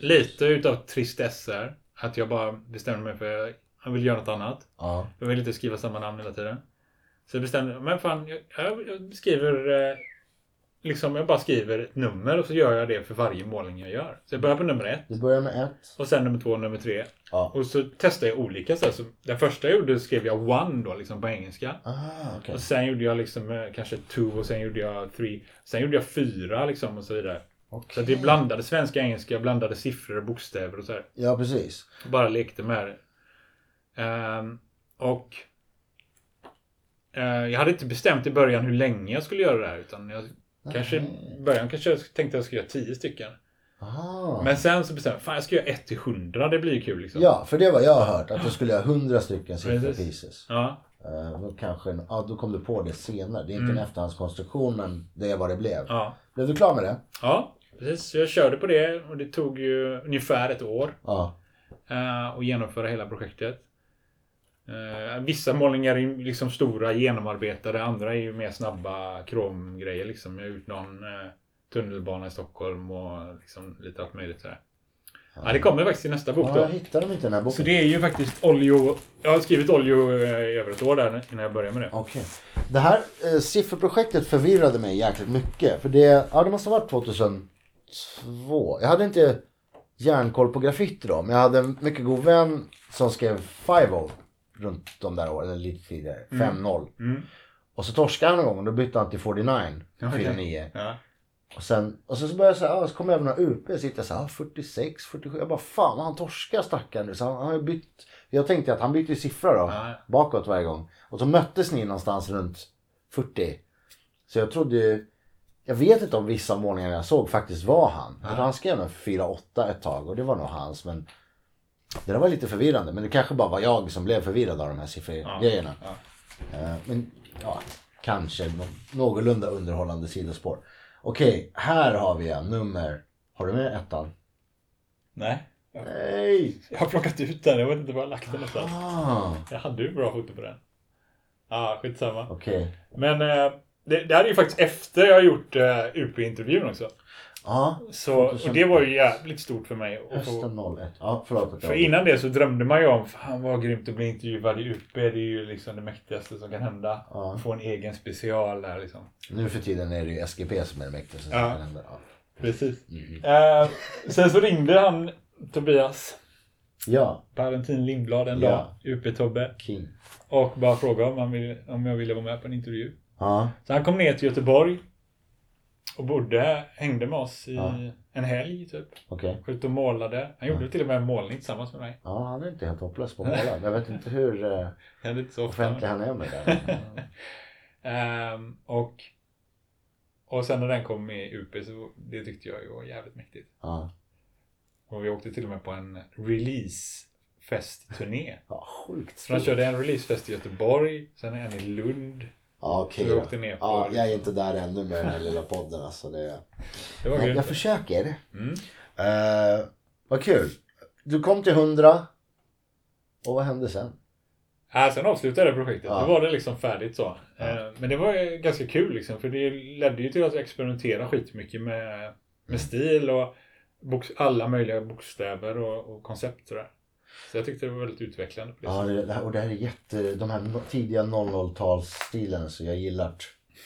S1: lite utav tristesser. Att jag bara bestämde mig för att jag vill göra något annat.
S2: Ja.
S1: Jag vill inte skriva samma namn hela tiden. Så jag bestämde men fan jag, jag, jag skriver eh, liksom jag bara skriver ett nummer och så gör jag det för varje målning jag gör. Så jag börjar på nummer ett.
S2: Du börjar med ett.
S1: Och sen nummer två och nummer tre.
S2: Ja.
S1: Och så testade jag olika. Så här, så den första jag gjorde skrev jag one då liksom på engelska.
S2: Ah, okej.
S1: Och sen gjorde jag liksom eh, kanske two och sen gjorde jag three. Sen gjorde jag fyra liksom och så vidare. Så att det blandade svenska och engelska, jag blandade siffror och bokstäver och så här.
S2: Ja, precis.
S1: Bara lekte med det. Ehm, och eh, jag hade inte bestämt i början hur länge jag skulle göra det här utan jag kanske i början kanske jag tänkte att jag skulle göra tio stycken.
S2: Aha.
S1: Men sen så bestämde jag, fan jag ska göra 1 till 100, det blir ju kul liksom.
S2: Ja, för det var jag har hört. Att du skulle göra 100 stycken Sister
S1: Precis.
S2: Pieces.
S1: Ja,
S2: Eh, då, kanske en, ja, då kom du på det senare. Det är inte en efterhandskonstruktion, men det är vad det blev.
S1: Mm. ja.
S2: Blev du klar med det?
S1: ja precis. Så jag körde på det och det tog ju ungefär ett år
S2: Ja.
S1: eh, att genomföra hela projektet. Eh, vissa målningar är ju liksom stora, genomarbetade. Andra är ju mer snabba kromgrejer liksom. Jag har gjort någon eh, tunnelbana i Stockholm och liksom lite allt möjligt sådär. Ja, det kommer faktiskt i nästa bok
S2: ja
S1: då.
S2: jag hittade dem inte i den här
S1: Så
S2: boken.
S1: det är ju faktiskt Oljo. Jag har skrivit Oljo eh, i över ett år där innan jag började med det.
S2: Okej. Det här eh, sifferprojektet förvirrade mig jäkligt mycket. För det, ja, det måste ha varit 2002. Jag hade inte järnkoll på graffiti då. Men jag hade en mycket god vän som skrev 5 runt de där åren. Eller lite tidigare. 5-0.
S1: Mm.
S2: Och så torskade han en gång och då bytte han till 49.
S1: Ja, okej.
S2: 49.
S1: Ja.
S2: Och sen, och sen så började jag så här, ah, så kom jag över några UP, jag sitter så här, ah, 46, 47. Jag bara fan han torskar stackaren nu. Så han, han har ju bytt. Jag tänkte att han bytte ju siffra då,
S1: Ja.
S2: bakåt varje gång. Och så möttes ni någonstans runt 40. Så jag trodde ju, jag vet inte om vissa målningar jag såg faktiskt var han. För han skrev en 4-8 ett tag och det var nog hans. Men det där var lite förvirrande. Men det kanske bara var jag som blev förvirrad av de här siffrorna.
S1: Ja.
S2: Eh, Men ja, kanske nå- någorlunda underhållande sidospår. Okej, här har vi en nummer. Har du med ettan?
S1: Nej.
S2: Nej!
S1: Jag har plockat ut den. Jag vet inte var jag har lagt den någonstans.
S2: Ah,
S1: Jag hade ju bra foto på den. Ja, skitsamma.
S2: Okej.
S1: Men eh, det, det här är ju faktiskt efter jag har gjort eh, UP-intervjun också.
S2: Ja,
S1: Så, och det var ju jävligt stort för mig. att få-
S2: hösten 01. Ja, förlåt att
S1: För
S2: jag...
S1: innan det så drömde man ju om, fan vad grymt att bli intervjuad i UP. Det är ju liksom det mäktigaste som kan hända.
S2: Ja.
S1: Få en egen special där liksom.
S2: Nu för tiden är det ju SGP som är det mäktigaste som
S1: Ja.
S2: kan hända. Ja.
S1: Precis.
S2: Mm.
S1: Eh, sen så ringde han Tobias
S2: ja,
S1: Valentin Lindblad en dag,
S2: Ja.
S1: UP-Tobbe,
S2: King.
S1: och bara frågade om, han vill, om jag ville vara med på en intervju.
S2: Ja,
S1: Så han kom ner till Göteborg och bodde, hängde med oss i
S2: Ja.
S1: en helg typ.
S2: okej.
S1: Var ute och målade. Han gjorde till och med en målning tillsammans med mig.
S2: Ja, han är inte helt hopplös på att måla. Jag vet inte hur eh,
S1: Det hände inte så ofta.
S2: offentlig han är med det. Ja.
S1: Ehm, och, och sen när den kom med i UP så det tyckte jag ju var jävligt mäktigt.
S2: Ja.
S1: Och vi åkte till och med på en releasefestturné.
S2: ja, sjukt
S1: Så de
S2: stort.
S1: körde en releasefest i Göteborg, sen en i Lund.
S2: Ja, okej.
S1: Så vi åkte ner på-
S2: ja, jag är inte där ännu med den här lilla podden. Alltså, det...
S1: Det var
S2: Jag,
S1: grymt.
S2: jag försöker.
S1: Mm.
S2: Eh, vad kul. Du kom till 100. Och vad hände sen?
S1: Ja, sen avslutade det projektet.
S2: Ja.
S1: Då var det liksom färdigt så. Eh, Men det var ju ganska kul liksom, för det ledde ju till att jag experimenterade skitmycket med,
S2: Mm.
S1: med stil och boks, alla möjliga bokstäver och, och koncept sådär. Så jag tyckte det var väldigt utvecklande. På det.
S2: Ja,
S1: sättet.
S2: det, det här, och det här är jätte... De här no- tidiga 00-talsstilen så jag gillar.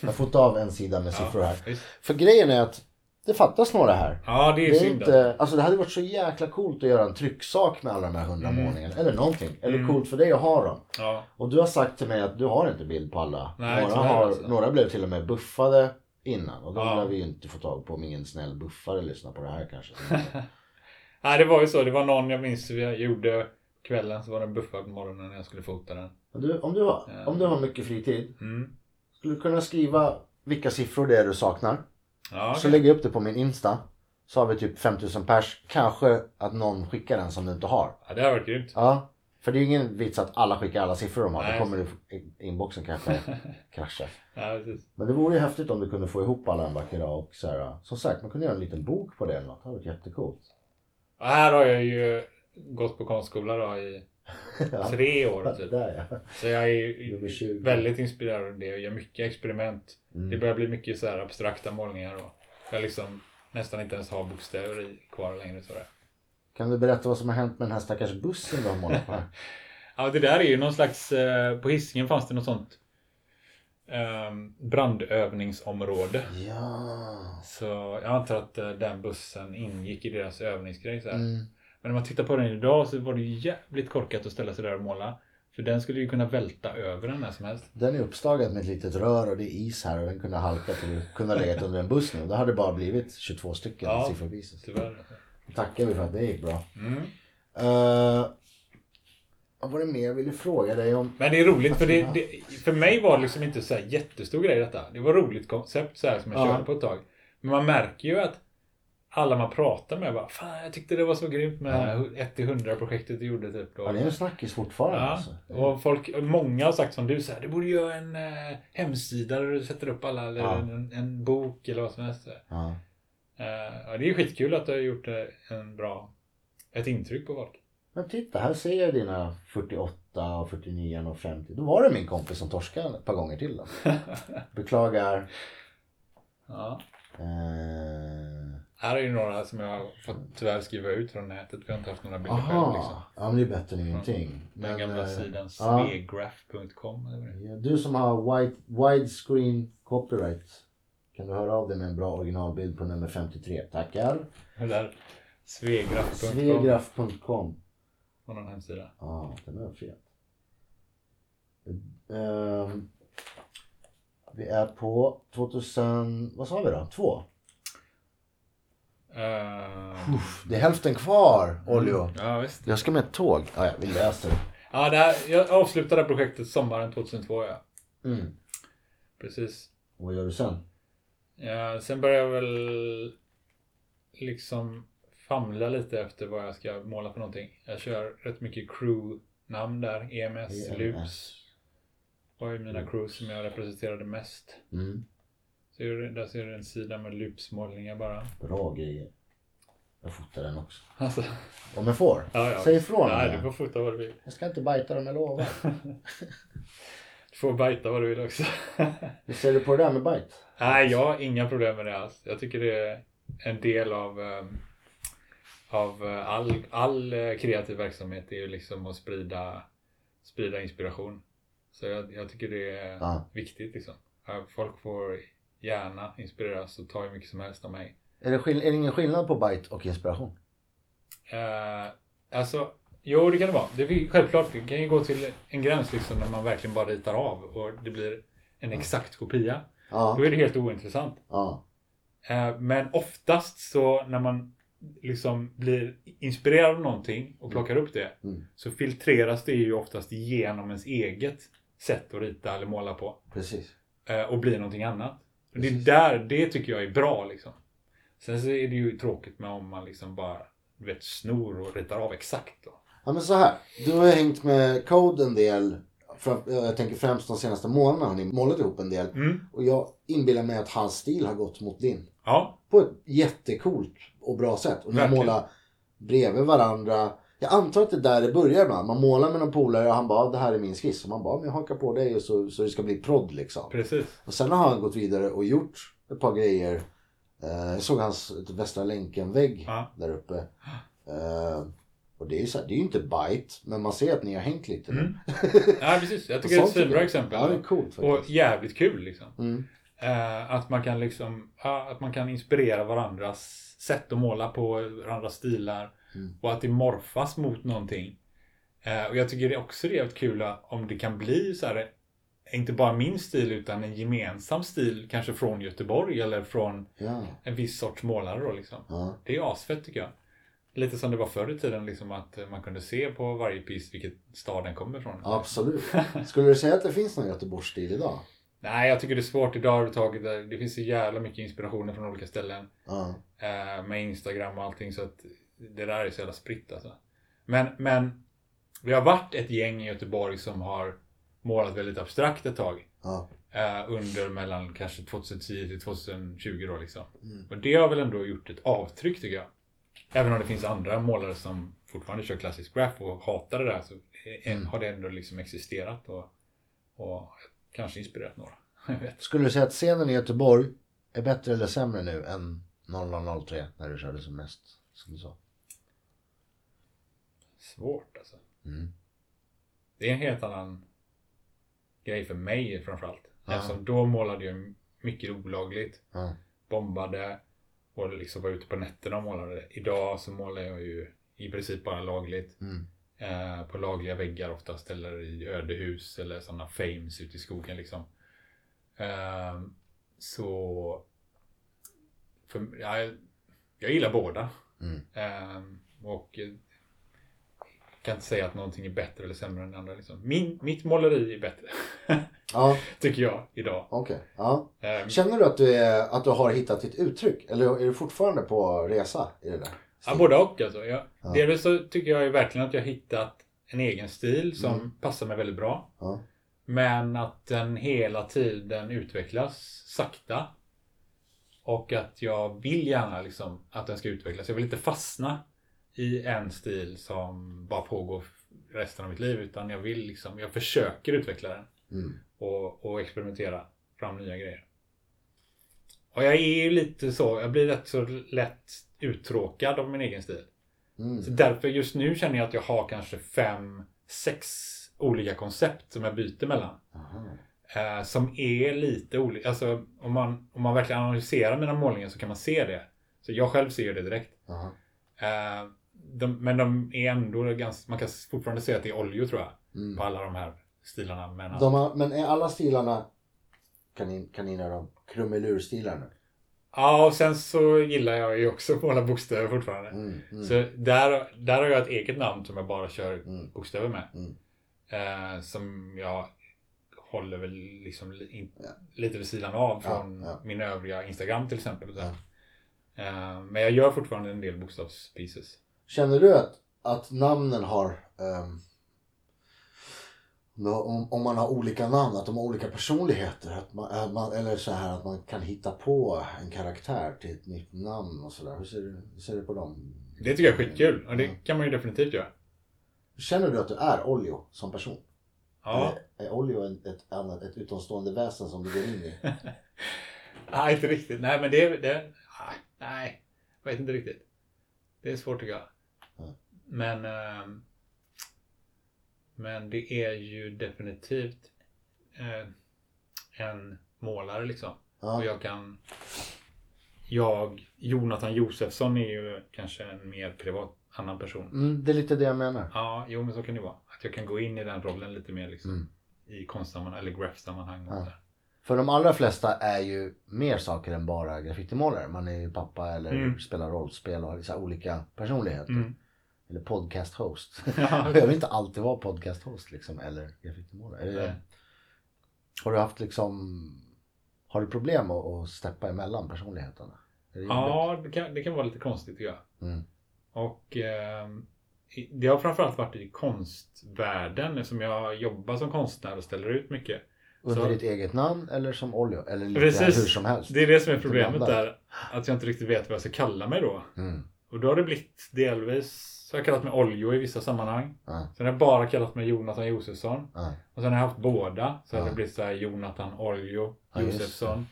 S2: Jag får ta av en sida med siffror här.
S1: visst.
S2: För grejen är att det fattas några här.
S1: Ja, det är,
S2: Det, är
S1: synd. att-
S2: inte, alltså det hade varit så jäkla coolt att göra en trycksak med alla de här hundra målningarna. Eller någonting. Eller coolt för dig att ha dem.
S1: Ja,
S2: Och du har sagt till mig att du har inte bild på alla.
S1: Nej,
S2: några,
S1: tyvärr,
S2: har,
S1: alltså.
S2: några blev till och med buffade innan. Och de
S1: Ja.
S2: lär vi ju inte få tag på om ingen snäll buffare lyssnar på det här
S1: (laughs)
S2: kanske.
S1: Nej, det var ju så. Det var någon jag minns jag gjorde kvällen, så var den buffad på morgonen när jag skulle fota den.
S2: Men du, om, du har,
S1: Ja.
S2: om du har mycket fritid,
S1: Mm.
S2: skulle du kunna skriva vilka siffror det är du saknar?
S1: Ja,
S2: Så
S1: okej.
S2: lägger jag upp det på min Insta. Så har vi typ 5000 pers. Kanske att någon skickar den som du inte har.
S1: ja, det har varit grymt.
S2: Ja. För det är ju ingen vits att alla skickar alla siffror de har.
S1: Nej.
S2: Då kommer du, inboxen kanske
S1: (laughs)
S2: krascha.
S1: Ja, precis.
S2: Men det vore ju häftigt om du kunde få ihop alla en vacker dag och så här, som sagt, man kunde göra en liten bok på det eller något. Det hade varit jättecoolt.
S1: (laughs) Och här har jag ju gått på konstskola då i
S2: Ja.
S1: tre år typ.
S2: Där ja.
S1: Så jag är ju
S2: Nummer 20.
S1: väldigt inspirerad av det och gör mycket experiment.
S2: Mm.
S1: Det börjar bli mycket så här abstrakta målningar och jag liksom nästan inte ens har bokstäver i kvar längre. Sådär.
S2: Kan du berätta vad som har hänt med den här stackars bussen du har målat på? här?
S1: (laughs) Ja, det där är ju någon slags, eh, på Hisingen fanns det något sånt ehm, brandövningsområde.
S2: ja.
S1: Så jag antar att eh, den bussen ingick i deras övningsgrej. Så här.
S2: Mm.
S1: Men om man tittar på den idag så var det ju jävligt korkat att ställa sig där och måla. För den skulle ju kunna välta över den när som helst.
S2: Den är uppstagad med ett litet rör och det är is här och den kunde halka till kunde ha legat under en buss nu. Det hade bara blivit 22 stycken
S1: Ja.
S2: ja. siffervisor.
S1: Tyvärr.
S2: Tackar vi för att det gick bra.
S1: Mm.
S2: Uh, vad var det mer jag ville fråga dig om?
S1: Men det är roligt för det, det, för mig var det liksom inte så här jättestor grej detta. Det var roligt koncept så här som jag
S2: Ja.
S1: körde på ett tag. Men man märker ju att alla man pratar med bara Fan, jag tyckte det var så grymt med det här 1-100 projektet du gjorde typ. Då.
S2: Ja, det är en snackis fortfarande.
S1: Ja,
S2: Alltså.
S1: och folk, många har sagt som du, så här, du borde göra en eh, hemsida där du sätter upp alla, eller
S2: Ja.
S1: en, en bok eller vad som helst. Eh,
S2: Ja.
S1: ja, det är skitkul att du har gjort eh, en bra, ett intryck på folk.
S2: Men titta, här ser jag dina 48, och 49 och 50. Då var det min kompis som torskade ett par gånger
S1: (laughs)
S2: till. Då. Beklagar.
S1: Ja.
S2: Eh,
S1: Här är ju några som jag har fått tyvärr skriva ut från nätet, vi har inte haft några bilder själv.
S2: Aha,
S1: Liksom.
S2: ja, men det är bättre än ingenting.
S1: Den
S2: Men,
S1: gamla
S2: eh,
S1: sidan
S2: ja.
S1: svegraph.com eller vad det är.
S2: Ja, Du som har wide, widescreen copyright. Kan du höra av dig med en bra originalbild på nummer 53? Tackar.
S1: det där. Svegraph.com
S2: Svegraf.com.
S1: på någon hemsida.
S2: Ja, ah, den är fet. Ehm, vi är på 2000... Vad sa vi då? Två?
S1: Eh,
S2: Det är hälften kvar, Oljo.
S1: ja, visst.
S2: Mm. Jag ska med ett tåg. Ah, ja, vi läser.
S1: Ja, det här, jag avslutade det här projektet sommaren 2002. Ja.
S2: Mm.
S1: Precis.
S2: Vad gör du sen?
S1: Ja, sen började jag väl liksom famla lite efter vad jag ska måla för någonting. Jag kör rätt mycket crew-namn där. E EMS,
S2: EMS.
S1: LUS var ju mina crews som jag representerade mest.
S2: Mm.
S1: Ser du, där ser du en sida med lupsmålningar bara. (laughs)
S2: Bra grejer. Jag fotar den också.
S1: Alltså,
S2: Om jag får?
S1: ja, ja.
S2: Säg ifrån.
S1: Nej, du
S2: Ja,
S1: får fota vad du vill. (laughs)
S2: Jag ska inte bajta dem, jag lovar.
S1: Du får bajta vad du vill också. (laughs)
S2: Hur ser du på det där med bajt?
S1: Nej, jag har inga problem med det alls. Jag tycker det är en del av, ehm, av eh, all, all eh, kreativ verksamhet. Det är ju liksom att sprida, sprida inspiration. Så jag, jag tycker det är
S2: Ja.
S1: viktigt liksom. Eh, Folk får gärna inspireras och ta hur mycket som helst av mig.
S2: Är det, skill- är det ingen skillnad på bajt och inspiration?
S1: Eh, alltså, jo det kan det vara. Det är självklart, det kan ju gå till en gräns liksom när man verkligen bara ritar av och det blir en exakt kopia.
S2: Ja.
S1: Då är det helt ointressant.
S2: ja.
S1: Eh, Men oftast så när man liksom blir inspirerad av någonting och plockar upp det
S2: Mm.
S1: så filtreras det ju oftast genom ens eget sätt att rita eller måla på
S2: Precis.
S1: eh, och blir någonting annat. Och det är
S2: Precis.
S1: där, det tycker jag är bra liksom. Sen så är det ju tråkigt med om man liksom bara du vet, snor och ritar av exakt. Då.
S2: Ja men så här. Du har ju hängt med Code en del. Fram- eh, Jag tänker främst de senaste månaderna har ni målat ihop en del.
S1: Mm.
S2: Och jag inbillar mig att hans stil har gått mot din.
S1: Ja,
S2: På ett jättecoolt och bra sätt. Och ni
S1: Verkligen.
S2: målar bredvid varandra. Jag antar att det är där det börjar ibland. Man målar med någon polare och han bara det här är min skiss. Och man bara men jag hakar på dig och så, så det ska bli prodd liksom.
S1: precis.
S2: Och sen har han gått vidare och gjort ett par grejer. Eh, Jag såg hans Västra länken-vägg
S1: Ja.
S2: där uppe. Eh, Och det är ju så här, det är ju inte bite, men man ser att ni har hängt lite nu.
S1: Mm. Ja, precis. Jag
S2: Och
S1: tycker det är ett
S2: sånt
S1: svinbra exempel.
S2: Ja, det är coolt
S1: Och
S2: faktiskt.
S1: jävligt kul liksom.
S2: Mm.
S1: Eh, att man kan liksom, ja, att man kan inspirera varandras sätt att måla på, varandras stilar.
S2: Mm.
S1: Och att det morfas mot någonting. Eh, och jag tycker det också det är jävligt kul att- om det kan bli så här, eh, inte bara min stil utan en gemensam stil kanske från Göteborg eller från
S2: Ja,
S1: en viss sorts målare då liksom.
S2: ja,
S1: Det är asfett tycker jag. Lite som det var förr i tiden liksom att man kunde se på varje piss vilket stad den kommer ifrån.
S2: absolut. Skulle du säga att det finns någon Göteborgsstil idag?
S1: Nej, jag tycker det är svårt idag överhuvudtaget. Det finns så jävla mycket inspirationer från olika ställen.
S2: Ja,
S1: eh, med Instagram och allting så att det där är så jävla spritt alltså. Men, men vi har varit ett gäng i Göteborg som har målat väldigt abstrakt ett tag.
S2: ja,
S1: Eh, under mellan kanske 2010 till 2020 då liksom. Och det har väl ändå gjort ett avtryck tycker jag. Även om det finns andra målare som fortfarande kör klassisk graph och hatar det där så eh, har det ändå liksom existerat och, och kanske inspirerat några. Jag vet.
S2: Skulle du säga att scenen i Göteborg är bättre eller sämre nu än 0003 när du körde som mest? Som du sa.
S1: Svårt alltså.
S2: Mm.
S1: Det är en helt annan grej för mig framförallt.
S2: Ja.
S1: Eftersom då målade jag mycket olagligt.
S2: Ja.
S1: Bombade och liksom var ute på nätterna och målade. Idag så målar jag ju i princip bara lagligt.
S2: Mm.
S1: Eh, på lagliga väggar oftast eller i ödehus eller sådana fames ute i skogen liksom. Ehm, så... För, ja, jag- jag gillar båda.
S2: Mm.
S1: Ehm, och eh, kan inte säga att någonting är bättre eller sämre än det andra. Liksom. Min, mitt måleri är bättre.
S2: Ja,
S1: (laughs) tycker jag, idag.
S2: okej. Ja.
S1: Ehm,
S2: Känner du att du, är, att du har hittat ditt uttryck? Eller är du fortfarande på resa i det där?
S1: Ja, både och alltså. Jag, Delvis så tycker jag ju verkligen att jag hittat en egen stil som
S2: Mm.
S1: passar mig väldigt bra.
S2: Ja.
S1: Men att den hela tiden utvecklas sakta. Och att jag vill gärna liksom att den ska utvecklas. Jag vill inte fastna i en stil som bara pågår resten av mitt liv. Utan jag vill liksom, jag försöker utveckla den. Och, och experimentera fram nya grejer. Och jag är ju lite så, jag blir rätt så lätt uttråkad av min egen stil. Så därför just nu känner jag att jag har kanske fem, sex olika koncept som jag byter mellan. Eh, som är lite olika. Alltså, om, man, om man verkligen analyserar mina målningar så kan man se det. Så jag själv ser ju det direkt.
S2: Aha.
S1: Eh, de, men de är ändå ganska, man kan fortfarande se att det är oljor tror jag. På alla de här stilarna. Men att-
S2: Mm. De har, men är alla stilarna kanin, kaniner de krumelurstilar nu?
S1: Ja, och sen så gillar jag ju också att måla bokstäver fortfarande.
S2: Mm.
S1: Så där, där har jag ett eget namn som jag bara kör
S2: mm.
S1: bokstäver med. Eh, som jag håller väl liksom li, in, lite vid sidan av från
S2: ja.
S1: min övriga Instagram till exempel. och så. Eh, men jag gör fortfarande en del bokstavspieces.
S2: Känner du att, att namnen har... ehm, nå- om, om man har olika namn, att de har olika personligheter. Att man, att man, eller så här att man kan hitta på en karaktär till ett nytt namn och sådär. Hur ser du, hur ser du på dem?
S1: Det tycker jag är skitkul och det
S2: Mm.
S1: kan man ju definitivt göra.
S2: Känner du att du är Olio som person?
S1: Ja,
S2: Eller är Olio en- ett, annat, ett utomstående väsen som du går
S1: (laughs)
S2: in i?
S1: nej inte riktigt. Nej, men det... det nej, nej, jag vet inte riktigt. Det är svårt tycker jag. Men, ehm, men det är ju definitivt eh, en målare liksom.
S2: Ja.
S1: Och jag kan... Jag, Jonathan Josefsson är ju kanske en mer privat annan person.
S2: Mm, det är lite det jag menar.
S1: Ja, jo men så kan det vara. Att jag kan gå in i den rollen lite mer liksom. I konstsammanhang eller grafsammanhang och sådär.
S2: Mm. För de allra flesta är ju mer saker än bara graffitimålare. Man är ju pappa eller
S1: Mm.
S2: spelar rollspel och har liksom olika personligheter.
S1: Mm. (laughs)
S2: Eller podcast-host.
S1: Ja.
S2: (laughs) jag vill inte alltid vara podcast-host liksom, eller graffitimålare. Eller,
S1: Nej.
S2: har du haft liksom... Har du problem att, att steppa emellan personligheterna? Är det jobbigt?
S1: Ja, det kan, det kan vara lite konstigt tycker jag.
S2: Mm.
S1: Och ehm, i- det har framförallt varit i konstvärlden eftersom jag jobbar som konstnär och ställer ut mycket.
S2: Under
S1: så-
S2: ditt eget namn eller som Olio? Eller lite
S1: Precis.
S2: hur som helst?
S1: Det är det som är problemet
S2: blandat.
S1: där. Att jag inte riktigt vet vad jag ska kalla mig då.
S2: Mm.
S1: Och då har det blivit delvis, så har jag kallat mig Oljo i vissa sammanhang.
S2: Ja.
S1: Sen har jag bara kallat mig Jonathan Josefsson.
S2: Ja.
S1: Och sen har jag haft båda. Så har
S2: Ja.
S1: det blivit så här Jonathan Oljo
S2: Ja, just det.
S1: Josefsson.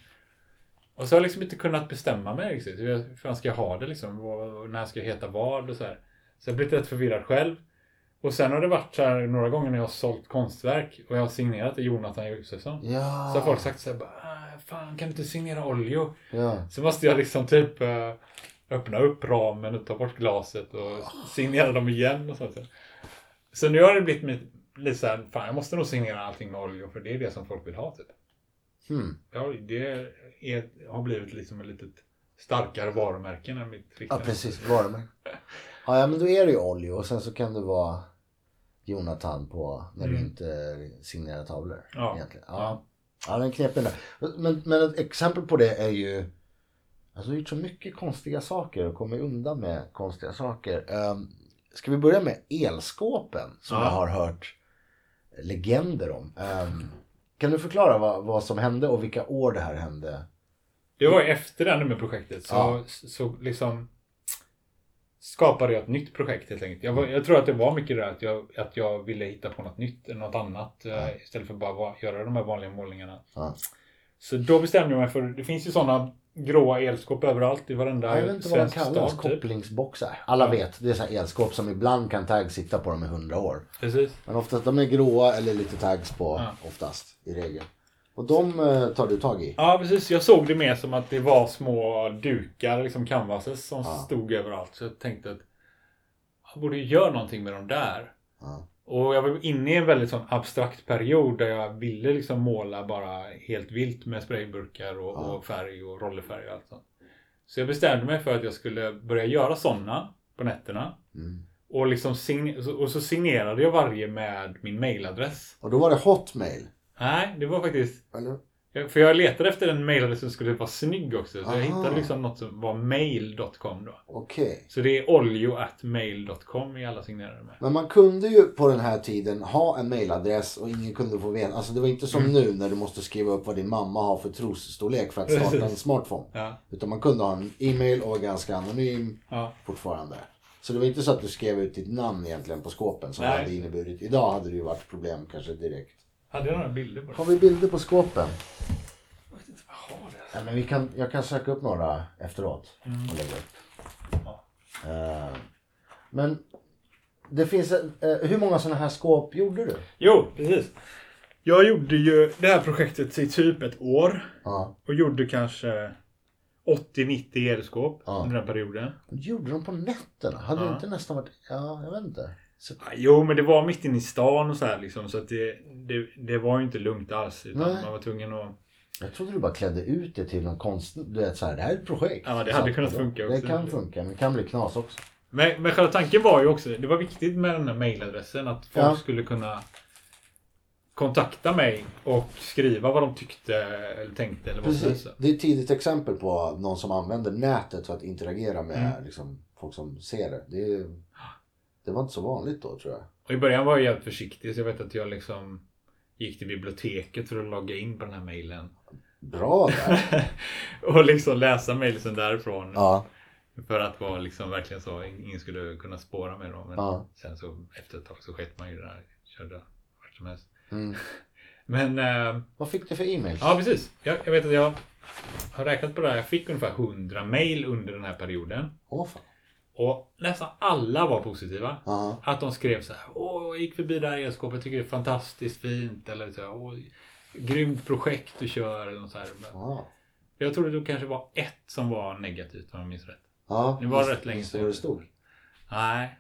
S1: Och så har jag liksom inte kunnat bestämma mig riktigt. Hur jag- hur fan ska jag ha det liksom? Vad- och När ska jag heta vad och så här. Så jag har blivit rätt förvirrad själv. Och sen har det varit så här några gånger när jag har sålt konstverk och jag har signerat det Jonathan Josefsson.
S2: Ja.
S1: Så har folk sagt så här, bara, "Ah, fan kan du inte signera Oljo?
S2: ja.
S1: Så måste jag liksom typ eh, öppna upp ramen och ta bort glaset och signera dem igen och sånt. där. Så nu har det blivit mitt, lite så här, fan jag måste nog signera allting med Oljo för det är det som folk vill ha typ.
S2: Hmm.
S1: Ja, det är, har blivit liksom ett litet starkare varumärke än mitt riktiga.
S2: Ja precis, varumärke. Ja, ja men då är det ju Olio och sen så kan det vara Jonathan på när du inte signerar tavlor.
S1: Mm. Ja.
S2: Egentligen. Ja.
S1: Ja.
S2: ja den knepen där. Men, men ett exempel på det är ju Alltså du har gjort så mycket konstiga saker och kommit undan med konstiga saker. Um, ska vi börja med elskåpen som
S1: Ja.
S2: jag har hört legender om. Ehm, kan du förklara vad, vad som hände och vilka år det här hände?
S1: Det var ju efter det här med projektet så,
S2: Ja.
S1: så liksom skapade jag ett nytt projekt helt enkelt. Jag, var, jag tror att det var mycket det där att jag, att jag ville hitta på något nytt, något annat eh, istället för bara va- göra de här vanliga målningarna.
S2: Ja.
S1: Så då bestämde jag mig för, det finns ju sådana gråa elskåp överallt i varenda
S2: Jag vet inte vad de
S1: svensk
S2: kallas,
S1: stad. Typ.
S2: kopplingsboxar. Alla vet, det är så här elskåp som ibland kan tagg sitta på dem i hundra år.
S1: Precis.
S2: Men oftast de är gråa eller lite tags på, oftast, i regel. Och de eh, tar du tag i?
S1: Ja precis, jag såg det mer som att det var små dukar, liksom canvases som stod överallt. Så jag tänkte att jag borde ju göra någonting med de där.
S2: Ja.
S1: Och jag var inne i en väldigt sån abstrakt period där jag ville liksom måla bara helt vilt med sprayburkar och, och färg och rollerfärg och allt sånt. Så jag bestämde mig för att jag skulle börja göra sådana på nätterna.
S2: Mm.
S1: Och, liksom sign- och så signerade jag varje med min mailadress.
S2: Och då var det Hotmail.
S1: Nej, det var faktiskt...
S2: Eller?
S1: För jag letade efter en mailadress som skulle vara snygg också. Så
S2: Aha.
S1: jag hittade liksom något som var mail.com då.
S2: Okej.
S1: Så det är oljo.mail.com i alla signerade med.
S2: Men man kunde ju på den här tiden ha en mailadress och ingen kunde få veta. Alltså det var inte
S1: Mm.
S2: som nu när du måste skriva upp vad din mamma har för trosstorlek för att starta en
S1: Precis.
S2: smartphone.
S1: Ja.
S2: Utan man kunde ha en e-mail och vara ganska anonym
S1: Ja.
S2: fortfarande. Så det var inte så att du skrev ut ditt namn egentligen på skåpen som
S1: Nej.
S2: hade inneburit. Idag hade det ju varit problem kanske direkt.
S1: Hade jag några bilder på det?
S2: Har vi bilder på skåpen? Jag vet inte vad jag har det. Nej, men vi kan, jag kan söka upp några efteråt
S1: Mm.
S2: och lägga upp. Eh, men det finns, en- eh, hur många sådana här skåp gjorde du?
S1: Jo, precis. Jag gjorde ju det här projektet i typ ett år.
S2: Ja.
S1: Och gjorde kanske 80-90 elskåp
S2: Ja.
S1: under den perioden.
S2: Gjorde de på nätterna? Hade det
S1: Ja.
S2: inte nästan varit, ja jag vet inte. Så,
S1: Ja, Ah, Jo, men det var mitt inne i stan och så här liksom. Så att det, det, det var ju inte lugnt alls. Utan
S2: Nej.
S1: man var tvungen att...
S2: jag trodde du bara klädde ut det till någon konst, du vet så här, det här är ett projekt.
S1: Ja, det hade
S2: Så-
S1: kunnat funka
S2: Det
S1: också.
S2: kan funka, men det kan bli knas också.
S1: Men, men själva tanken var ju också, det var viktigt med den här mailadressen. Att folk
S2: Ja.
S1: skulle kunna kontakta mig och skriva vad de tyckte eller tänkte eller vad som
S2: Precis.
S1: helst.
S2: Det är ett tidigt exempel på någon som använder nätet för att interagera med
S1: Mm.
S2: liksom, folk som ser det. Det, är- det var inte så vanligt då tror jag.
S1: Och i början var jag jävligt försiktig så jag vet att jag liksom gick till biblioteket för att logga in på den här
S2: (laughs)
S1: mailen.
S2: Bra
S1: (laughs)
S2: där!
S1: och liksom läsa mailen därifrån.
S2: ja.
S1: För att vara liksom verkligen så, ingen skulle kunna spåra mig då. Men
S2: Ja.
S1: sen så efter ett tag så skett man ju det där. Körde vart som helst.
S2: Mm.
S1: Men eh,
S2: Vad fick du för e-mail?
S1: ja, precis. Jag, jag vet att jag har räknat på det här. Jag fick ungefär 100 mail under den här perioden.
S2: Åh fan.
S1: Och nästan alla var positiva.
S2: Ja.
S1: Att de skrev så här. Åh, jag gick förbi det här elskåpet. Jag tycker det är fantastiskt fint. Eller så här. Åh, grymt projekt du kör. Eller något så här. Men
S2: Ja.
S1: jag tror det kanske var ett som var negativt om jag minns rätt.
S2: ja.
S1: Det var
S2: Visst-
S1: rätt länge
S2: visst
S1: sedan.
S2: var det stod.
S1: Nej.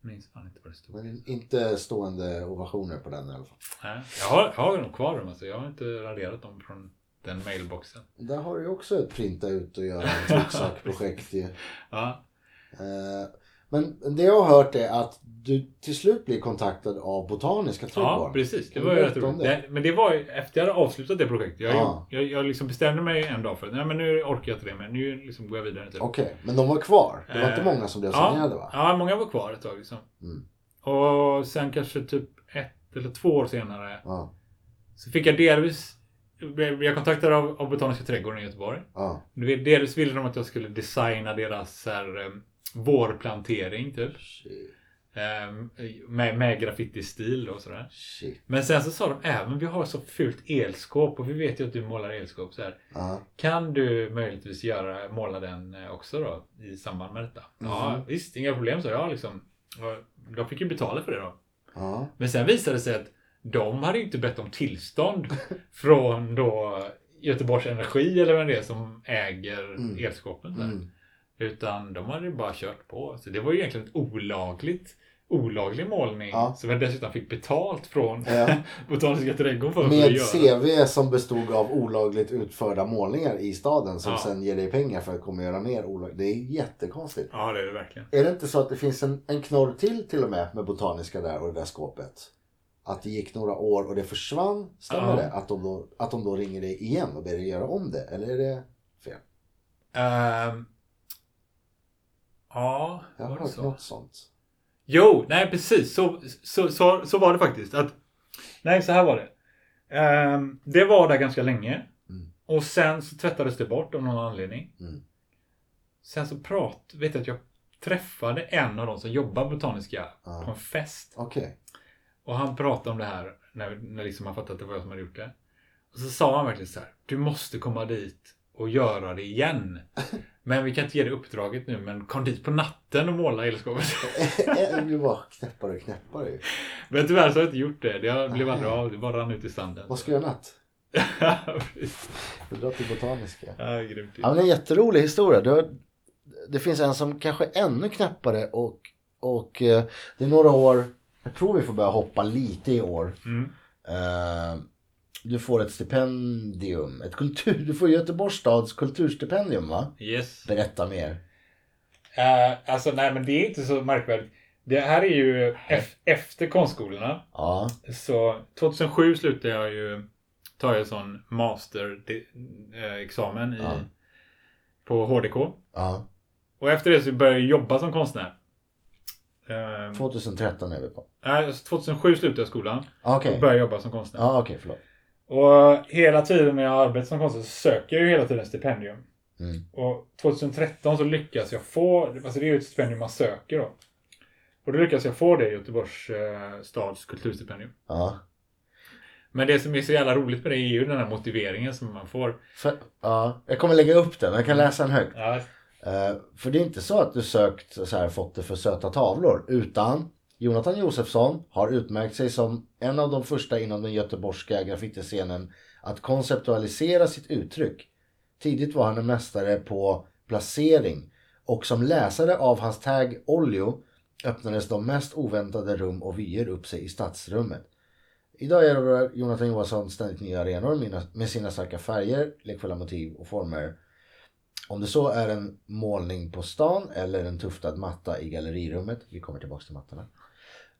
S1: Minns fan inte vad det stod.
S2: Men inte stående ovationer på den i alla fall.
S1: Nej. Jag, har, jag har dem kvar dem alltså. Jag har inte raderat dem från den mailboxen.
S2: Där har du ju också ett printa ut och
S1: (laughs)
S2: göra ett trycksaksprojekt ju.
S1: Ja.
S2: Eh, Men det jag har hört är att du till slut blir kontaktad av Botaniska trädgården.
S1: ja, precis. Det
S2: Kan du
S1: var ju rätt
S2: berätta om
S1: roligt. Det- Men det var ju efter jag hade avslutat det projektet. Jag,
S2: Ja.
S1: jag, jag liksom bestämde mig en dag för att nej, men nu orkar jag inte det mer. Nu liksom går jag vidare. Typ.
S2: Okej, men de var kvar? Det var inte
S1: Eh,
S2: många som blev
S1: ja,
S2: signerade va?
S1: Ja, många var kvar ett tag. Liksom.
S2: Mm.
S1: Och sen kanske typ ett eller två år senare
S2: Ja,
S1: så fick jag delvis... blev Jag kontaktad av, av Botaniska trädgården i Göteborg.
S2: ja,
S1: Du vet, Delvis ville de att jag skulle designa deras så här, eh, vårplantering typ.
S2: shit,
S1: Eh, Med, med graffiti-stil då och sådär.
S2: shit.
S1: Men sen så sa de även vi har så fult elskåp och vi vet ju att du målar elskåp så här.
S2: Ja,
S1: Kan du möjligtvis göra, måla den eh, också då i samband med detta?
S2: Mm.
S1: Ja visst, inga problem så jag liksom. Och De fick ju betala för det då.
S2: ja.
S1: Men sen visade det sig att de hade ju inte bett om
S2: (laughs)
S1: tillstånd från då Göteborgs Energi eller vem det är som äger elskåpen där.
S2: Mm.
S1: Utan de hade ju bara kört på. Så det var ju egentligen ett olagligt olaglig målning
S2: Ja.
S1: som jag dessutom fick betalt från
S2: Ja.
S1: (laughs) Botaniska trädgården för
S2: Med
S1: att
S2: ett
S1: göra.
S2: CV som bestod av olagligt utförda målningar i staden som
S1: Ja.
S2: sen ger dig pengar för att komma och göra mer olagligt. Det är jättekonstigt.
S1: Ja, det är det verkligen.
S2: Är det inte så att det finns en, en knorr till till och med med Botaniska där och det där skåpet? Att det gick några år och det försvann, stämmer
S1: Ja.
S2: det? Att de, då, att de då ringer dig igen och ber dig göra om det? Eller är det fel?
S1: Ehm, ja,
S2: Jag har
S1: var det
S2: hört
S1: så?
S2: något sånt.
S1: Jo, nej precis. Så, så, så, så var det faktiskt. Att, nej, så här var det. Ehm, det var där ganska länge. Och sen så tvättades det bort av någon anledning.
S2: Mm.
S1: Sen så prat, vet jag att jag träffade en av de som jobbar på Botaniska
S2: Ja.
S1: på en fest.
S2: Okej. (laughs)
S1: Och han pratade om det här när, när liksom han fattade att det var jag som hade gjort det. Och så sa han verkligen så här. Du måste komma dit och göra det
S2: (laughs)
S1: igen. Men vi kan inte ge dig uppdraget nu, men kom dit på natten och måla elskåpet.
S2: Det blir bara knäppare och knäppare ju.
S1: (laughs) Men tyvärr så har jag inte gjort det. Jag blev aldrig av. Det bara rann ut i sanden.
S2: Vad ska jag göra i natt?
S1: Precis.
S2: Vi drar till Botaniska.
S1: (laughs) ja, grymt.
S2: Ja, men det är en jätterolig historia. Du har, det finns en som kanske är ännu knäppare och, och eh, det är några år, jag tror vi får börja hoppa lite i år.
S1: Mm.
S2: Eh, Du får ett stipendium, ett kultur, du får Göteborgs stads kulturstipendium va?
S1: Yes.
S2: Berätta mer.
S1: Eh, alltså nej men det är inte så märkvärdigt. Det här är ju ef- efter konstskolorna.
S2: Ja.
S1: Så 2007 slutade jag ju ta en sån masterexamen i,
S2: Ja.
S1: på HDK.
S2: ja.
S1: Och efter det så började jag jobba som konstnär. Ehm,
S2: 2013 är vi på.
S1: nej, alltså 2007 slutade jag skolan
S2: Ah, Okej.
S1: och började jobba som konstnär.
S2: Ja, okej, förlåt.
S1: Och hela tiden när jag har arbetat som konstnär så söker jag ju hela tiden stipendium.
S2: Mm.
S1: Och 2013 så lyckas jag få, alltså det är ju ett stipendium man söker då. Och då lyckas jag få det i Göteborgs eh, stads kulturstipendium.
S2: Ja.
S1: Men det som är så jävla roligt med det är ju den här motiveringen som man får.
S2: För, ja. Jag kommer lägga upp den, jag kan läsa den högt.
S1: Ja,
S2: Eh, för det är inte så att du sökt så här, fått det för söta tavlor. Utan Jonathan Josefsson har utmärkt sig som en av de första inom den göteborgska graffiti-scenen att konceptualisera sitt uttryck. Tidigt var han en mästare på placering och som läsare av hans tag Olio öppnades de mest oväntade rum och vyer upp sig i stadsrummet. Idag erövrar Jonathan Johansson ständigt nya arenor mina- med sina starka färger, lekfulla motiv och former. Om det så är en målning på stan eller en tuftad matta i gallerirummet, vi kommer tillbaka till mattorna,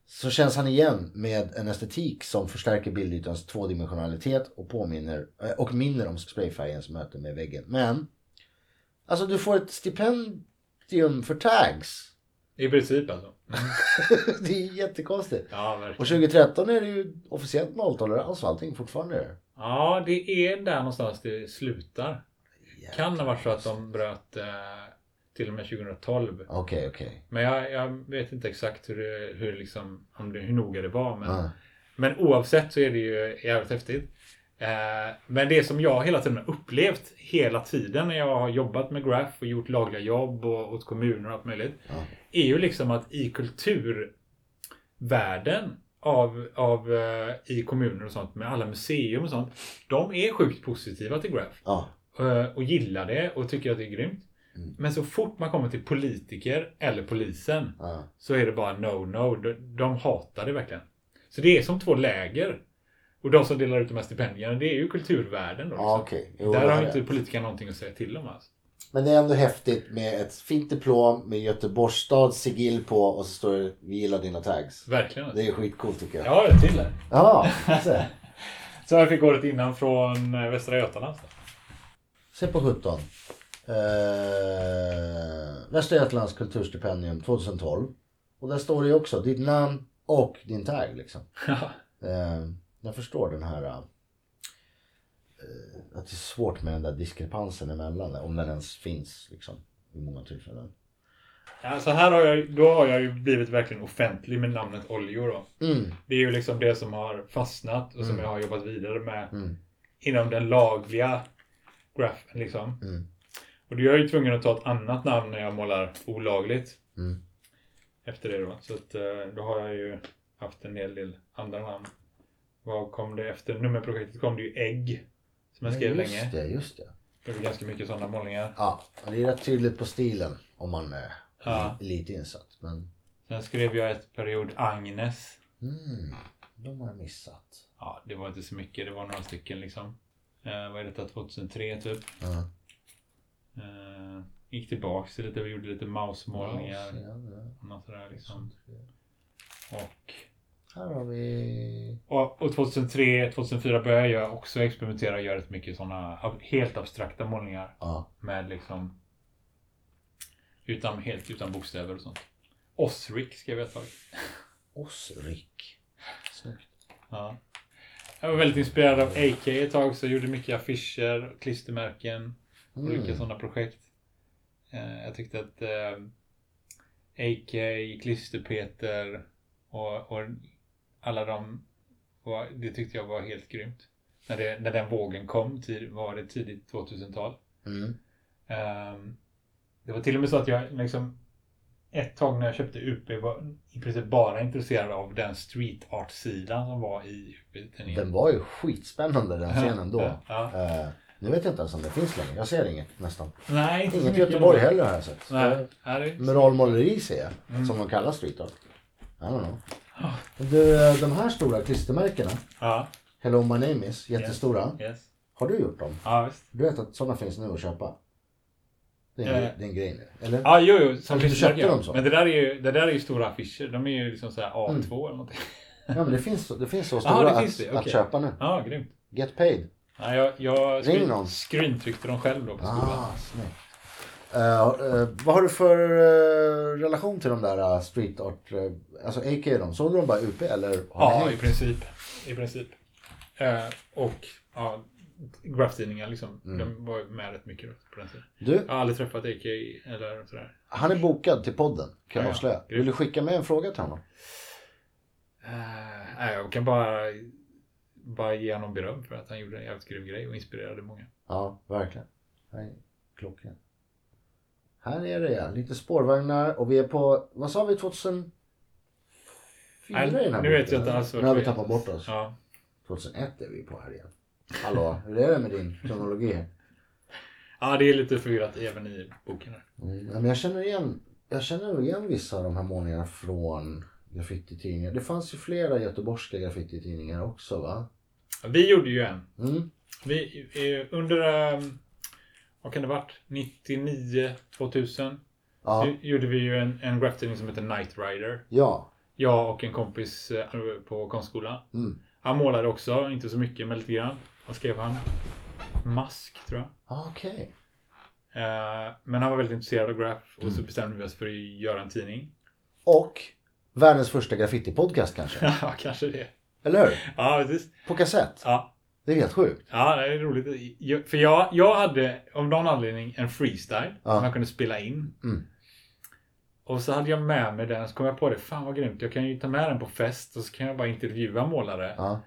S2: så känns han igen med en estetik som förstärker bildytans tvådimensionalitet och, påminner, eh, och minner om sprayfärgens möte med väggen. Men, alltså du får ett stipendium för tags. (laughs)
S1: I princip alltså.
S2: det är jättekonstigt.
S1: Ja,
S2: Och
S1: verkligen.
S2: 2013 är det ju officiellt nolltolerans och allting fortfarande.
S1: Ja, det är där någonstans det slutar. Kan ha varit så att de bröt eh, till och med 2012.
S2: Okej, okej.
S1: Men jag, jag vet inte exakt hur, det, hur, liksom, om det, hur noga det var. Men,
S2: Ja.
S1: men oavsett så är det ju jävligt häftigt. Eh, men det som jag hela tiden har upplevt hela tiden när jag har jobbat med graph och gjort lagliga jobb och åt kommuner och allt möjligt.
S2: Ja.
S1: Är ju liksom att i kulturvärlden av, av, eh, i kommuner och sånt med alla museum och sånt. De är sjukt positiva till graph.
S2: Ja.
S1: Eh, och gillar det och tycker att det är grymt.
S2: Mm.
S1: Men så fort man kommer till politiker eller polisen
S2: Ja.
S1: så är det bara no, no. De, de hatar det verkligen. Så det är som två läger. Och de som delar ut de här stipendierna, det är ju kulturvärlden då.
S2: Ja,
S1: Liksom.
S2: Ah, okej. Jo,
S1: Där
S2: det
S1: har
S2: är
S1: ju inte
S2: det.
S1: politikerna någonting att säga till om alltså. alls.
S2: Men det är ändå häftigt med ett fint diplom med Göteborgs stads sigill på och så står det vi gillar dina tags.
S1: Verkligen. alltså.
S2: Det är skitcoolt tycker jag.
S1: Jag har ett till här.
S2: Ja, se.
S1: Så jag fick året innan från eh, Västra Götaland.
S2: se på 17. Uh, Västra Götalands kulturstipendium 2012. Och där står det ju också ditt namn och din tag liksom.
S1: Ja.
S2: Eh, jag förstår den här... eh, att det är svårt med den där diskrepansen emellan. Om den ens finns liksom. I många tillfällen.
S1: Alltså här har jag, då har jag ju blivit verkligen offentlig med namnet Oljo då.
S2: Mm,
S1: Det är ju liksom det som har fastnat och som jag har jobbat vidare med
S2: Mm.
S1: inom den lagliga grafen liksom.
S2: Mm.
S1: Och då är jag ju tvungen att ta ett annat namn när jag målar olagligt.
S2: Mm.
S1: Efter det då. Så att, eh, då har jag ju haft en hel del andra namn. Vad kom det efter nummerprojektet kom det ju Ägg. Som jag skrev
S2: just
S1: länge.
S2: det, just det.
S1: Det var ganska mycket sådana målningar.
S2: Ja, det är rätt tydligt på stilen om man är
S1: Ja.
S2: lite insatt. Men
S1: Sen skrev jag ett period Agnes.
S2: mm, de har jag missat.
S1: Ja, det var inte så mycket. Det var några stycken liksom. Eh, vad är detta? 2003 typ.
S2: Ja.
S1: Eh, gick tillbaks till lite och gjorde lite
S2: Ja,
S1: mausmålningar.
S2: sen, ja.
S1: Och något sådär liksom. Och,
S2: Här har vi...
S1: och, och 2003, 2004 började jag också experimentera och göra rätt mycket sådana helt abstrakta målningar.
S2: Ja,
S1: Med liksom utan, helt utan bokstäver och sånt. Osric skrev jag ett tag.
S2: Osrik. Snyggt.
S1: Ja. Jag var väldigt inspirerad av AK ett tag så jag gjorde mycket affischer, klistermärken, olika sådana projekt. Eh, jag tyckte att eh, AK, Klisterpeter och, och alla de, var, det tyckte jag var helt grymt. När, det, när den vågen kom tid, var det tidigt 2000-tal.
S2: Mm.
S1: Ehm, det var till och med så att jag liksom ett tag när jag köpte UP var i princip bara intresserad av den street art-sidan som var i UP-tidningen.
S2: Den var ju skitspännande den scenen då.
S1: Ja, ja.
S2: Eh, nu vet jag inte ens om det finns längre. Jag ser inget nästan.
S1: (laughs) Nej, inte så
S2: Inget
S1: mycket.
S2: Göteborg heller har jag sett.
S1: Nej, Mm. här är det.
S2: Muralmåleri ser jag, som de kallar street art. I don't know. Du, eh, de här stora klistermärkena,
S1: Ja,
S2: Hello My Name Is, jättestora.
S1: yes.
S2: Har du gjort dem?
S1: Ja, visst.
S2: Du vet att sådana finns nu att köpa? Det är en,
S1: Eh.
S2: det är en grej nu. Eller?
S1: Ja, jo, jo. Som
S2: Alltså, du
S1: lyssnar
S2: köpte
S1: kan jag.
S2: dem så?
S1: Men det där, är ju, det där är ju stora affischer. De är ju liksom såhär A2
S2: Mm.
S1: eller någonting.
S2: Ja, men det finns, så- det finns så
S1: Jaha,
S2: stora
S1: det finns
S2: att,
S1: det, okej.
S2: att köpa nu.
S1: Ja, grymt.
S2: Get paid.
S1: Ja, jag jag
S2: Ring
S1: screen,
S2: någon.
S1: screentryckte dem själv då på skolan.
S2: Ah, snyggt. Eh, eh, vad har du för eh, relation till de där eh, street art, eh, alltså AK de? Såg du dem bara UP eller? har det
S1: Ja, i
S2: hängt?
S1: princip. I princip. Eh, och ja, grafftidningar liksom.
S2: Mm.
S1: De var ju med rätt mycket då, på den tiden.
S2: Du,
S1: Jag har aldrig träffat AK eller sådär.
S2: han är bokad till podden kan jag
S1: Ja, ja.
S2: avslöja.
S1: Grymt.
S2: Vill du skicka med en fråga till honom?
S1: Eh, nej, jag kan bara, bara ge honom beröm för att han gjorde en jävligt grym grej och inspirerade många.
S2: Ja, verkligen. Nej, klockan. Här är det ja, lite spårvagnar och vi är på, vad sa vi, 2004 i
S1: Nej,
S2: den här
S1: nu
S2: boken,
S1: vet jag inte
S2: eller?
S1: alls
S2: Nu
S1: vart
S2: har vi
S1: är.
S2: tappat bort oss.
S1: Ja.
S2: 2001 är vi på här igen. Hallå, hur är det med din kronologi här?
S1: ja, det är lite förvirrat även i boken. Här.
S2: Mm, men jag känner igen, jag känner igen vissa av de här målningarna från graffititidningar. Det fanns ju flera göteborgska graffititidningar också va?
S1: Vi gjorde ju en.
S2: Mm.
S1: Vi, eh, under, eh, vad kan det varit, 99, 2000.
S2: Ja,
S1: Så gjorde vi ju en, en grafftidning som heter Night Rider.
S2: ja,
S1: Jag och en kompis eh, på konstskolan.
S2: Mm.
S1: Han målade också, inte så mycket men lite grann. Vad skrev han? Mask tror jag.
S2: ah, okej.
S1: Eh, Men han var väldigt intresserad av graf och så
S2: Mm.
S1: bestämde vi oss för att göra en
S2: (laughs)
S1: tidning.
S2: Och världens första graffitipodcast kanske?
S1: Ja, kanske det.
S2: Eller hur?
S1: Ja, precis.
S2: På kassett?
S1: Ja,
S2: Det är helt sjukt.
S1: ja det är roligt. Jag- För jag, jag hade av någon anledning en freestyle
S2: Ja.
S1: som jag kunde spela in.
S2: Mm.
S1: Och så hade jag med mig den så kom jag på det. Fan vad grymt. Jag kan ju ta med den på fest och så kan jag bara intervjua målare.
S2: Ja.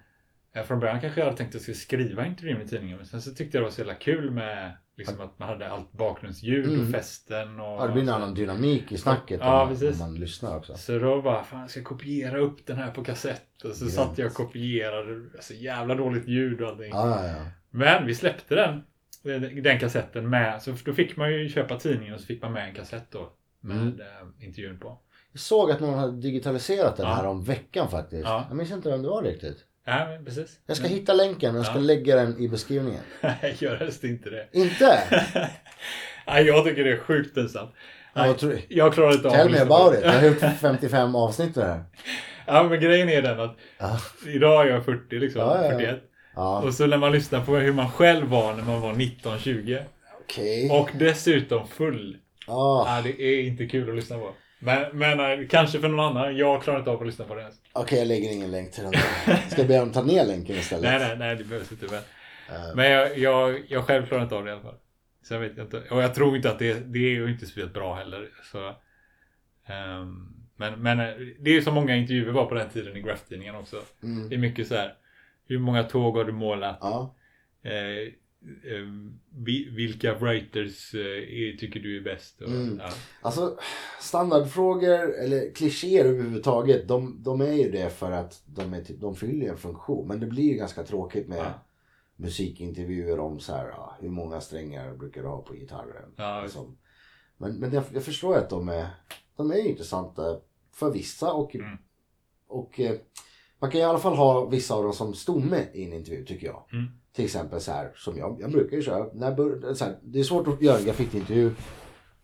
S1: Eh, Från början kanske jag hade tänkt att jag skulle skriva intervjun i tidningen. Men sen så tyckte jag det var så jävla kul med liksom, att man hade allt bakgrundsljud
S2: Mm.
S1: och festen. Och,
S2: Ja, det blir en annan dynamik i snacket
S1: Ja,
S2: om, man, om
S1: precis.
S2: man lyssnar också.
S1: Så då bara, fan jag ska kopiera upp den här på kassett. Och så
S2: Grymt.
S1: satt jag och kopierade. Alltså jävla dåligt ljud och allting.
S2: Ja, ja, ja.
S1: Men vi släppte den. Den kassetten med. Så då fick man ju köpa tidningen och så fick man med en kassett då. Med
S2: Mm.
S1: eh, intervjun på.
S2: Jag såg att någon hade digitaliserat den
S1: Ja.
S2: här om veckan faktiskt.
S1: Ja. Mm.
S2: Jag minns inte vem det var riktigt.
S1: Ja, men precis.
S2: Jag
S1: (laughs)
S2: ska hitta länken och jag ska lägga den i beskrivningen.
S1: Nej, gör helst inte det. (laughs)
S2: Inte?
S1: Nej, jag tycker det är sjukt pinsamt.
S2: Ja, jag tror-
S1: jag klarar inte av
S2: Tell
S1: att
S2: me
S1: lyssna på
S2: about
S1: det.
S2: it. Jag har gjort 55 avsnitt med det här.
S1: (laughs) Ja men grejen är den att
S2: Ja.
S1: idag är jag 40 liksom,
S2: Ja, ja, ja.
S1: 41.
S2: Ja,
S1: Och så när man lyssnar på hur man själv var när man var 19-20
S2: okej.
S1: och dessutom full.
S2: Ja,
S1: Ja, det är inte kul att lyssna på. Men, men eh, kanske för någon annan. Jag klarar inte av att lyssna på det ens.
S2: Okej, jag lägger ingen länk till den. där. Ska jag be dem ta ner länken
S1: (laughs)
S2: istället?
S1: Nej, nej, nej, det behövs inte. Men,
S2: Ehm.
S1: men jag, jag, jag själv klarar inte av det i alla fall. Så jag vet inte. Och jag tror inte att det, det är ju inte speciellt bra heller. Så, ehm, men, men eh, det är ju så många intervjuer var på den tiden i Graph-tidningen också. Det är mycket så här. Hur många tåg har du målat?
S2: Ja,
S1: Eh, eh, vi- vilka writers eh, är, tycker du är bäst? Och, ja.
S2: alltså standardfrågor eller klichéer överhuvudtaget. De, de är ju det för att de, är, typ- de fyller ju en funktion. Men det blir ju ganska tråkigt med
S1: Ja.
S2: musikintervjuer om så här, ja, hur många strängar brukar du ha på gitarren?
S1: Ja,
S2: Alltså, men men jag, jag förstår att de är, de är intressanta för vissa och,
S1: Mm.
S2: och eh, man kan i alla fall ha vissa av dem som stomme i en intervju tycker jag.
S1: Mm.
S2: Till exempel så här som jag, jag brukar ju köra, när bör, så här, det är svårt att göra en graffitiintervju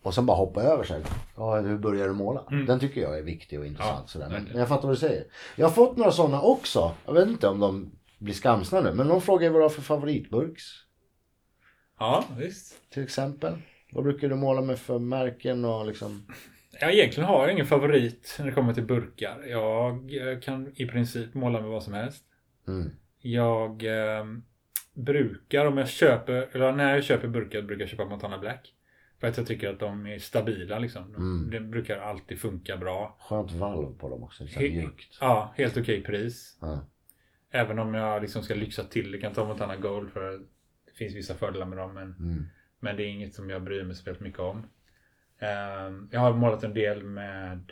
S2: och sen bara hoppa över så här. Ja, hur börjar du måla? Den tycker jag är viktig och intressant.
S1: Mm. Ja,
S2: sådär. Men,
S1: verkligen.
S2: men jag fattar vad du säger. Jag har fått några sådana också. Jag vet inte om de blir skamsna nu. Men någon frågar ju vad du har för favoritburks.
S1: ja, visst.
S2: Till exempel. Vad brukar du måla med för märken och liksom?
S1: Ja, egentligen har jag ingen favorit när det kommer till burkar. Jag eh, kan i princip måla med vad som helst.
S2: Mm.
S1: Jag eh, brukar, om jag köper, eller när jag köper burkar brukar jag köpa Montana Black. För att jag tycker att de är stabila liksom. De, de brukar alltid funka bra.
S2: Skönt valv på dem också. Lite
S1: He-
S2: mjukt.
S1: Ja, helt okej pris.
S2: Ja.
S1: Även om jag liksom ska lyxa till det. Kan ta Montana Gold för det finns vissa fördelar med dem. Men,
S2: Mm.
S1: men det är inget som jag bryr mig speciellt mycket om. Ehm, jag har målat en del med...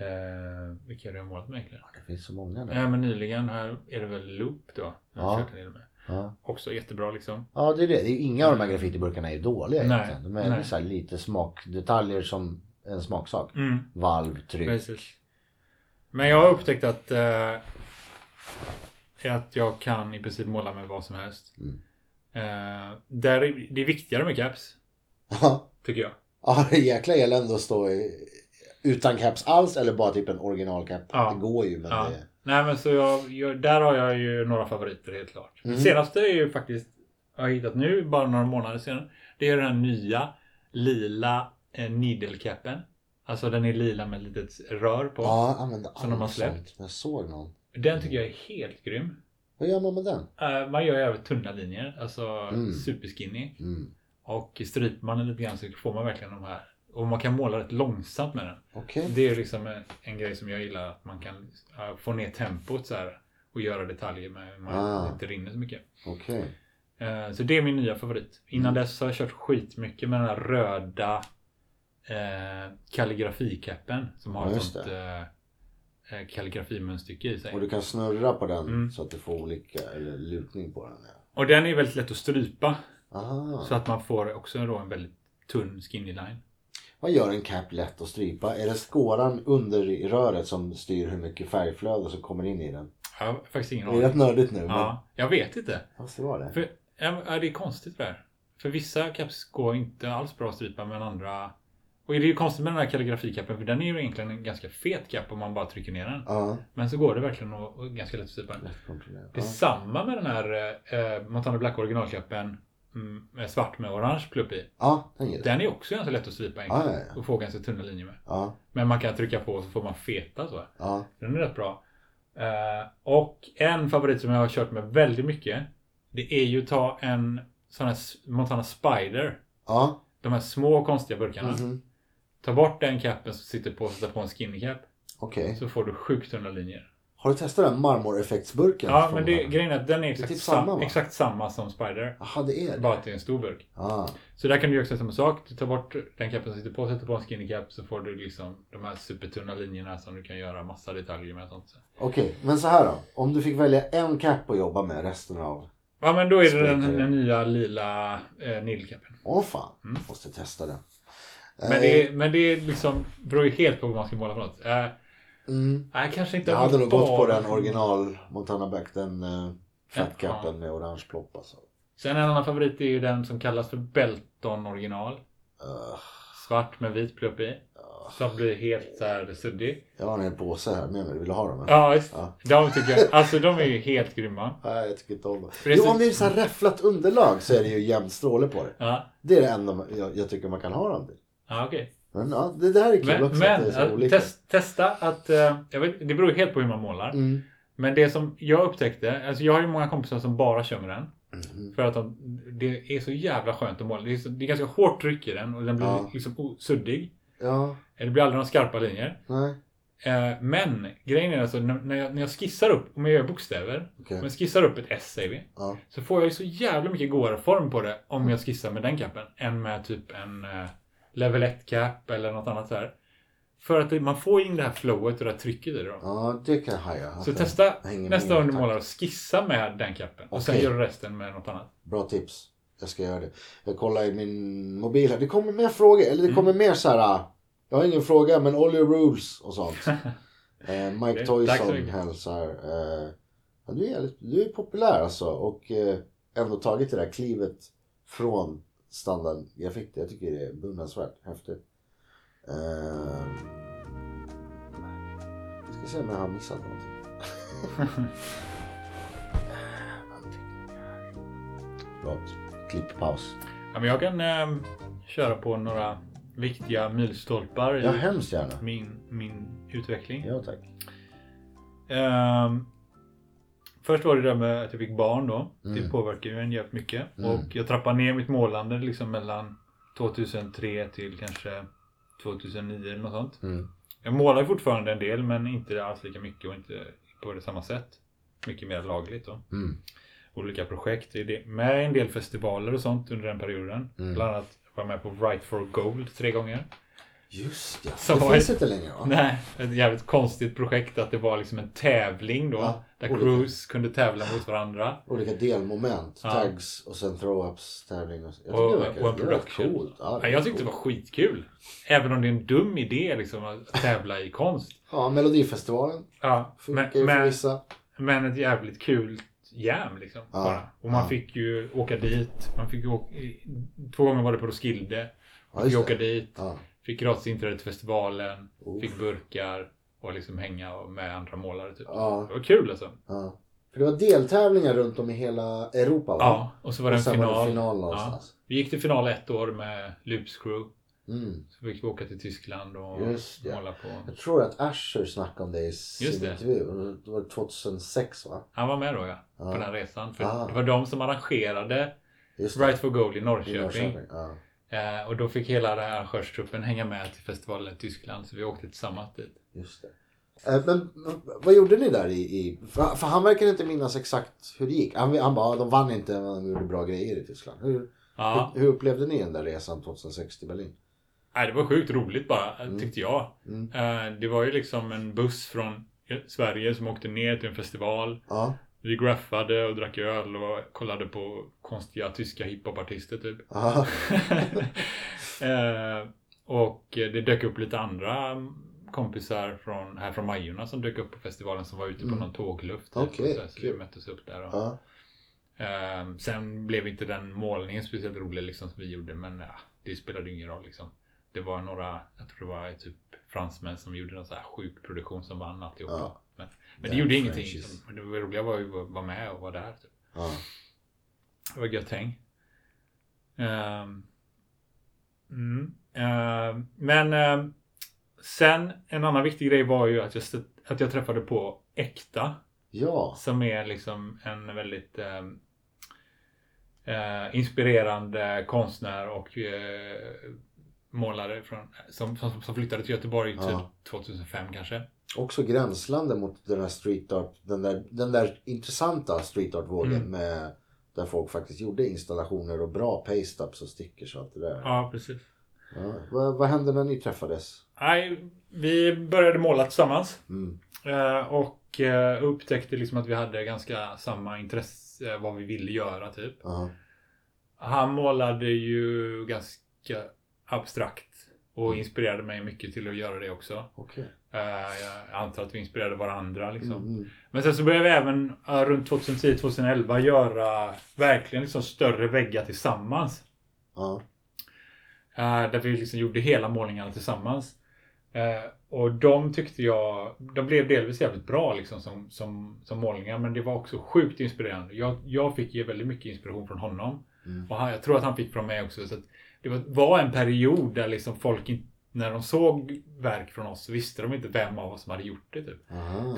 S1: Uh, vilka är det jag har målat med egentligen?
S2: Det finns så många nu.
S1: Ja, men nyligen här är det väl Loop då. Jag har
S2: Ja.
S1: kört en del med.
S2: Ja.
S1: Också jättebra liksom.
S2: Ja, det är det. det är, inga av de här grafitiburkarna är ju dåliga
S1: Nej,
S2: egentligen. De är
S1: nej.
S2: så här lite smakdetaljer som en smaksak.
S1: Mm.
S2: Valv, tryck.
S1: Precis. Men jag har upptäckt att, eh, att jag kan i princip måla med vad som helst.
S2: Mm.
S1: Eh, där är, det är viktigare med caps,
S2: Ja,
S1: tycker jag.
S2: (laughs) Ja, det är jäkla elände att stå i, utan caps alls eller bara typ en originalcap.
S1: Ja.
S2: Det går ju men
S1: Ja.
S2: det...
S1: Nej, men så jag, jag, där har jag ju några favoriter helt klart.
S2: Mm.
S1: Det senaste är ju faktiskt, jag har hittat nu, bara några månader sedan. Det är den här nya lila eh, nidelcapen. Alltså den är lila med ett litet rör på.
S2: Ja, jag använde
S1: Som de har
S2: allt sånt.
S1: släppt.
S2: Jag såg någon.
S1: Den tycker jag är helt grym.
S2: Vad gör man med den?
S1: Eh, man gör jävligt tunna linjer, alltså
S2: Mm.
S1: superskinny.
S2: Mm.
S1: Och stryper man den lite grann så får man verkligen de här. Och man kan måla rätt långsamt med den.
S2: Okej.
S1: Det är liksom en, en grej som jag gillar, att man kan eh, få ner tempot så här och göra detaljer med hur man
S2: Ah.
S1: inte rinner så mycket.
S2: Okej.
S1: Eh, Så det är min nya favorit.
S2: Mm.
S1: Innan dess har jag kört skitmycket med den här röda eh, kalligrafikappen som har
S2: Ja,
S1: ett
S2: just
S1: sånt eh, eh, kalligrafimönsterstycke i sig.
S2: Och
S1: Och,
S2: du kan snurra på den
S1: Mm.
S2: så att du får olika, eller lutning på den. Ja.
S1: den är väldigt lätt att strypa
S2: Aha.
S1: så att man får också då en väldigt tunn skinny line.
S2: Vad gör en cap lätt att strypa? Är det skåran under i röret som styr hur mycket färgflöde som kommer in i den?
S1: Jag har faktiskt ingen
S2: Det är
S1: aning.
S2: rätt nördigt nu, men
S1: Ja, jag vet inte.
S2: måste vara det.
S1: För, ja, men, ja, det är konstigt det där. För vissa caps går inte alls bra att strypa men andra... Och det är ju konstigt med den här kalligrafikappen för den är ju egentligen en ganska fet kapp om man bara trycker ner den.
S2: Ja,
S1: Men så går det verkligen att och ganska lätt att strypa den.
S2: lättkontrollerat.
S1: Det är samma med den här eh, Montana Black originalkappen mm, med svart med orange plupp i.
S2: Ja, den gillar jag.
S1: Den är också ganska lätt att strypa egentligen.
S2: Ja, ja, ja.
S1: Och få ganska tunna linjer med.
S2: Ja,
S1: Men man kan trycka på och så får man feta så.
S2: ja.
S1: Den är rätt bra. Eh, och en favorit som jag har kört med väldigt mycket. Det är ju att ta en sån här s- Montana Spider.
S2: Ja,
S1: De här små konstiga burkarna.
S2: Mhm.
S1: Ta bort den capen som sitter på och sätta på en skinny cap.
S2: okej.
S1: Så får du sjukt tunna linjer.
S2: Har du testat den marmoreffektsburken?
S1: Ja,
S2: från
S1: men det,
S2: den?
S1: grejen är att den är exakt,
S2: typ
S1: samma,
S2: samma, va?
S1: exakt samma som Spider.
S2: Jaha, det är det?
S1: Bara att det är en stor burk.
S2: Ja,
S1: Så där kan du göra exakt samma sak. Du tar bort den capen som sitter på, sätter på en skinny cap så får du liksom de här supertunna linjerna som du kan göra massa detaljer med. Och sånt.
S2: okej. Men så här då. Om du fick välja en cap att jobba med resten av...
S1: Ja men då är det den,
S2: Spiker.
S1: den nya lila eh, nilkappen.
S2: Åh fan, måste testa den.
S1: Mm. Men det, är- men det är liksom, beror ju helt på vad man ska måla för något. Eh,
S2: Mm.
S1: nej, kanske inte
S2: Jag hade nog gått på
S1: bara-
S2: den original Montana Black, den uh, fatcapen med orange plopp alltså.
S1: Sen en annan favorit är ju den som kallas för Belton original.
S2: Ugh.
S1: Svart med vit plupp i. Som blir helt så här suddig.
S2: Jag har en hel påse här med mig, vill du ha dem? eller?
S1: Ja, just,
S2: Ja.
S1: de tycker jag, alltså de är ju helt grymma.
S2: Nej, jag tycker inte om dem.
S1: det är
S2: Jo,
S1: så-
S2: om det är så här räfflat underlag så är det ju jämn stråle på det.
S1: Ja,
S2: Det är det enda man- jag, jag tycker man kan ha dem till.
S1: ja okej.
S2: Men ja, det där är kul
S1: Men,
S2: också
S1: men
S2: att det är så
S1: att
S2: olika.
S1: test, testa att, eh, jag vet, det beror ju helt på hur man målar.
S2: Mm.
S1: Men det som jag upptäckte, alltså jag har ju många kompisar som bara kör med den.
S2: Mhm.
S1: För att de, det är så jävla skönt att måla. Det är, så, det är ganska hårt tryck i den och den blir
S2: Ja.
S1: liksom o- suddig.
S2: Ja,
S1: Det blir aldrig några skarpa linjer.
S2: nej.
S1: Eh, men grejen är alltså när, när, jag, när jag skissar upp, om jag gör bokstäver,
S2: Okej.
S1: om jag skissar upp ett S säger vi.
S2: Ja.
S1: Så får jag ju så jävla mycket godare form på det om jag skissar med den kappen än med typ en eh, level 1 cap eller något annat så här. För att det, man får in det här flowet och det här trycket i det då.
S2: Ja, det kan jag haja.
S1: Så
S2: Att
S1: testa
S2: jag hänger med
S1: nästa
S2: in,
S1: gång du
S2: tack.
S1: målar och skissa med den kappen. Och sen
S2: Okej.
S1: gör du resten med något annat.
S2: Bra tips. Jag ska göra det. Jag kollar i min mobil här. Det kommer mer frågor. Eller
S1: Mm.
S2: det kommer mer så här. ah, Jag har ingen fråga men Olly Rules
S1: (laughs)
S2: och sånt. eh, Mike
S1: Tack så
S2: Toyson
S1: mycket.
S2: hälsar. Eh, ja, du, är, jävligt- du är populär alltså. Och eh, ändå tagit det där klivet från standardgrafik. Jag tycker det är beundransvärt häftigt. Eh, jag ska se om jag har missat någonting. Förlåt. Klipppaus.
S1: Ja, men jag kan ehm, köra på några viktiga milstolpar i
S2: Ja, hemskt gärna.
S1: min, min utveckling.
S2: Ja, tack.
S1: Ehm, först var det det där med att jag fick barn då.
S2: Mm.
S1: Det påverkade ju en jävligt mycket. Och jag trappade ner mitt målande liksom mellan 2003 till kanske 2009 eller något sånt.
S2: Mm.
S1: Jag målar ju fortfarande en del men inte alls lika mycket och inte på det samma sätt. Mycket mer lagligt då.
S2: Mm.
S1: Olika projekt. i det- Med en del festivaler och sånt under den perioden. Bland annat var jag med på Right for Gold tre gånger.
S2: Just ja.
S1: Så
S2: det
S1: var
S2: finns
S1: det-
S2: inte längre va?
S1: Nej, ett jävligt konstigt projekt att det var liksom en tävling då.
S2: Ja,
S1: där
S2: olika.
S1: crews kunde tävla mot varandra.
S2: Olika delmoment.
S1: Ja.
S2: Tags och sen throw-ups tävling. Och, så. jag
S1: Och,
S2: tycker det verkar
S1: och en
S2: det verkar
S1: production.
S2: coolt. Ja,
S1: Ja, jag tyckte det var skskitkul. Även om det är en dum idé liksom att tävla i konst.
S2: Ja, Melodifestivalen
S1: Ja, men,
S2: funkar ju för
S1: men,
S2: vissa.
S1: men ett jävligt kul jam liksom.
S8: Ja.
S1: Bara. Och man
S8: Ja.
S1: fick ju åka dit. Man fick ju åka, två gånger var det på Roskilde.
S8: Ja,
S1: Man fick
S8: just
S1: åka
S8: det.
S1: dit.
S8: Ja.
S1: Fick gratis inträde till festivalen.
S8: Oh.
S1: Fick burkar. Och liksom hänga med andra målare typ.
S8: Ja.
S1: Det var kul alltså.
S8: Ja. För det var deltävlingar runt om i hela Europa va?
S1: Ja, och så var det
S8: Och
S1: en
S8: sen var
S1: final.
S8: det final
S1: ja.
S8: någonstans.
S1: Vi gick till final ett år med Loops Crew.
S8: Mm.
S1: Så fick vi åka till Tyskland och
S8: Just det.
S1: måla på.
S8: Jag tror att Asher snackade om det i sin
S1: det.
S8: intervju. Det var 2006 va?
S1: Han var med då ja,
S8: Ja.
S1: på den resan. För
S8: Ah.
S1: Det var de som arrangerade
S8: Just det.
S1: Right for Gold i
S8: I
S1: Norrköping.
S8: Norrköping. Ja.
S1: Eh, och då fick hela den här arrangörstruppen hänga med till festivalen i Tyskland. Så vi åkte tillsammans dit.
S8: Just det. Eh, Men v- vad gjorde ni där i... i för, för han verkar inte minnas exakt hur det gick. Han, han bara, de vann inte men de gjorde bra grejer i Tyskland. Hur,
S1: Ja,
S8: hur, hur upplevde ni den där resan 2006 till Berlin? Mm.
S1: nej, det var sjukt roligt bara, tyckte jag. Eh, det var ju liksom en buss från Sverige som åkte ner till en festival.
S8: Ja,
S1: Vi graffade och drack öl och kollade på konstiga tyska hiphopartister typ.
S8: Aha.
S1: (laughs) eh, och det dök upp lite andra kompisar från, här från Majorna som dök upp på festivalen som var ute på någon tågluft. typ,
S8: Mm. Okej,
S1: och så, här, så vi
S8: kul. Ah.
S1: möttes upp där. Och,
S8: ja.
S1: eh, sen blev inte den målningen speciellt rolig liksom som vi gjorde men ja, det spelade ingen roll liksom. Det var några, jag tror det var typ fransmän som gjorde någon så här sjuk produktion som vann alltihopa.
S8: Ja.
S1: Men, men det
S8: Damn
S1: gjorde ingenting.
S8: Frenchies.
S1: Liksom. Det var roliga var ju att vara med och vara där. Typ.
S8: ja.
S1: Det var gött häng. Ehm. mm, Ehm, men ehm, sen en annan viktig grej var ju att jag, stött, att jag träffade på Äkta
S8: Ja,
S1: som är liksom en väldigt ehm, eh, inspirerande konstnär och eh, målare från, som, som, som flyttade till Göteborg
S8: Ja.
S1: typ 2005 kanske.
S8: också gränslande mot den där street art, den där, den där intressanta street art-vågen
S1: Mm.
S8: med där folk faktiskt gjorde installationer och bra paste-ups och stickers och allt det där.
S1: Ja, precis.
S8: Ja. Vad, vad hände när ni träffades?
S1: Nej, vi började måla tillsammans.
S8: Mm.
S1: Eh, Och eh, upptäckte liksom att vi hade ganska samma intresse eh, vad vi ville göra typ.
S8: Ja,
S1: Han målade ju ganska abstrakt och inspirerade mig mycket till att göra det också.
S8: okej.
S1: Eh, Jag antar att vi inspirerade varandra liksom.
S8: Mm.
S1: Men sen så började vi även eh, runt 2010-2011 göra verkligen liksom större väggar tillsammans.
S8: Ja,
S1: Eh, Där vi liksom gjorde hela målningarna tillsammans. Eh, Och de tyckte jag, de blev delvis jävligt bra liksom som, som, som målningar men det var också sjukt inspirerande. Jag, jag fick ju väldigt mycket inspiration från honom.
S8: Mm.
S1: Och han, jag tror att han fick från mig också. Så att det var, var en period där liksom folk in, när de såg verk från oss så visste de inte vem av oss som hade gjort det. Typ. (laughs)
S8: aha.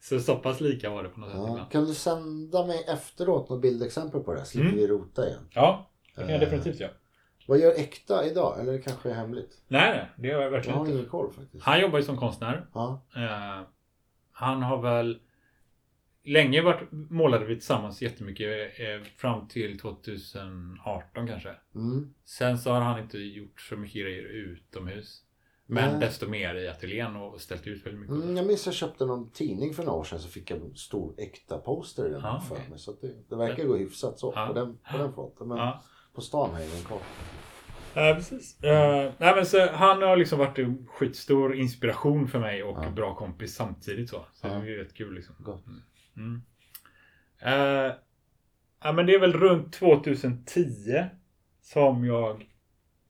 S1: så så pass lika var det på något sätt
S8: Ja.
S1: ibland.
S8: Kan du sända mig efteråt något bildexempel på det? Slipper
S1: Mm.
S8: vi rota igen.
S1: Ja, det kan jag
S8: Eh.
S1: definitivt göra.
S8: Vad gör Äkta idag? Eller det kanske är hemligt?
S1: Nej, nej, det har jag
S8: Jag
S1: verkligen
S8: har
S1: inte.
S8: ingen koll faktiskt.
S1: Han jobbar ju som konstnär.
S8: Ja,
S1: Eh, han har väl länge varit målade vi tillsammans jättemycket eh, fram till 2018 kanske.
S8: mm.
S1: Sen så har han inte gjort så mycket grejer utomhus. Men
S8: Nej.
S1: desto mer i ateljén och ställt ut väldigt mycket.
S8: Mm, jag minns jag köpte någon tidning för några år sedan så fick jag en stor Äkta poster i den
S1: Ja,
S8: för
S1: okej.
S8: mig. Så att det, det verkar gå hyfsat så
S1: Ja.
S8: på, den, på den fronten. Men
S1: Ja.
S8: på stan har jag ingen koll. (laughs)
S1: Ja, precis. Eh, nej, men så, han har liksom varit en skitstor inspiration för mig och en bra kompis samtidigt. Så, så
S8: Ja.
S1: det är ju rätt kul liksom.
S8: Gott.
S1: Mm. Eh, ja, men det är väl runt 2010 som jag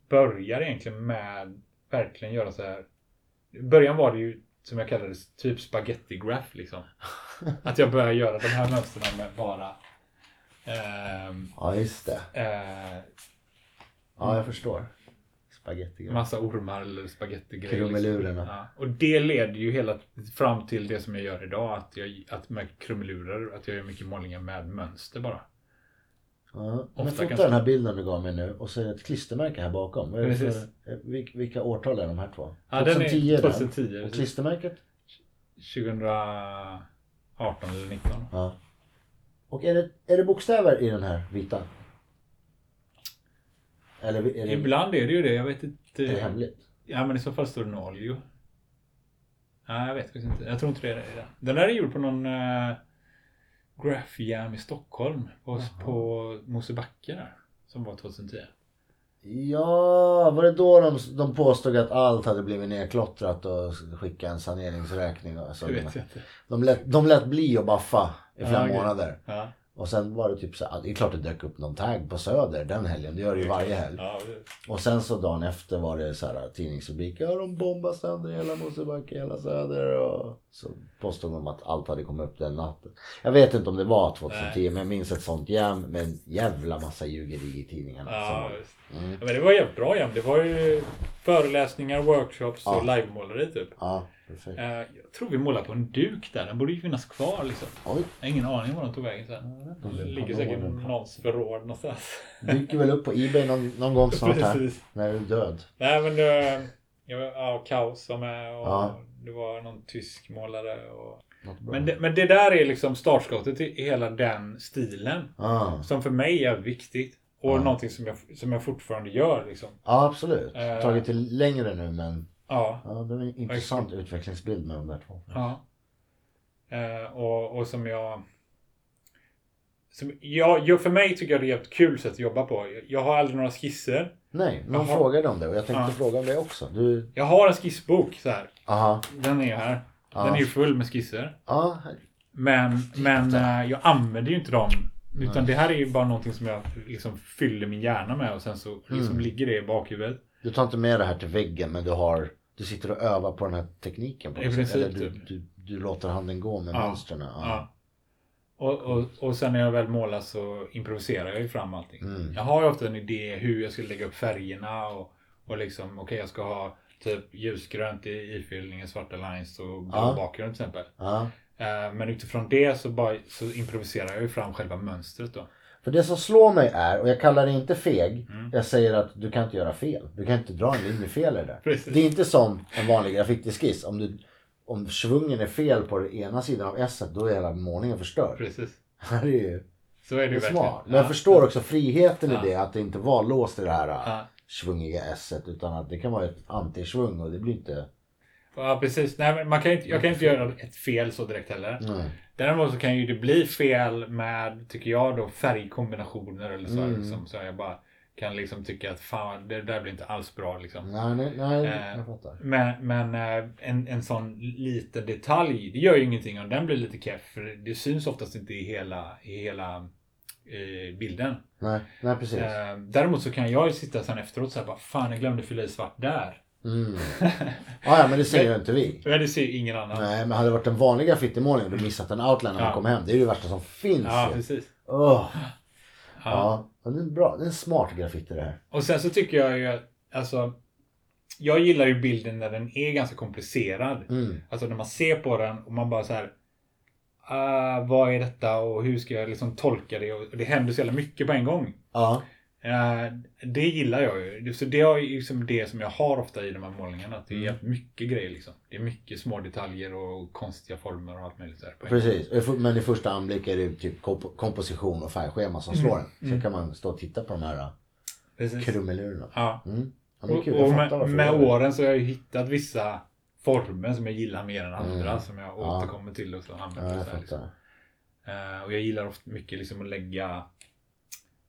S1: börjar egentligen med verkligen göra så här. I början var det ju som jag kallade det, typ spaghetti graph liksom. Att jag börjar göra de här mönstren med bara ehm,
S8: Ja, just det.
S1: eh,
S2: Ja, jag förstår. Spagetti.
S1: massa ormar eller spagettigrejer. liksom.
S2: Krumelurerna.
S1: Ja. Och det leder ju hela fram till det som jag gör idag. Att jag att med krumelurer, att jag gör mycket målningar med mönster bara.
S2: Ja. Men
S1: Ofta
S2: fota
S1: kanske.
S2: den här bilden du gav mig nu och så är det ett klistermärke här bakom. Vad är det
S1: Precis.
S2: för, eh, vil- vilka årtal är de här två?
S1: Ja, den är
S2: 2010 den.
S1: 2010,
S2: Och
S1: precis.
S2: klistermärket?
S1: 2018 eller 19.
S2: Ja. Och är det, är det bokstäver i den här vita? Eller är det,
S1: Ibland är det ju det, jag vet inte.
S2: är det hemligt?
S1: Ja men i så fall står det noll ju. Nej jag vet faktiskt inte. Jag tror inte det är det. Den där är gjord på någon äh, Graphjam i Stockholm. På, på Mosebacke där. Som var 2010.
S2: Ja, var det då de, de påstod att allt hade blivit nedklottrat och skickade en saneringsräkning? Och så
S1: Det vet jag inte.
S2: de, lät, de lät bli att baffa i flera
S1: Ja, okej.
S2: månader.
S1: Ja.
S2: Och sen var det typ så här, det är klart det dök upp någon tagg på Söder den helgen. Det gör det ju varje helg.
S1: Ja, det-
S2: Och sen så dagen efter var det så här tidningsrubriker. Ja, de bombar sönder hela Mosebacke, hela Söder. Och så påstod de att allt hade kommit upp den natten. Jag vet inte om det var 2010 men jag minns ett sånt jam med en jävla massa ljugeri i tidningarna. som
S1: ja,
S2: var-
S1: visst. ja, men det var jävligt bra jämt. Det var ju föreläsningar, workshops och
S2: Ja.
S1: livemåleri typ.
S2: ja perfekt.
S1: Eh, Jag tror vi målade på en duk där. Den borde ju finnas kvar liksom.
S2: Oj,
S1: Jag har ingen aning var den tog vägen sen. Det ligger säkert i någons förråd någonstans. (laughs)
S2: dyker väl upp på Ebay någon, någon gång snart här.
S1: Precis.
S2: När du är död.
S1: Nej men eh, jag, ja, Kaos var med och
S2: Ja.
S1: det var någon tysk målare. Och...
S2: Något bra.
S1: Men, det, men det där är liksom startskottet i hela den stilen.
S2: Ja,
S1: Som för mig är viktigt. Och någonting som jag, som jag fortfarande gör liksom.
S2: ja absolut.
S1: Eh.
S2: Tagit det längre nu men
S1: Ja.
S2: ja, det är en intressant utvecklingsbild med de där två.
S1: Ja. Eh, och, och som jag... Som jag, jag... För mig tycker jag det är ett kul sätt att jobba på. Jag, jag har aldrig några skisser.
S2: Nej, någon
S1: Jaha.
S2: frågade om det och jag tänkte
S1: Ja.
S2: fråga om det också. Du,
S1: Jag har en skissbok så här.
S2: aha.
S1: Den är ju här.
S2: Ja.
S1: Den är ju full med skisser.
S2: Ja, här-
S1: Men, men eh, jag använder ju inte dem. Utan det här är ju bara någonting som jag liksom fyller min hjärna med och sen så
S2: Mm.
S1: liksom ligger det i bakhuvudet.
S2: du tar inte med det här till väggen men du har du sitter och övar på den här tekniken. På
S1: I
S2: något sätt.
S1: princip,
S2: Eller du,
S1: typ.
S2: du, du låter handen gå med
S1: Ja.
S2: mönstren. Ja.
S1: Ja. Och, och, och sen när jag väl målar så improviserar jag ju fram allting.
S2: Mm.
S1: Jag har ju ofta en idé hur jag ska lägga upp färgerna och, och liksom, okej jag ska ha typ ljusgrönt i ifyllningen, svarta lines och blå
S2: Ja.
S1: bakgrund till exempel.
S2: Ja.
S1: Eh, Men utifrån det så, bara, så improviserar jag ju fram själva mönstret då.
S2: För det som slår mig är, och jag kallar det inte feg,
S1: Mm.
S2: jag säger att du kan inte göra fel. Du kan inte dra en linje fel i det där.
S1: Precis.
S2: Det är inte som en vanlig grafikdeskiss. Om, du, om svungen är fel på den ena sidan av S då är hela målningen förstörd.
S1: Precis.
S2: (laughs) Här är ju
S1: Så är det
S2: det
S1: ju
S2: är
S1: verkligen.
S2: smart. Men jag
S1: Ja.
S2: förstår också friheten i
S1: Ja.
S2: det, att det inte var låst i det här
S1: Ja.
S2: svungiga S utan att det kan vara ett antisvung och det blir inte...
S1: Ja, precis. Nej, men man kan ju inte, jag kan ju inte göra ett fel så direkt heller.
S2: Nej.
S1: Däremot så kan ju det bli fel med, tycker jag då, färgkombinationer eller så.
S2: Mm.
S1: Liksom, så jag bara kan liksom tycka att fan, det där blir inte alls bra liksom.
S2: Nej, nej, nej
S1: Eh,
S2: jag fattar.
S1: Men, men eh, en, en sån liten detalj, det gör ju ingenting om den blir lite keff. För det syns oftast inte i hela, i hela eh, bilden.
S2: Nej, nej precis.
S1: Eh, däremot så kan jag ju sitta sen efteråt så här bara, fan jag glömde fylla i svart där.
S2: Mm. Ah, (laughs) ja, men det säger ju inte vi.
S1: Men det ser ju ingen annan.
S2: Nej, men hade det varit den vanliga fittemålningen och du missat en outline när man
S1: Ja.
S2: kom hem. Det är ju det värsta som finns
S1: Ja,
S2: ju.
S1: precis.
S2: Åh. Ja. ja, det är bra. Det är en smart graffiti det här.
S1: Och sen så tycker jag ju att, alltså, jag gillar ju bilden när den är ganska komplicerad.
S2: Mm.
S1: Alltså när man ser på den och man bara så här. "Ah, vad är detta och hur ska jag liksom tolka det? Och det händer så jävla mycket på en gång.
S2: Ja,
S1: Eh, det gillar jag ju. Det- Så det är ju liksom det som jag har ofta i de här målningarna. Att det är
S2: Mm.
S1: jävligt mycket grejer liksom. Det är mycket små detaljer och konstiga former och allt möjligt där. på en gång.
S2: precis. Och i för- Men i första anblick är det ju typ komp- komposition och färgschema som slår en. Så kan man stå och titta på de här
S1: Mm.
S2: äh,
S1: Precis.
S2: krumelurerna.
S1: Ja.
S2: Mm. Ja, men
S1: Och,
S2: kul. Jag
S1: och
S2: fattar
S1: med,
S2: varför du
S1: med
S2: gör det.
S1: åren så har jag ju hittat vissa former som jag gillar mer än andra.
S2: Mm.
S1: Som jag
S2: Ja.
S1: återkommer till och så använder.
S2: Ja,
S1: så
S2: jag
S1: här, liksom.
S2: fattar.
S1: Eh, och jag gillar ofta mycket liksom att lägga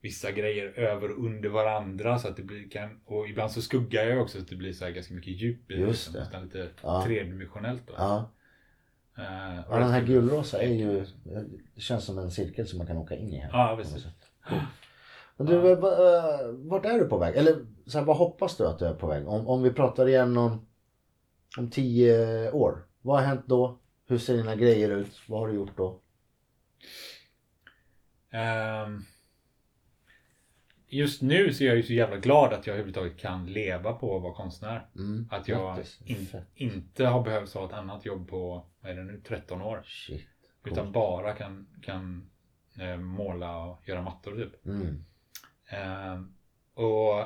S1: vissa grejer över och under varandra. Så att det blir, kan, och ibland så skuggar jag också så att det blir så här ganska mycket djup i
S2: Just
S1: liksom,
S2: det.
S1: Nästan lite
S2: Ja.
S1: tredimensionellt. Då.
S2: Ja.
S1: Eh, och
S2: Ja, den här
S1: det-
S2: gulrosa är ju... Det känns som en cirkel som man kan åka in i här.
S1: Ja, precis.
S2: Men du, eh, va- eh, vart är du på väg? Eller så här, vad hoppas du att du är på väg? Om, om vi pratar igen om, om tio år. Vad har hänt då? Hur ser dina grejer ut? Vad har du gjort då?
S1: Ehm, just nu så är jag ju så jävla glad att jag överhuvudtaget kan leva på att vara konstnär.
S2: Mm.
S1: Att jag
S2: grattis.
S1: in,
S2: Fett.
S1: inte har behövt ha ett annat jobb på, vad är det nu, 13 år.
S2: Shit.
S1: Utan bara kan, kan eh, måla och göra mattor typ.
S2: Mm.
S1: Ehm, och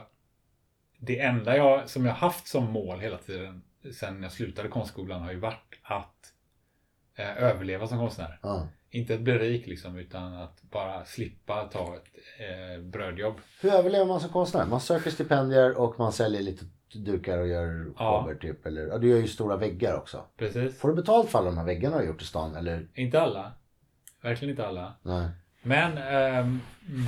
S1: det enda jag, som jag haft som mål hela tiden sen jag slutade konstskolan har ju varit att eh, överleva som konstnär.
S2: Ja.
S1: Inte att bli rik liksom, utan att bara slippa ta ett eh, brödjobb.
S2: Hur överlever man som konstnär? Man söker stipendier och man säljer lite dukar och gör
S1: Ja.
S2: shower typ. Eller, ja, du gör ju stora väggar också.
S1: Precis.
S2: Får du betalt för alla de här väggarna du har gjort i stan? Eller?
S1: Inte alla. Verkligen inte alla.
S2: Nej.
S1: Men ehm,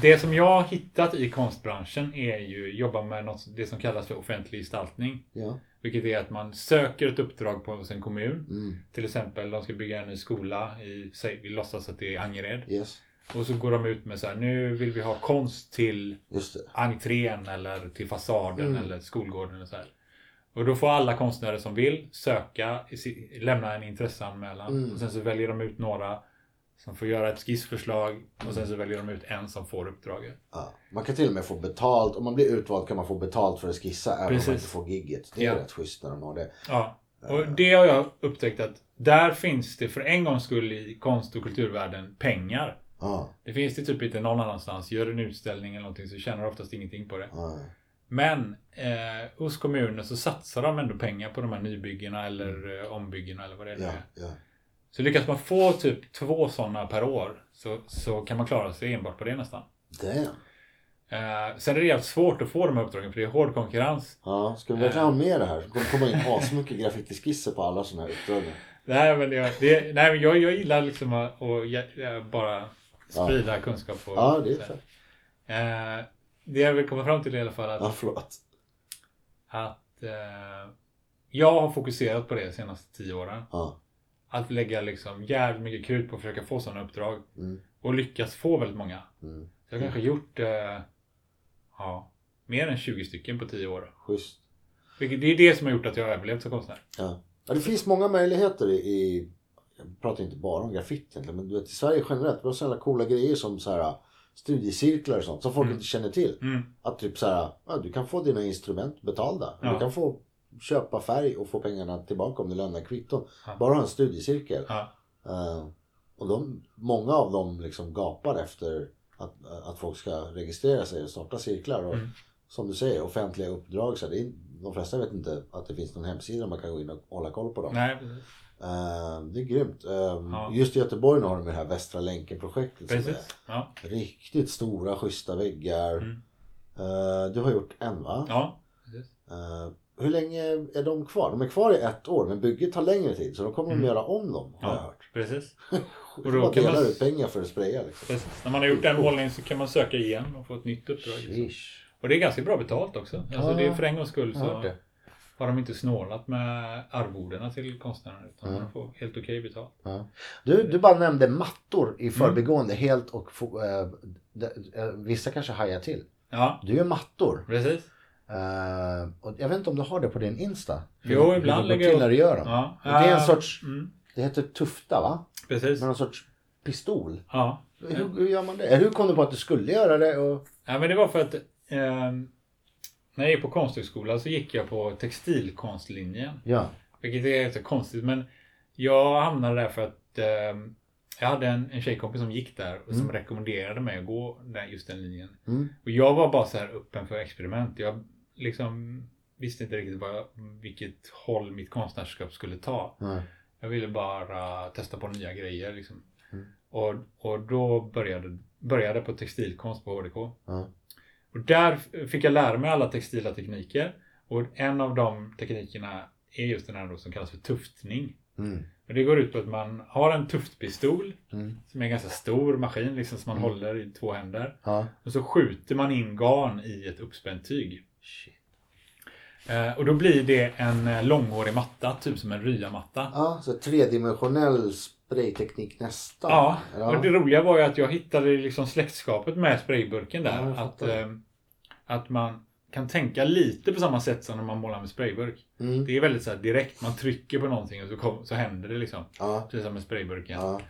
S1: det som jag har hittat i konstbranschen är ju jobba med något, det som kallas för offentlig gestaltning.
S2: Ja.
S1: Vilket är att man söker ett uppdrag på en kommun.
S2: Mm.
S1: Till exempel, de ska bygga en ny skola i, säg, vi låtsas att det är Angered.
S2: Yes.
S1: Och så går de ut med så här, nu vill vi ha konst till
S2: Just det.
S1: entrén eller till fasaden eller skolgården. Eller så här. Och då får alla konstnärer som vill söka, i si- lämna en intresseanmälan. Och sen så väljer de ut några som får göra ett skissförslag. Och sen så väljer de ut en som får uppdraget.
S2: Ja. Man kan till och med få betalt. Om man blir utvald kan man få betalt för att skissa även om
S1: Precis.
S2: man inte får gigget. Det är
S1: Ja.
S2: rätt schysst när de har det.
S1: Ja. Och det har jag upptäckt att där finns det för en gångs skull i konst och kulturvärlden pengar.
S2: Ja.
S1: Det finns det typ inte någon annanstans. Gör en utställning eller någonting så tjänar du oftast ingenting på det.
S2: Ja.
S1: Men eh, hos kommunen så satsar de ändå pengar på de här nybyggena eller eh, ombyggena eller vad det nu
S2: Mm. Ja.
S1: är.
S2: ja.
S1: Så lyckas man få typ två sådana per år så, så kan man klara sig enbart på det nästan.
S2: Damn.
S1: Eh, sen är det jävligt svårt att få de här uppdragen för det är hård konkurrens.
S2: Ja, ska vi verkligen ha
S1: Eh.
S2: med det här? Det kommer komma in asmycket (laughs) graffitiskisser på alla sådana här uppdrag. nu.
S1: Nej men, jag, det, nej, men jag, jag gillar liksom att att ge- eh, bara sprida kunskap. Och,
S2: Ja, det är fett.
S1: eh, det jag vill komma fram till i alla fall att
S2: Ja, förlåt.
S1: att eh, jag har fokuserat på det de senaste tio åren.
S2: Ja.
S1: Att lägga liksom jävligt mycket krut på att försöka få sådana uppdrag.
S2: Mm,
S1: Och lyckas få väldigt många. Så jag har kanske gjort eh, ja, mer än 20 stycken på tio år.
S2: Schysst.
S1: Vilket, det är det som har gjort att jag har överlevt som konstnär.
S2: Ja. ja, det finns många möjligheter i- i... Jag pratar inte bara om graffiti egentligen, men du vet i Sverige generellt, vi har sådana coola grejer som så här, äh, studiecirklar och sånt som folk inte känner till.
S1: Mm.
S2: Att typ så här, ja, du kan få dina instrument betalda. Du
S1: Ja.
S2: kan få köpa färg och få pengarna tillbaka om du lämnar kvitton. Bara ha en studiecirkel.
S1: Ja.
S2: Eh, och de, många av dem liksom gapar efter att, att folk ska registrera sig och starta cirklar.
S1: Mm.
S2: Och, Som du säger, offentliga uppdrag. Så här, det är, de flesta vet inte att det finns någon hemsida där man kan gå in och hålla koll på dem.
S1: Nej, precis.
S2: Eh, det är grymt. Eh,
S1: Ja.
S2: Just i Göteborg nu har de det här Västra länken-projektet. som är-
S1: precis. Ja.
S2: Riktigt stora, schyssta väggar. Eh, du har gjort en va?
S1: Mm. ja. precis.
S2: Eh, hur länge är de kvar? De är kvar i ett år, men bygget tar längre tid. Så då kommer de göra om dem, har jag
S1: Mm. Ja,
S2: hört. (laughs)
S1: precis.
S2: Och
S1: Och
S2: då
S1: då
S2: bara
S1: kan
S2: delar
S1: man,
S2: ut pengar för att spraya liksom.
S1: precis. När man har gjort en målning så kan man söka igen och få ett nytt uppdrag. liksom.
S2: Sheesh.
S1: Och det är ganska bra betalt också. Alltså
S2: Ja,
S1: det är för en gångs skull
S2: jag har hört
S1: så
S2: det.
S1: har de inte snålat med arvodena till konstnärerna utan de får helt okej betalt.
S2: Ja. Du, du bara nämnde mattor i förbigående helt och få, eh, de, eh, vissa kanske hajar till.
S1: Ja,
S2: Du gör mattor.
S1: precis.
S2: Eh, och jag vet inte om du har det på din Insta? Hur-
S1: Jo,
S2: hur
S1: ibland
S2: det går
S1: lägger jag
S2: till när
S1: upp-
S2: du gör dem.
S1: Ja.
S2: Och det är en
S1: Eh,
S2: sorts,
S1: Mm,
S2: det heter tufta va?
S1: precis.
S2: Med någon sorts pistol.
S1: Ja.
S2: Hur, hur gör man det? Eller Hur kom du på att du skulle göra det? Och...
S1: ja, men det var för att ehm, när jag gick på konsthögskolan så gick jag på textilkonstlinjen.
S2: Ja.
S1: Vilket är ganska konstigt men jag hamnade där för att ehm, jag hade en, en tjejkompis som gick där och som rekommenderade mig att gå den, just den linjen.
S2: Mm.
S1: Och jag var bara så här öppen för experiment. Jag liksom visste inte riktigt vad, vilket håll mitt konstnärskap skulle ta.
S2: Nej.
S1: Jag ville bara testa på nya grejer liksom. Och, och då började började på textilkonst på HDK.
S2: Ja.
S1: Och där f- fick jag lära mig alla textila tekniker. Och en av de teknikerna är just den här då som kallas för tuftning.
S2: Mm.
S1: Och det går ut på att man har en tuftpistol som är en ganska stor maskin liksom som man håller i två händer.
S2: Ja.
S1: Och så skjuter man in garn i ett uppspänt tyg. Eh, och då blir det en eh, långhårig matta, typ som en ryamatta.
S2: ja, så tredimensionell sprayteknik nästan.
S1: Ja,
S2: ja.
S1: och det roliga var ju att jag hittade liksom släktskapet med sprayburken där.
S2: Ja, jag
S1: att,
S2: fattar.
S1: eh, att man kan tänka lite på samma sätt som när man målar med sprayburk.
S2: Mm.
S1: Det är väldigt så här direkt, man trycker på någonting och så, kom, så händer det liksom.
S2: Ja.
S1: Precis som med sprayburken.
S2: Ja.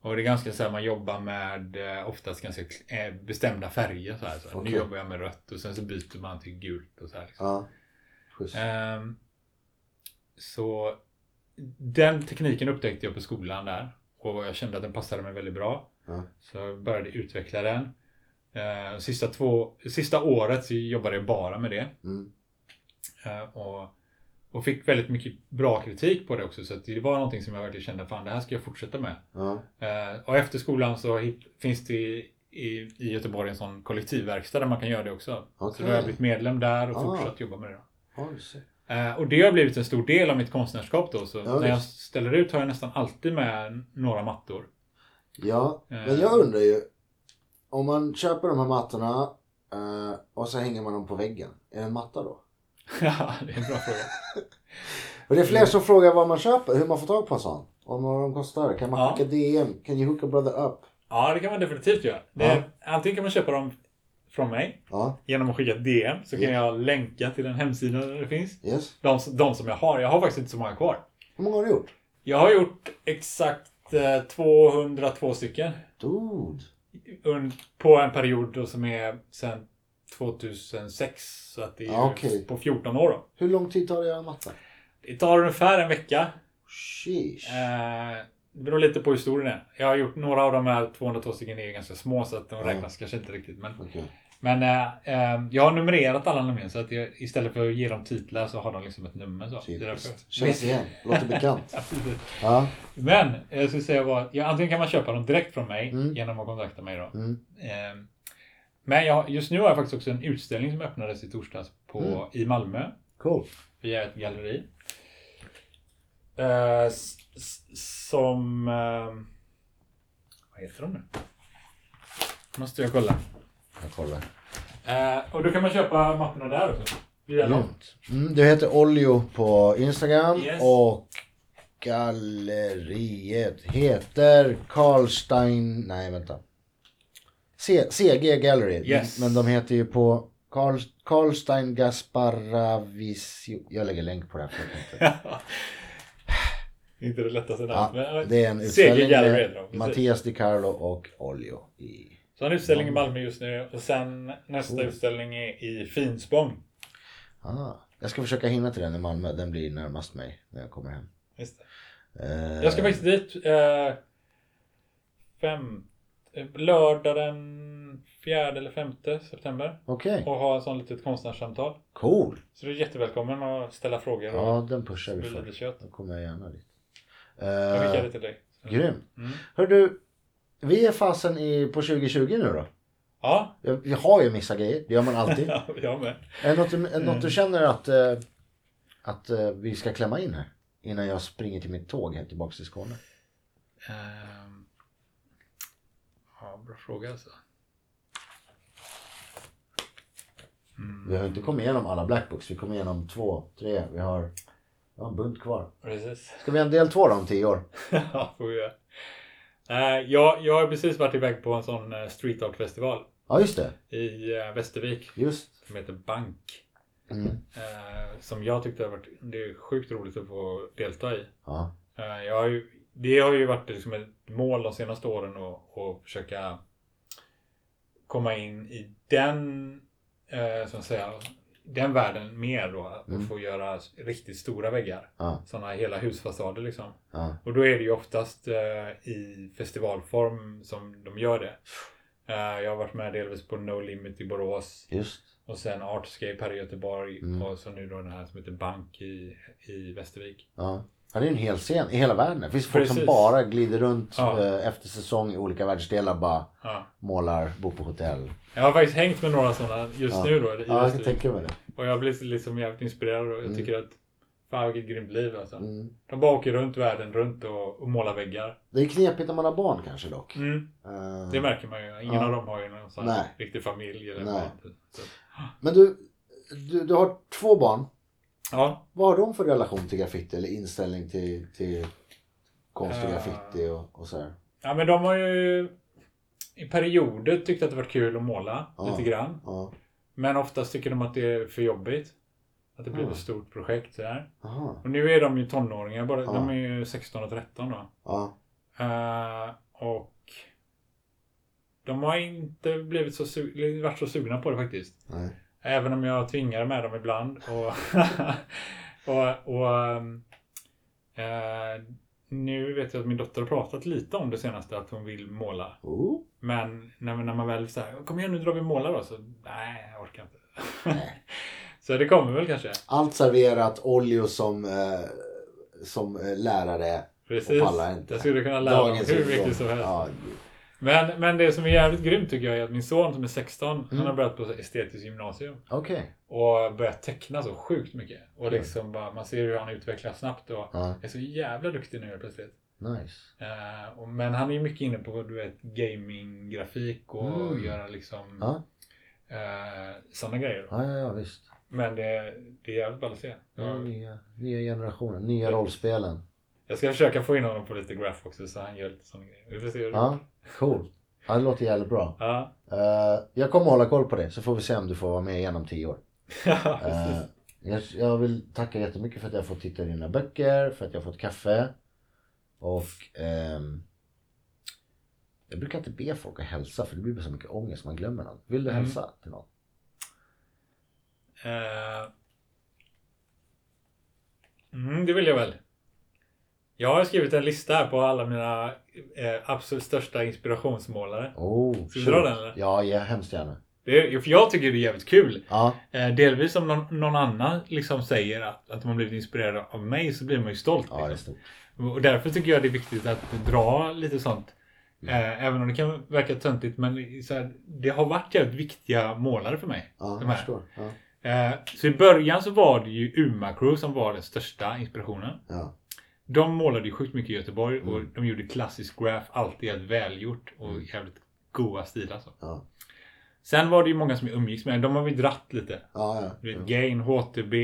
S1: Och det är ganska så här, man jobbar med eh, oftast ganska kl- eh, bestämda färger. Så här, så här.
S2: Okej.
S1: Nu jobbar jag med rött och sen så byter man till gult och så här. Liksom.
S2: ja. Schysst.
S1: Ehm, så den tekniken upptäckte jag på skolan där och jag kände att den passade mig väldigt bra.
S2: Ja.
S1: Så jag började utveckla den. Ehm, sista, två, sista året så jobbade jag bara med det.
S2: Mm.
S1: Ehm, och, och fick väldigt mycket bra kritik på det också så att det var någonting som jag verkligen kände fan det här ska jag fortsätta med.
S2: Ja.
S1: Ehm, och efter skolan så hitt- finns det i, i, i Göteborg en sån kollektivverkstad där man kan göra det också. Så
S2: Okej.
S1: då har jag blivit medlem där och
S2: Ah.
S1: fortsatt jobba med det. Då.
S2: Oj, shit.
S1: Eh, Och det har blivit en stor del av mitt konstnärskap då. Så
S2: Ja,
S1: när jag
S2: visst.
S1: ställer ut har jag nästan alltid med några mattor. (laughs)
S2: Ja, men
S1: Eh.
S2: jag undrar ju. Om man köper de här mattorna eh, och så hänger man dem på väggen. Är det en matta då?
S1: Ja, det är en bra fråga.
S2: Och det är
S1: Mm.
S2: fler som frågar vad man köper, hur man får tag på en sån. Och vad de kostar. Kan man
S1: Ja.
S2: skicka DM? Can you hook a brother up?
S1: Ja, det kan man definitivt göra. Det är, Antingen kan man köpa dem från mig
S2: Ja,
S1: genom att skicka ett DM så kan jag länka till en hemsida där det finns.
S2: yes.
S1: De, som- de som jag har. Jag har faktiskt inte så många kvar.
S2: Hur många har du gjort?
S1: Jag har gjort exakt eh, 202 stycken
S2: Dude.
S1: un- på en period då som är sedan 2006. Så att det är
S2: Ja, okej.
S1: på 14 år då.
S2: Hur lång tid tar det att göra en matta?
S1: Det tar ungefär en vecka.
S2: Sheesh.
S1: Eh, Det beror lite på hur stor den är. Jag har gjort några av de här 202 stycken är ganska små så att de räknas kanske inte riktigt. Men,
S2: Okej.
S1: men eh, eh, jag har numrerat alla nämligen så att jag, istället för att ge dem titlar så har de liksom ett nummer. Så. Det är därför.
S2: Typiskt. Känns igen. Låter bekant.
S1: (laughs) Ja, precis.
S2: Ja.
S1: Men jag skulle säga vad, ja, antingen kan man köpa dem direkt från mig
S2: Mm.
S1: genom att kontakta mig då. Eh, Men jag, just nu har jag faktiskt också en utställning som öppnades i torsdags på,
S2: Mm.
S1: i Malmö
S2: Cool.
S1: via ett galleri. Eh, s- s- som... ehm, vad heter de nu? Måste jag kolla.
S2: Jag kollar.
S1: Eh, och då kan man köpa mattorna där också. Via Lott.
S2: Mm, du heter Olio på Instagram
S1: Yes.
S2: och galleriet heter Karlstein... Nej, vänta. C- CG Gallery.
S1: Yes.
S2: Men de heter ju på Karl, Karlstein Gasparavisio... Jag lägger länk på det här. för jag kan inte-
S1: Inte det lättaste
S2: Ja,
S1: namnet. men-
S2: det är en
S1: CG
S2: utställning
S1: Gallery heter de,
S2: med
S1: precis.
S2: Mattias Di Carlo och Olio. I.
S1: Så en utställning i Malmö just nu och sen nästa utställning är i Finspång.
S2: Ah, jag ska försöka hinna till den i Malmö. Den blir närmast mig när jag kommer hem.
S1: Just det.
S2: Eh,
S1: Jag ska faktiskt dit eh, fem, eh, lördag den fjärde eller femte september
S2: Okej,
S1: och ha en sån litet konstnärssamtal.
S2: cool.
S1: Så du är jättevälkommen att ställa frågor och
S2: Ja, den pushar vi
S1: vill lite
S2: för.
S1: kött.
S2: Då kommer jag gärna dit.
S1: Jag skickar
S2: Uh,
S1: det till dig.
S2: grym.
S1: Mm.
S2: Hör du, vi är fasen i, på 2020 nu då.
S1: Ja, (laughs)
S2: Jag- Vi har ju missat grejer, det gör man alltid.
S1: ja, jag med.
S2: är det något, du- är det något du känner att, eh, att eh, vi ska klämma in här? Innan jag springer till mitt tåg här tillbaks till Skåne.
S1: Ehm, Ja, bra fråga alltså.
S2: Vi har inte kommit igenom alla blackbooks. Vi kom igenom två, tre. Vi har, vi har en bunt kvar.
S1: Precis.
S2: Ska vi ha en del två då om tio år?
S1: ja, får vi göra. Eh, jag, jag har precis varit iväg på en sån eh, street art festival
S2: Ja, just det.
S1: i eh, Västervik
S2: Just.
S1: som heter Bank.
S2: Mm.
S1: Eh, som jag tyckte har varit det är sjukt roligt att få delta i.
S2: Ja.
S1: Eh, Jag har ju, det har ju varit liksom ett mål de senaste åren att, att försöka komma in i den, eh, så att säga, den världen mer då. Och få göra riktigt stora väggar.
S2: Ja.
S1: Sådana hela husfasader liksom.
S2: Ja.
S1: Och då är det ju oftast eh, i festivalform som de gör det. Eh, jag har varit med delvis på No Limit i Borås.
S2: Just.
S1: Och sen Artscape här i Göteborg.
S2: Mm.
S1: Och så nu då den här som heter Bank i, i Västervik.
S2: Ja. ja, det är en hel scen i hela världen. Det finns folk som
S1: Precis.
S2: bara glider runt
S1: Ja.
S2: eh, efter säsong i olika världsdelar. Bara
S1: Ja.
S2: målar, bor på hotell.
S1: Jag har faktiskt hängt med några sådana just nu då. i
S2: Ja, jag kan
S1: Västervik.
S2: tänka mig det.
S1: Och jag har blivit liksom jävligt inspirerad och jag tycker att fan vilket grymt liv alltså.
S2: Mm.
S1: De bara åker runt världen runt och, och målar väggar.
S2: Det är knepigt när man har barn kanske dock.
S1: Mm.
S2: Eh,
S1: Det märker man ju. Ingen
S2: Ja.
S1: av dem har ju någon sån
S2: Nej.
S1: riktig familj. Eller
S2: Nej.
S1: något. Så.
S2: Men du, du, du har två barn.
S1: Ja.
S2: Vad har de för relation till graffiti eller inställning till, till konst och
S1: Eh.
S2: graffiti och, och så här?
S1: ja, men de har ju i perioder tyckt att det varit kul att måla
S2: Ja.
S1: lite grann.
S2: Ja.
S1: Men oftast tycker de att det är för jobbigt. Att det blir ett stort projekt sådär.
S2: Aha.
S1: Och nu är de ju tonåringar. Bara,
S2: Ja.
S1: De är ju 16 och 13 då.
S2: Ja.
S1: Eh, och de har inte blivit så su- eller varit så sugna på det faktiskt.
S2: Nej.
S1: Även om jag tvingar med dem ibland. Och, (laughs) och, och ehm, eh, nu vet jag att min dotter har pratat lite om det senaste, att hon vill måla.
S2: Oh.
S1: Men när, när man väl säger kom igen nu drar vi och målar då, så nej, jag orkar inte. (laughs) så det kommer väl kanske.
S2: Allt serverat, Olio som, eh, som eh, lärare.
S1: Precis.
S2: Och pallar inte.
S1: Jag skulle kunna lära dem
S2: Dagens
S1: hur
S2: ungdom.
S1: mycket som helst.
S2: Ja, gud.
S1: Men, men det som är jävligt grymt tycker jag är att min son som är 16,
S2: Mm.
S1: han har börjat på estetiskt gymnasium.
S2: Okej.
S1: Och börjat teckna så sjukt mycket. Och
S2: Mm.
S1: liksom bara, man ser hur han utvecklas snabbt och
S2: Ja.
S1: är så jävla duktig nu helt plötsligt.
S2: Nice.
S1: Eh, och, men han är ju mycket inne på du vet, gaminggrafik och göra liksom
S2: Mm. Ja.
S1: eh, sådana grejer.
S2: Ja, ja, ja visst.
S1: Men det, det är jävligt ball att se.
S2: Den nya, nya generationen, nya rollspelen.
S1: Jag ska försöka få in honom på lite graph också så han gör lite sån grejer. Vi får se hur det
S2: Ja, cool. Ja, det låter jävligt bra.
S1: Ja. (laughs)
S2: Eh, jag kommer hålla koll på det så får vi se om du får vara med igen om tio år.
S1: Ja,
S2: Eh,
S1: precis.
S2: jag, jag vill tacka jättemycket för att jag fått titta i dina böcker, för att jag fått kaffe. Och ehm, jag brukar inte be folk att hälsa för det blir bara så mycket ångest man glömmer någon. Vill du
S1: Mm.
S2: hälsa till någon?
S1: Eh. Mm, det vill jag väl. Jag har skrivit en lista här på alla mina eh, absolut största inspirationsmålare.
S2: Oh,
S1: Ska vi
S2: shoot.
S1: dra den, eller?
S2: Ja, ja, hemskt gärna.
S1: Det är, för jag tycker det är jävligt kul.
S2: Ja,
S1: Eh, delvis som någon, någon annan liksom säger att, att de har blivit inspirerade av mig så blir man ju stolt.
S2: ja det är
S1: liksom.
S2: stort.
S1: Och därför tycker jag det är viktigt att dra lite sånt.
S2: Mm.
S1: Eh, även om det kan verka töntigt men i så här, det har varit jävligt viktiga målare för mig.
S2: Ja,
S1: de
S2: jag
S1: här.
S2: förstår. Ja,
S1: Eh, så i början så var det ju Uma Crew som var den största inspirationen.
S2: ja.
S1: De målade ju sjukt mycket i Göteborg
S2: Mm.
S1: och de gjorde klassisk graph, alltid jävligt välgjort och jävligt goa stil alltså.
S2: Ja.
S1: Sen var det ju många som jag umgicks med, de har vi dratt lite.
S2: ja, ja.
S1: Du vet, Gain, HTB.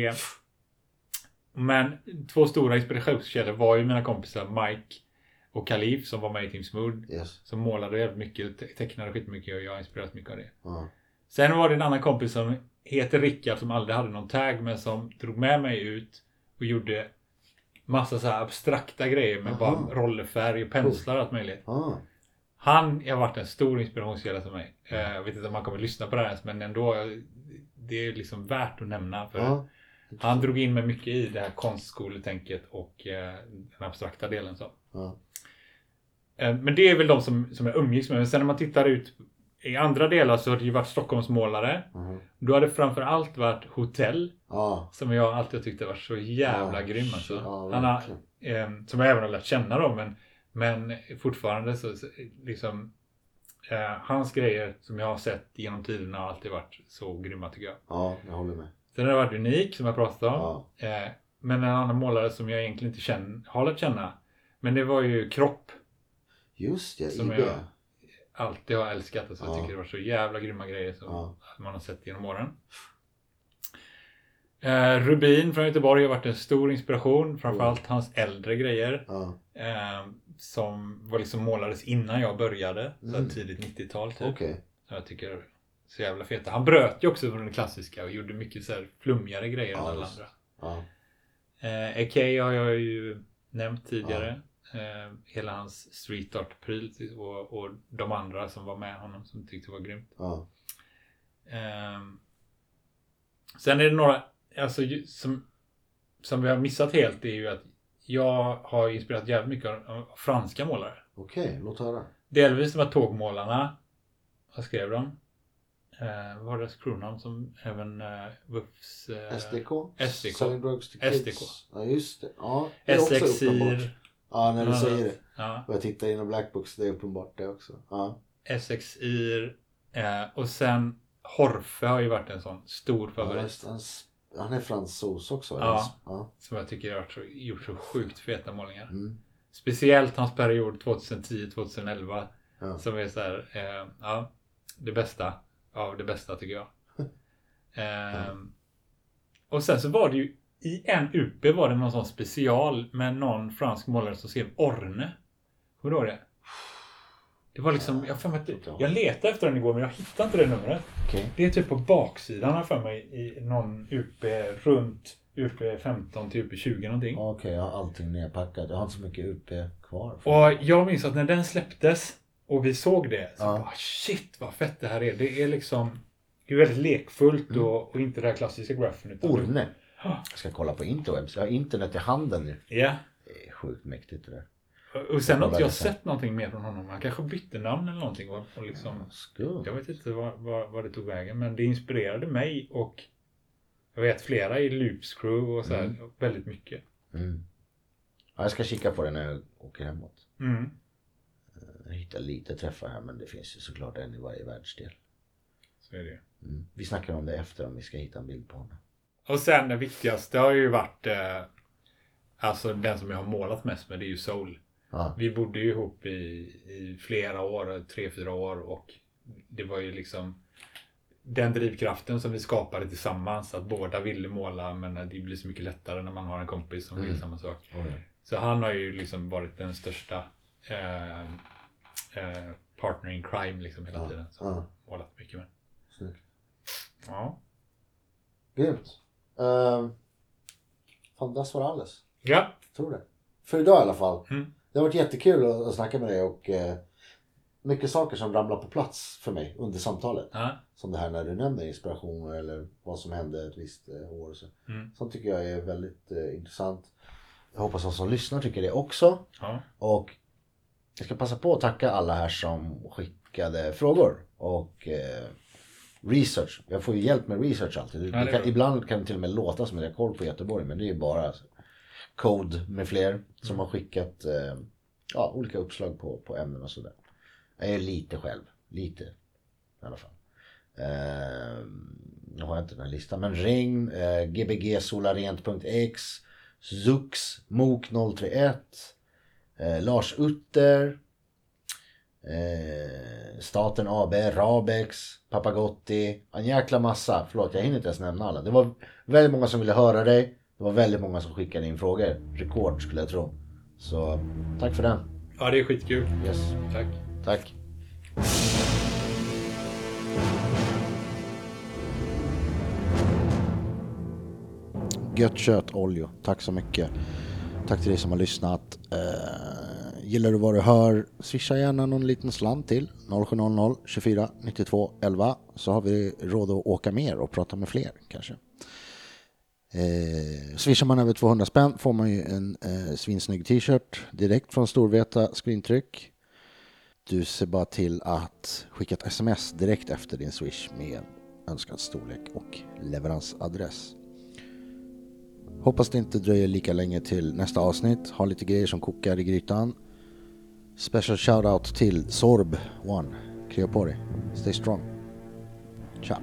S1: Men två stora inspirationskällor var ju mina kompisar Mike och Kalif som var med i Team Smooth.
S2: Yes.
S1: Som målade jävligt mycket, te- tecknade skitmycket och jag har inspirerats mycket av det.
S2: Ja.
S1: Sen var det en annan kompis som heter Rickard som aldrig hade någon tag men som drog med mig ut och gjorde massa så här abstrakta grejer med
S2: Aha.
S1: bara rollerfärg och penslar och allt möjligt.
S2: Ja.
S1: Han har varit en stor inspirationskälla för mig. Eh, Jag vet inte om han kommer lyssna på det här ens men ändå. eh, Det är liksom värt att nämna. För
S2: Ja.
S1: han drog in mig mycket i det här konstskoletänket och eh, den abstrakta delen. Så.
S2: Ja.
S1: Eh, men det är väl de som, som jag umgicks med. Men sen när man tittar ut i andra delar så har det ju varit Stockholmsmålare.
S2: Mhm.
S1: Då har det framför allt varit Hotell.
S2: Ja.
S1: Som jag alltid har tyckt har varit så jävla
S2: Ja,
S1: grym.
S2: shit,
S1: Alltså.
S2: ja,
S1: Han har,
S2: verkligen.
S1: eh, som jag även har lärt känna då. Men, men fortfarande så så, liksom. Eh, hans grejer som jag har sett genom tiderna har alltid varit så grymma tycker jag.
S2: ja, jag håller med.
S1: Sen har det varit unik som jag pratade om.
S2: Ja.
S1: Eh, men en annan målare som jag egentligen inte känner, har lärt känna. Men det var ju kropp.
S2: Just det,
S1: Som
S2: IB.
S1: jag- Alltid har älskat. Alltså, Jag
S2: Ja.
S1: tycker det var så jävla grymma grejer som
S2: Ja.
S1: man har sett genom åren. Eh, Rubin från Göteborg har varit en stor inspiration. Framförallt hans äldre grejer.
S2: Ja.
S1: Eh, som var liksom målades innan jag började. Så här
S2: Mm.
S1: tidigt 90-tal typ.
S2: Okej.
S1: Som jag tycker är så jävla feta. Han bröt ju också från den klassiska och gjorde mycket så här flummigare grejer än
S2: Ja,
S1: alla
S2: just.
S1: andra.
S2: Ja.
S1: Eh, Ekei har jag ju nämnt tidigare. Eh, hela hans street art-pryl och, och de andra som var med honom som tyckte det var grymt.
S2: Ja.
S1: Eh, sen är det några alltså, ju- som, som vi har missat helt. Det är ju att jag har inspirerat jävligt mycket av, av franska målare.
S2: Okej, låt höra.
S1: Delvis de här tågmålarna. Vad skrev de? Eh, vad var deras kronamn som även eh, Wufs... Eh,
S2: SDK?
S1: SDK.
S2: Selling drugs to kids.
S1: SDK.
S2: Ja, just det. Ja, det är också uppenbart.
S1: SXIR.
S2: Ja, när du
S1: Ja,
S2: säger det.
S1: Ja.
S2: Och jag tittar in i Black Books, det är uppenbart det också. Ja.
S1: SXIR eh, och sen Horfe har ju varit en sån stor
S2: Ja,
S1: favorit
S2: just, han, s- han är fransos också.
S1: Ja.
S2: eller? ja.
S1: som jag tycker har gjort så- gjort så sjukt feta målningar.
S2: Mm.
S1: Speciellt hans period 2010-2011
S2: Ja.
S1: som är så här, eh, ja, det bästa av det bästa tycker
S2: (laughs)
S1: jag. Ehm, och sen så var det ju i en UP var det någon sån special med någon fransk målare som skrev Orne. Kommer du ihåg det? Det var liksom, jag, har för mig, att- jag letade efter den igår men jag hittade inte det numret.
S2: Okej.
S1: Det är typ på baksidan har jag för mig i någon UP runt UP 15 till UP 20 någonting.
S2: Okej, jag har allting nerpackat. Jag har inte så mycket UP kvar.
S1: Och jag minns att när den släpptes och vi såg det så
S2: Ja.
S1: bara shit vad fett det här är. Det är liksom det är väldigt lekfullt och, och inte det här klassiska graffen. Utan
S2: Orne. Jag ska kolla på interwebs. Jag har internet i handen nu.
S1: Ja.
S2: Det är sjukt mäktigt det där.
S1: Och sen har inte jag
S2: Kolla lite.
S1: sett någonting mer från honom. Han kanske bytte namn eller någonting. Och, och liksom,
S2: Skumt.
S1: jag vet inte vad, vad, vad det tog vägen men det inspirerade mig och jag vet flera i Loops Crew och så här, väldigt mycket.
S2: Mm. Ja, jag ska kika på det när jag åker hemåt.
S1: Mm.
S2: Jag hittar lite träffar här men det finns ju såklart en i varje världsdel.
S1: Så är det.
S2: Mm. Vi snackar om det efter om vi ska hitta en bild på honom.
S1: Och sen det viktigaste har ju varit eh, Alltså den som jag har målat mest med det är ju Soul.
S2: Ja.
S1: Vi bodde ju ihop i, i flera år, tre, fyra år och det var ju liksom den drivkraften som vi skapade tillsammans, att båda ville måla men det blir så mycket lättare när man har en kompis som
S2: Mm.
S1: vill samma sak. Så han har ju liksom varit den största eh, eh, partner in crime liksom hela tiden. Som
S2: ja.
S1: målat mycket med.
S2: Snyggt.
S1: Ja.
S2: Grymt. Uh, fan, das var alles.
S1: ja,
S2: Tror det. För idag i alla fall.
S1: Mm.
S2: Det har varit jättekul att, att snacka med dig och eh, mycket saker som ramlar på plats för mig under samtalet.
S1: ja.
S2: Som det här när du nämner inspirationer eller vad som hände ett visst eh, år. Och så.
S1: Mm.
S2: Sånt tycker jag är väldigt eh, intressant. Jag hoppas de som lyssnar tycker det också.
S1: ja.
S2: Och jag ska passa på att tacka alla här som skickade frågor och eh, research. Jag får ju hjälp med research alltid.
S1: det är
S2: Det kan,
S1: bra.
S2: ibland kan det till och med låta som att jag har koll på Göteborg men det är ju bara Code med fler som har skickat eh, ja, olika uppslag på, på ämnen och sådär. Jag är lite själv, lite i alla fall. Eh, nu har jag inte den här listan men ring eh, gbgsolarent.x Zux Mok 031 eh, Lars Utter, eh, Staten AB, Rabex, Papagotti, en jäkla massa. Förlåt, jag hinner inte ens nämna alla. Det var väldigt många som ville höra dig. Det var väldigt många som skickade in frågor. Rekord skulle jag tro. Så tack för den.
S1: ja, det är skitkul.
S2: Yes,
S1: Tack.
S2: tack.
S8: Gött kött Oljo, tack så mycket. Tack till dig som har lyssnat. Eh, gillar du vad du hör, swisha gärna någon liten slant till 0700 24 92 11 så har vi råd att åka mer och prata med fler kanske. Eh, swishar man över 200 spänn får man ju en eh, svinsnygg t-shirt direkt från Storvreta screentryck. Du ser bara till att skicka ett sms direkt efter din swish med önskad storlek och leveransadress. Hoppas det inte dröjer lika länge till nästa avsnitt. Har lite grejer som kokar i grytan. Special shoutout till Sorb One. Krya på dig. Stay strong. Ciao.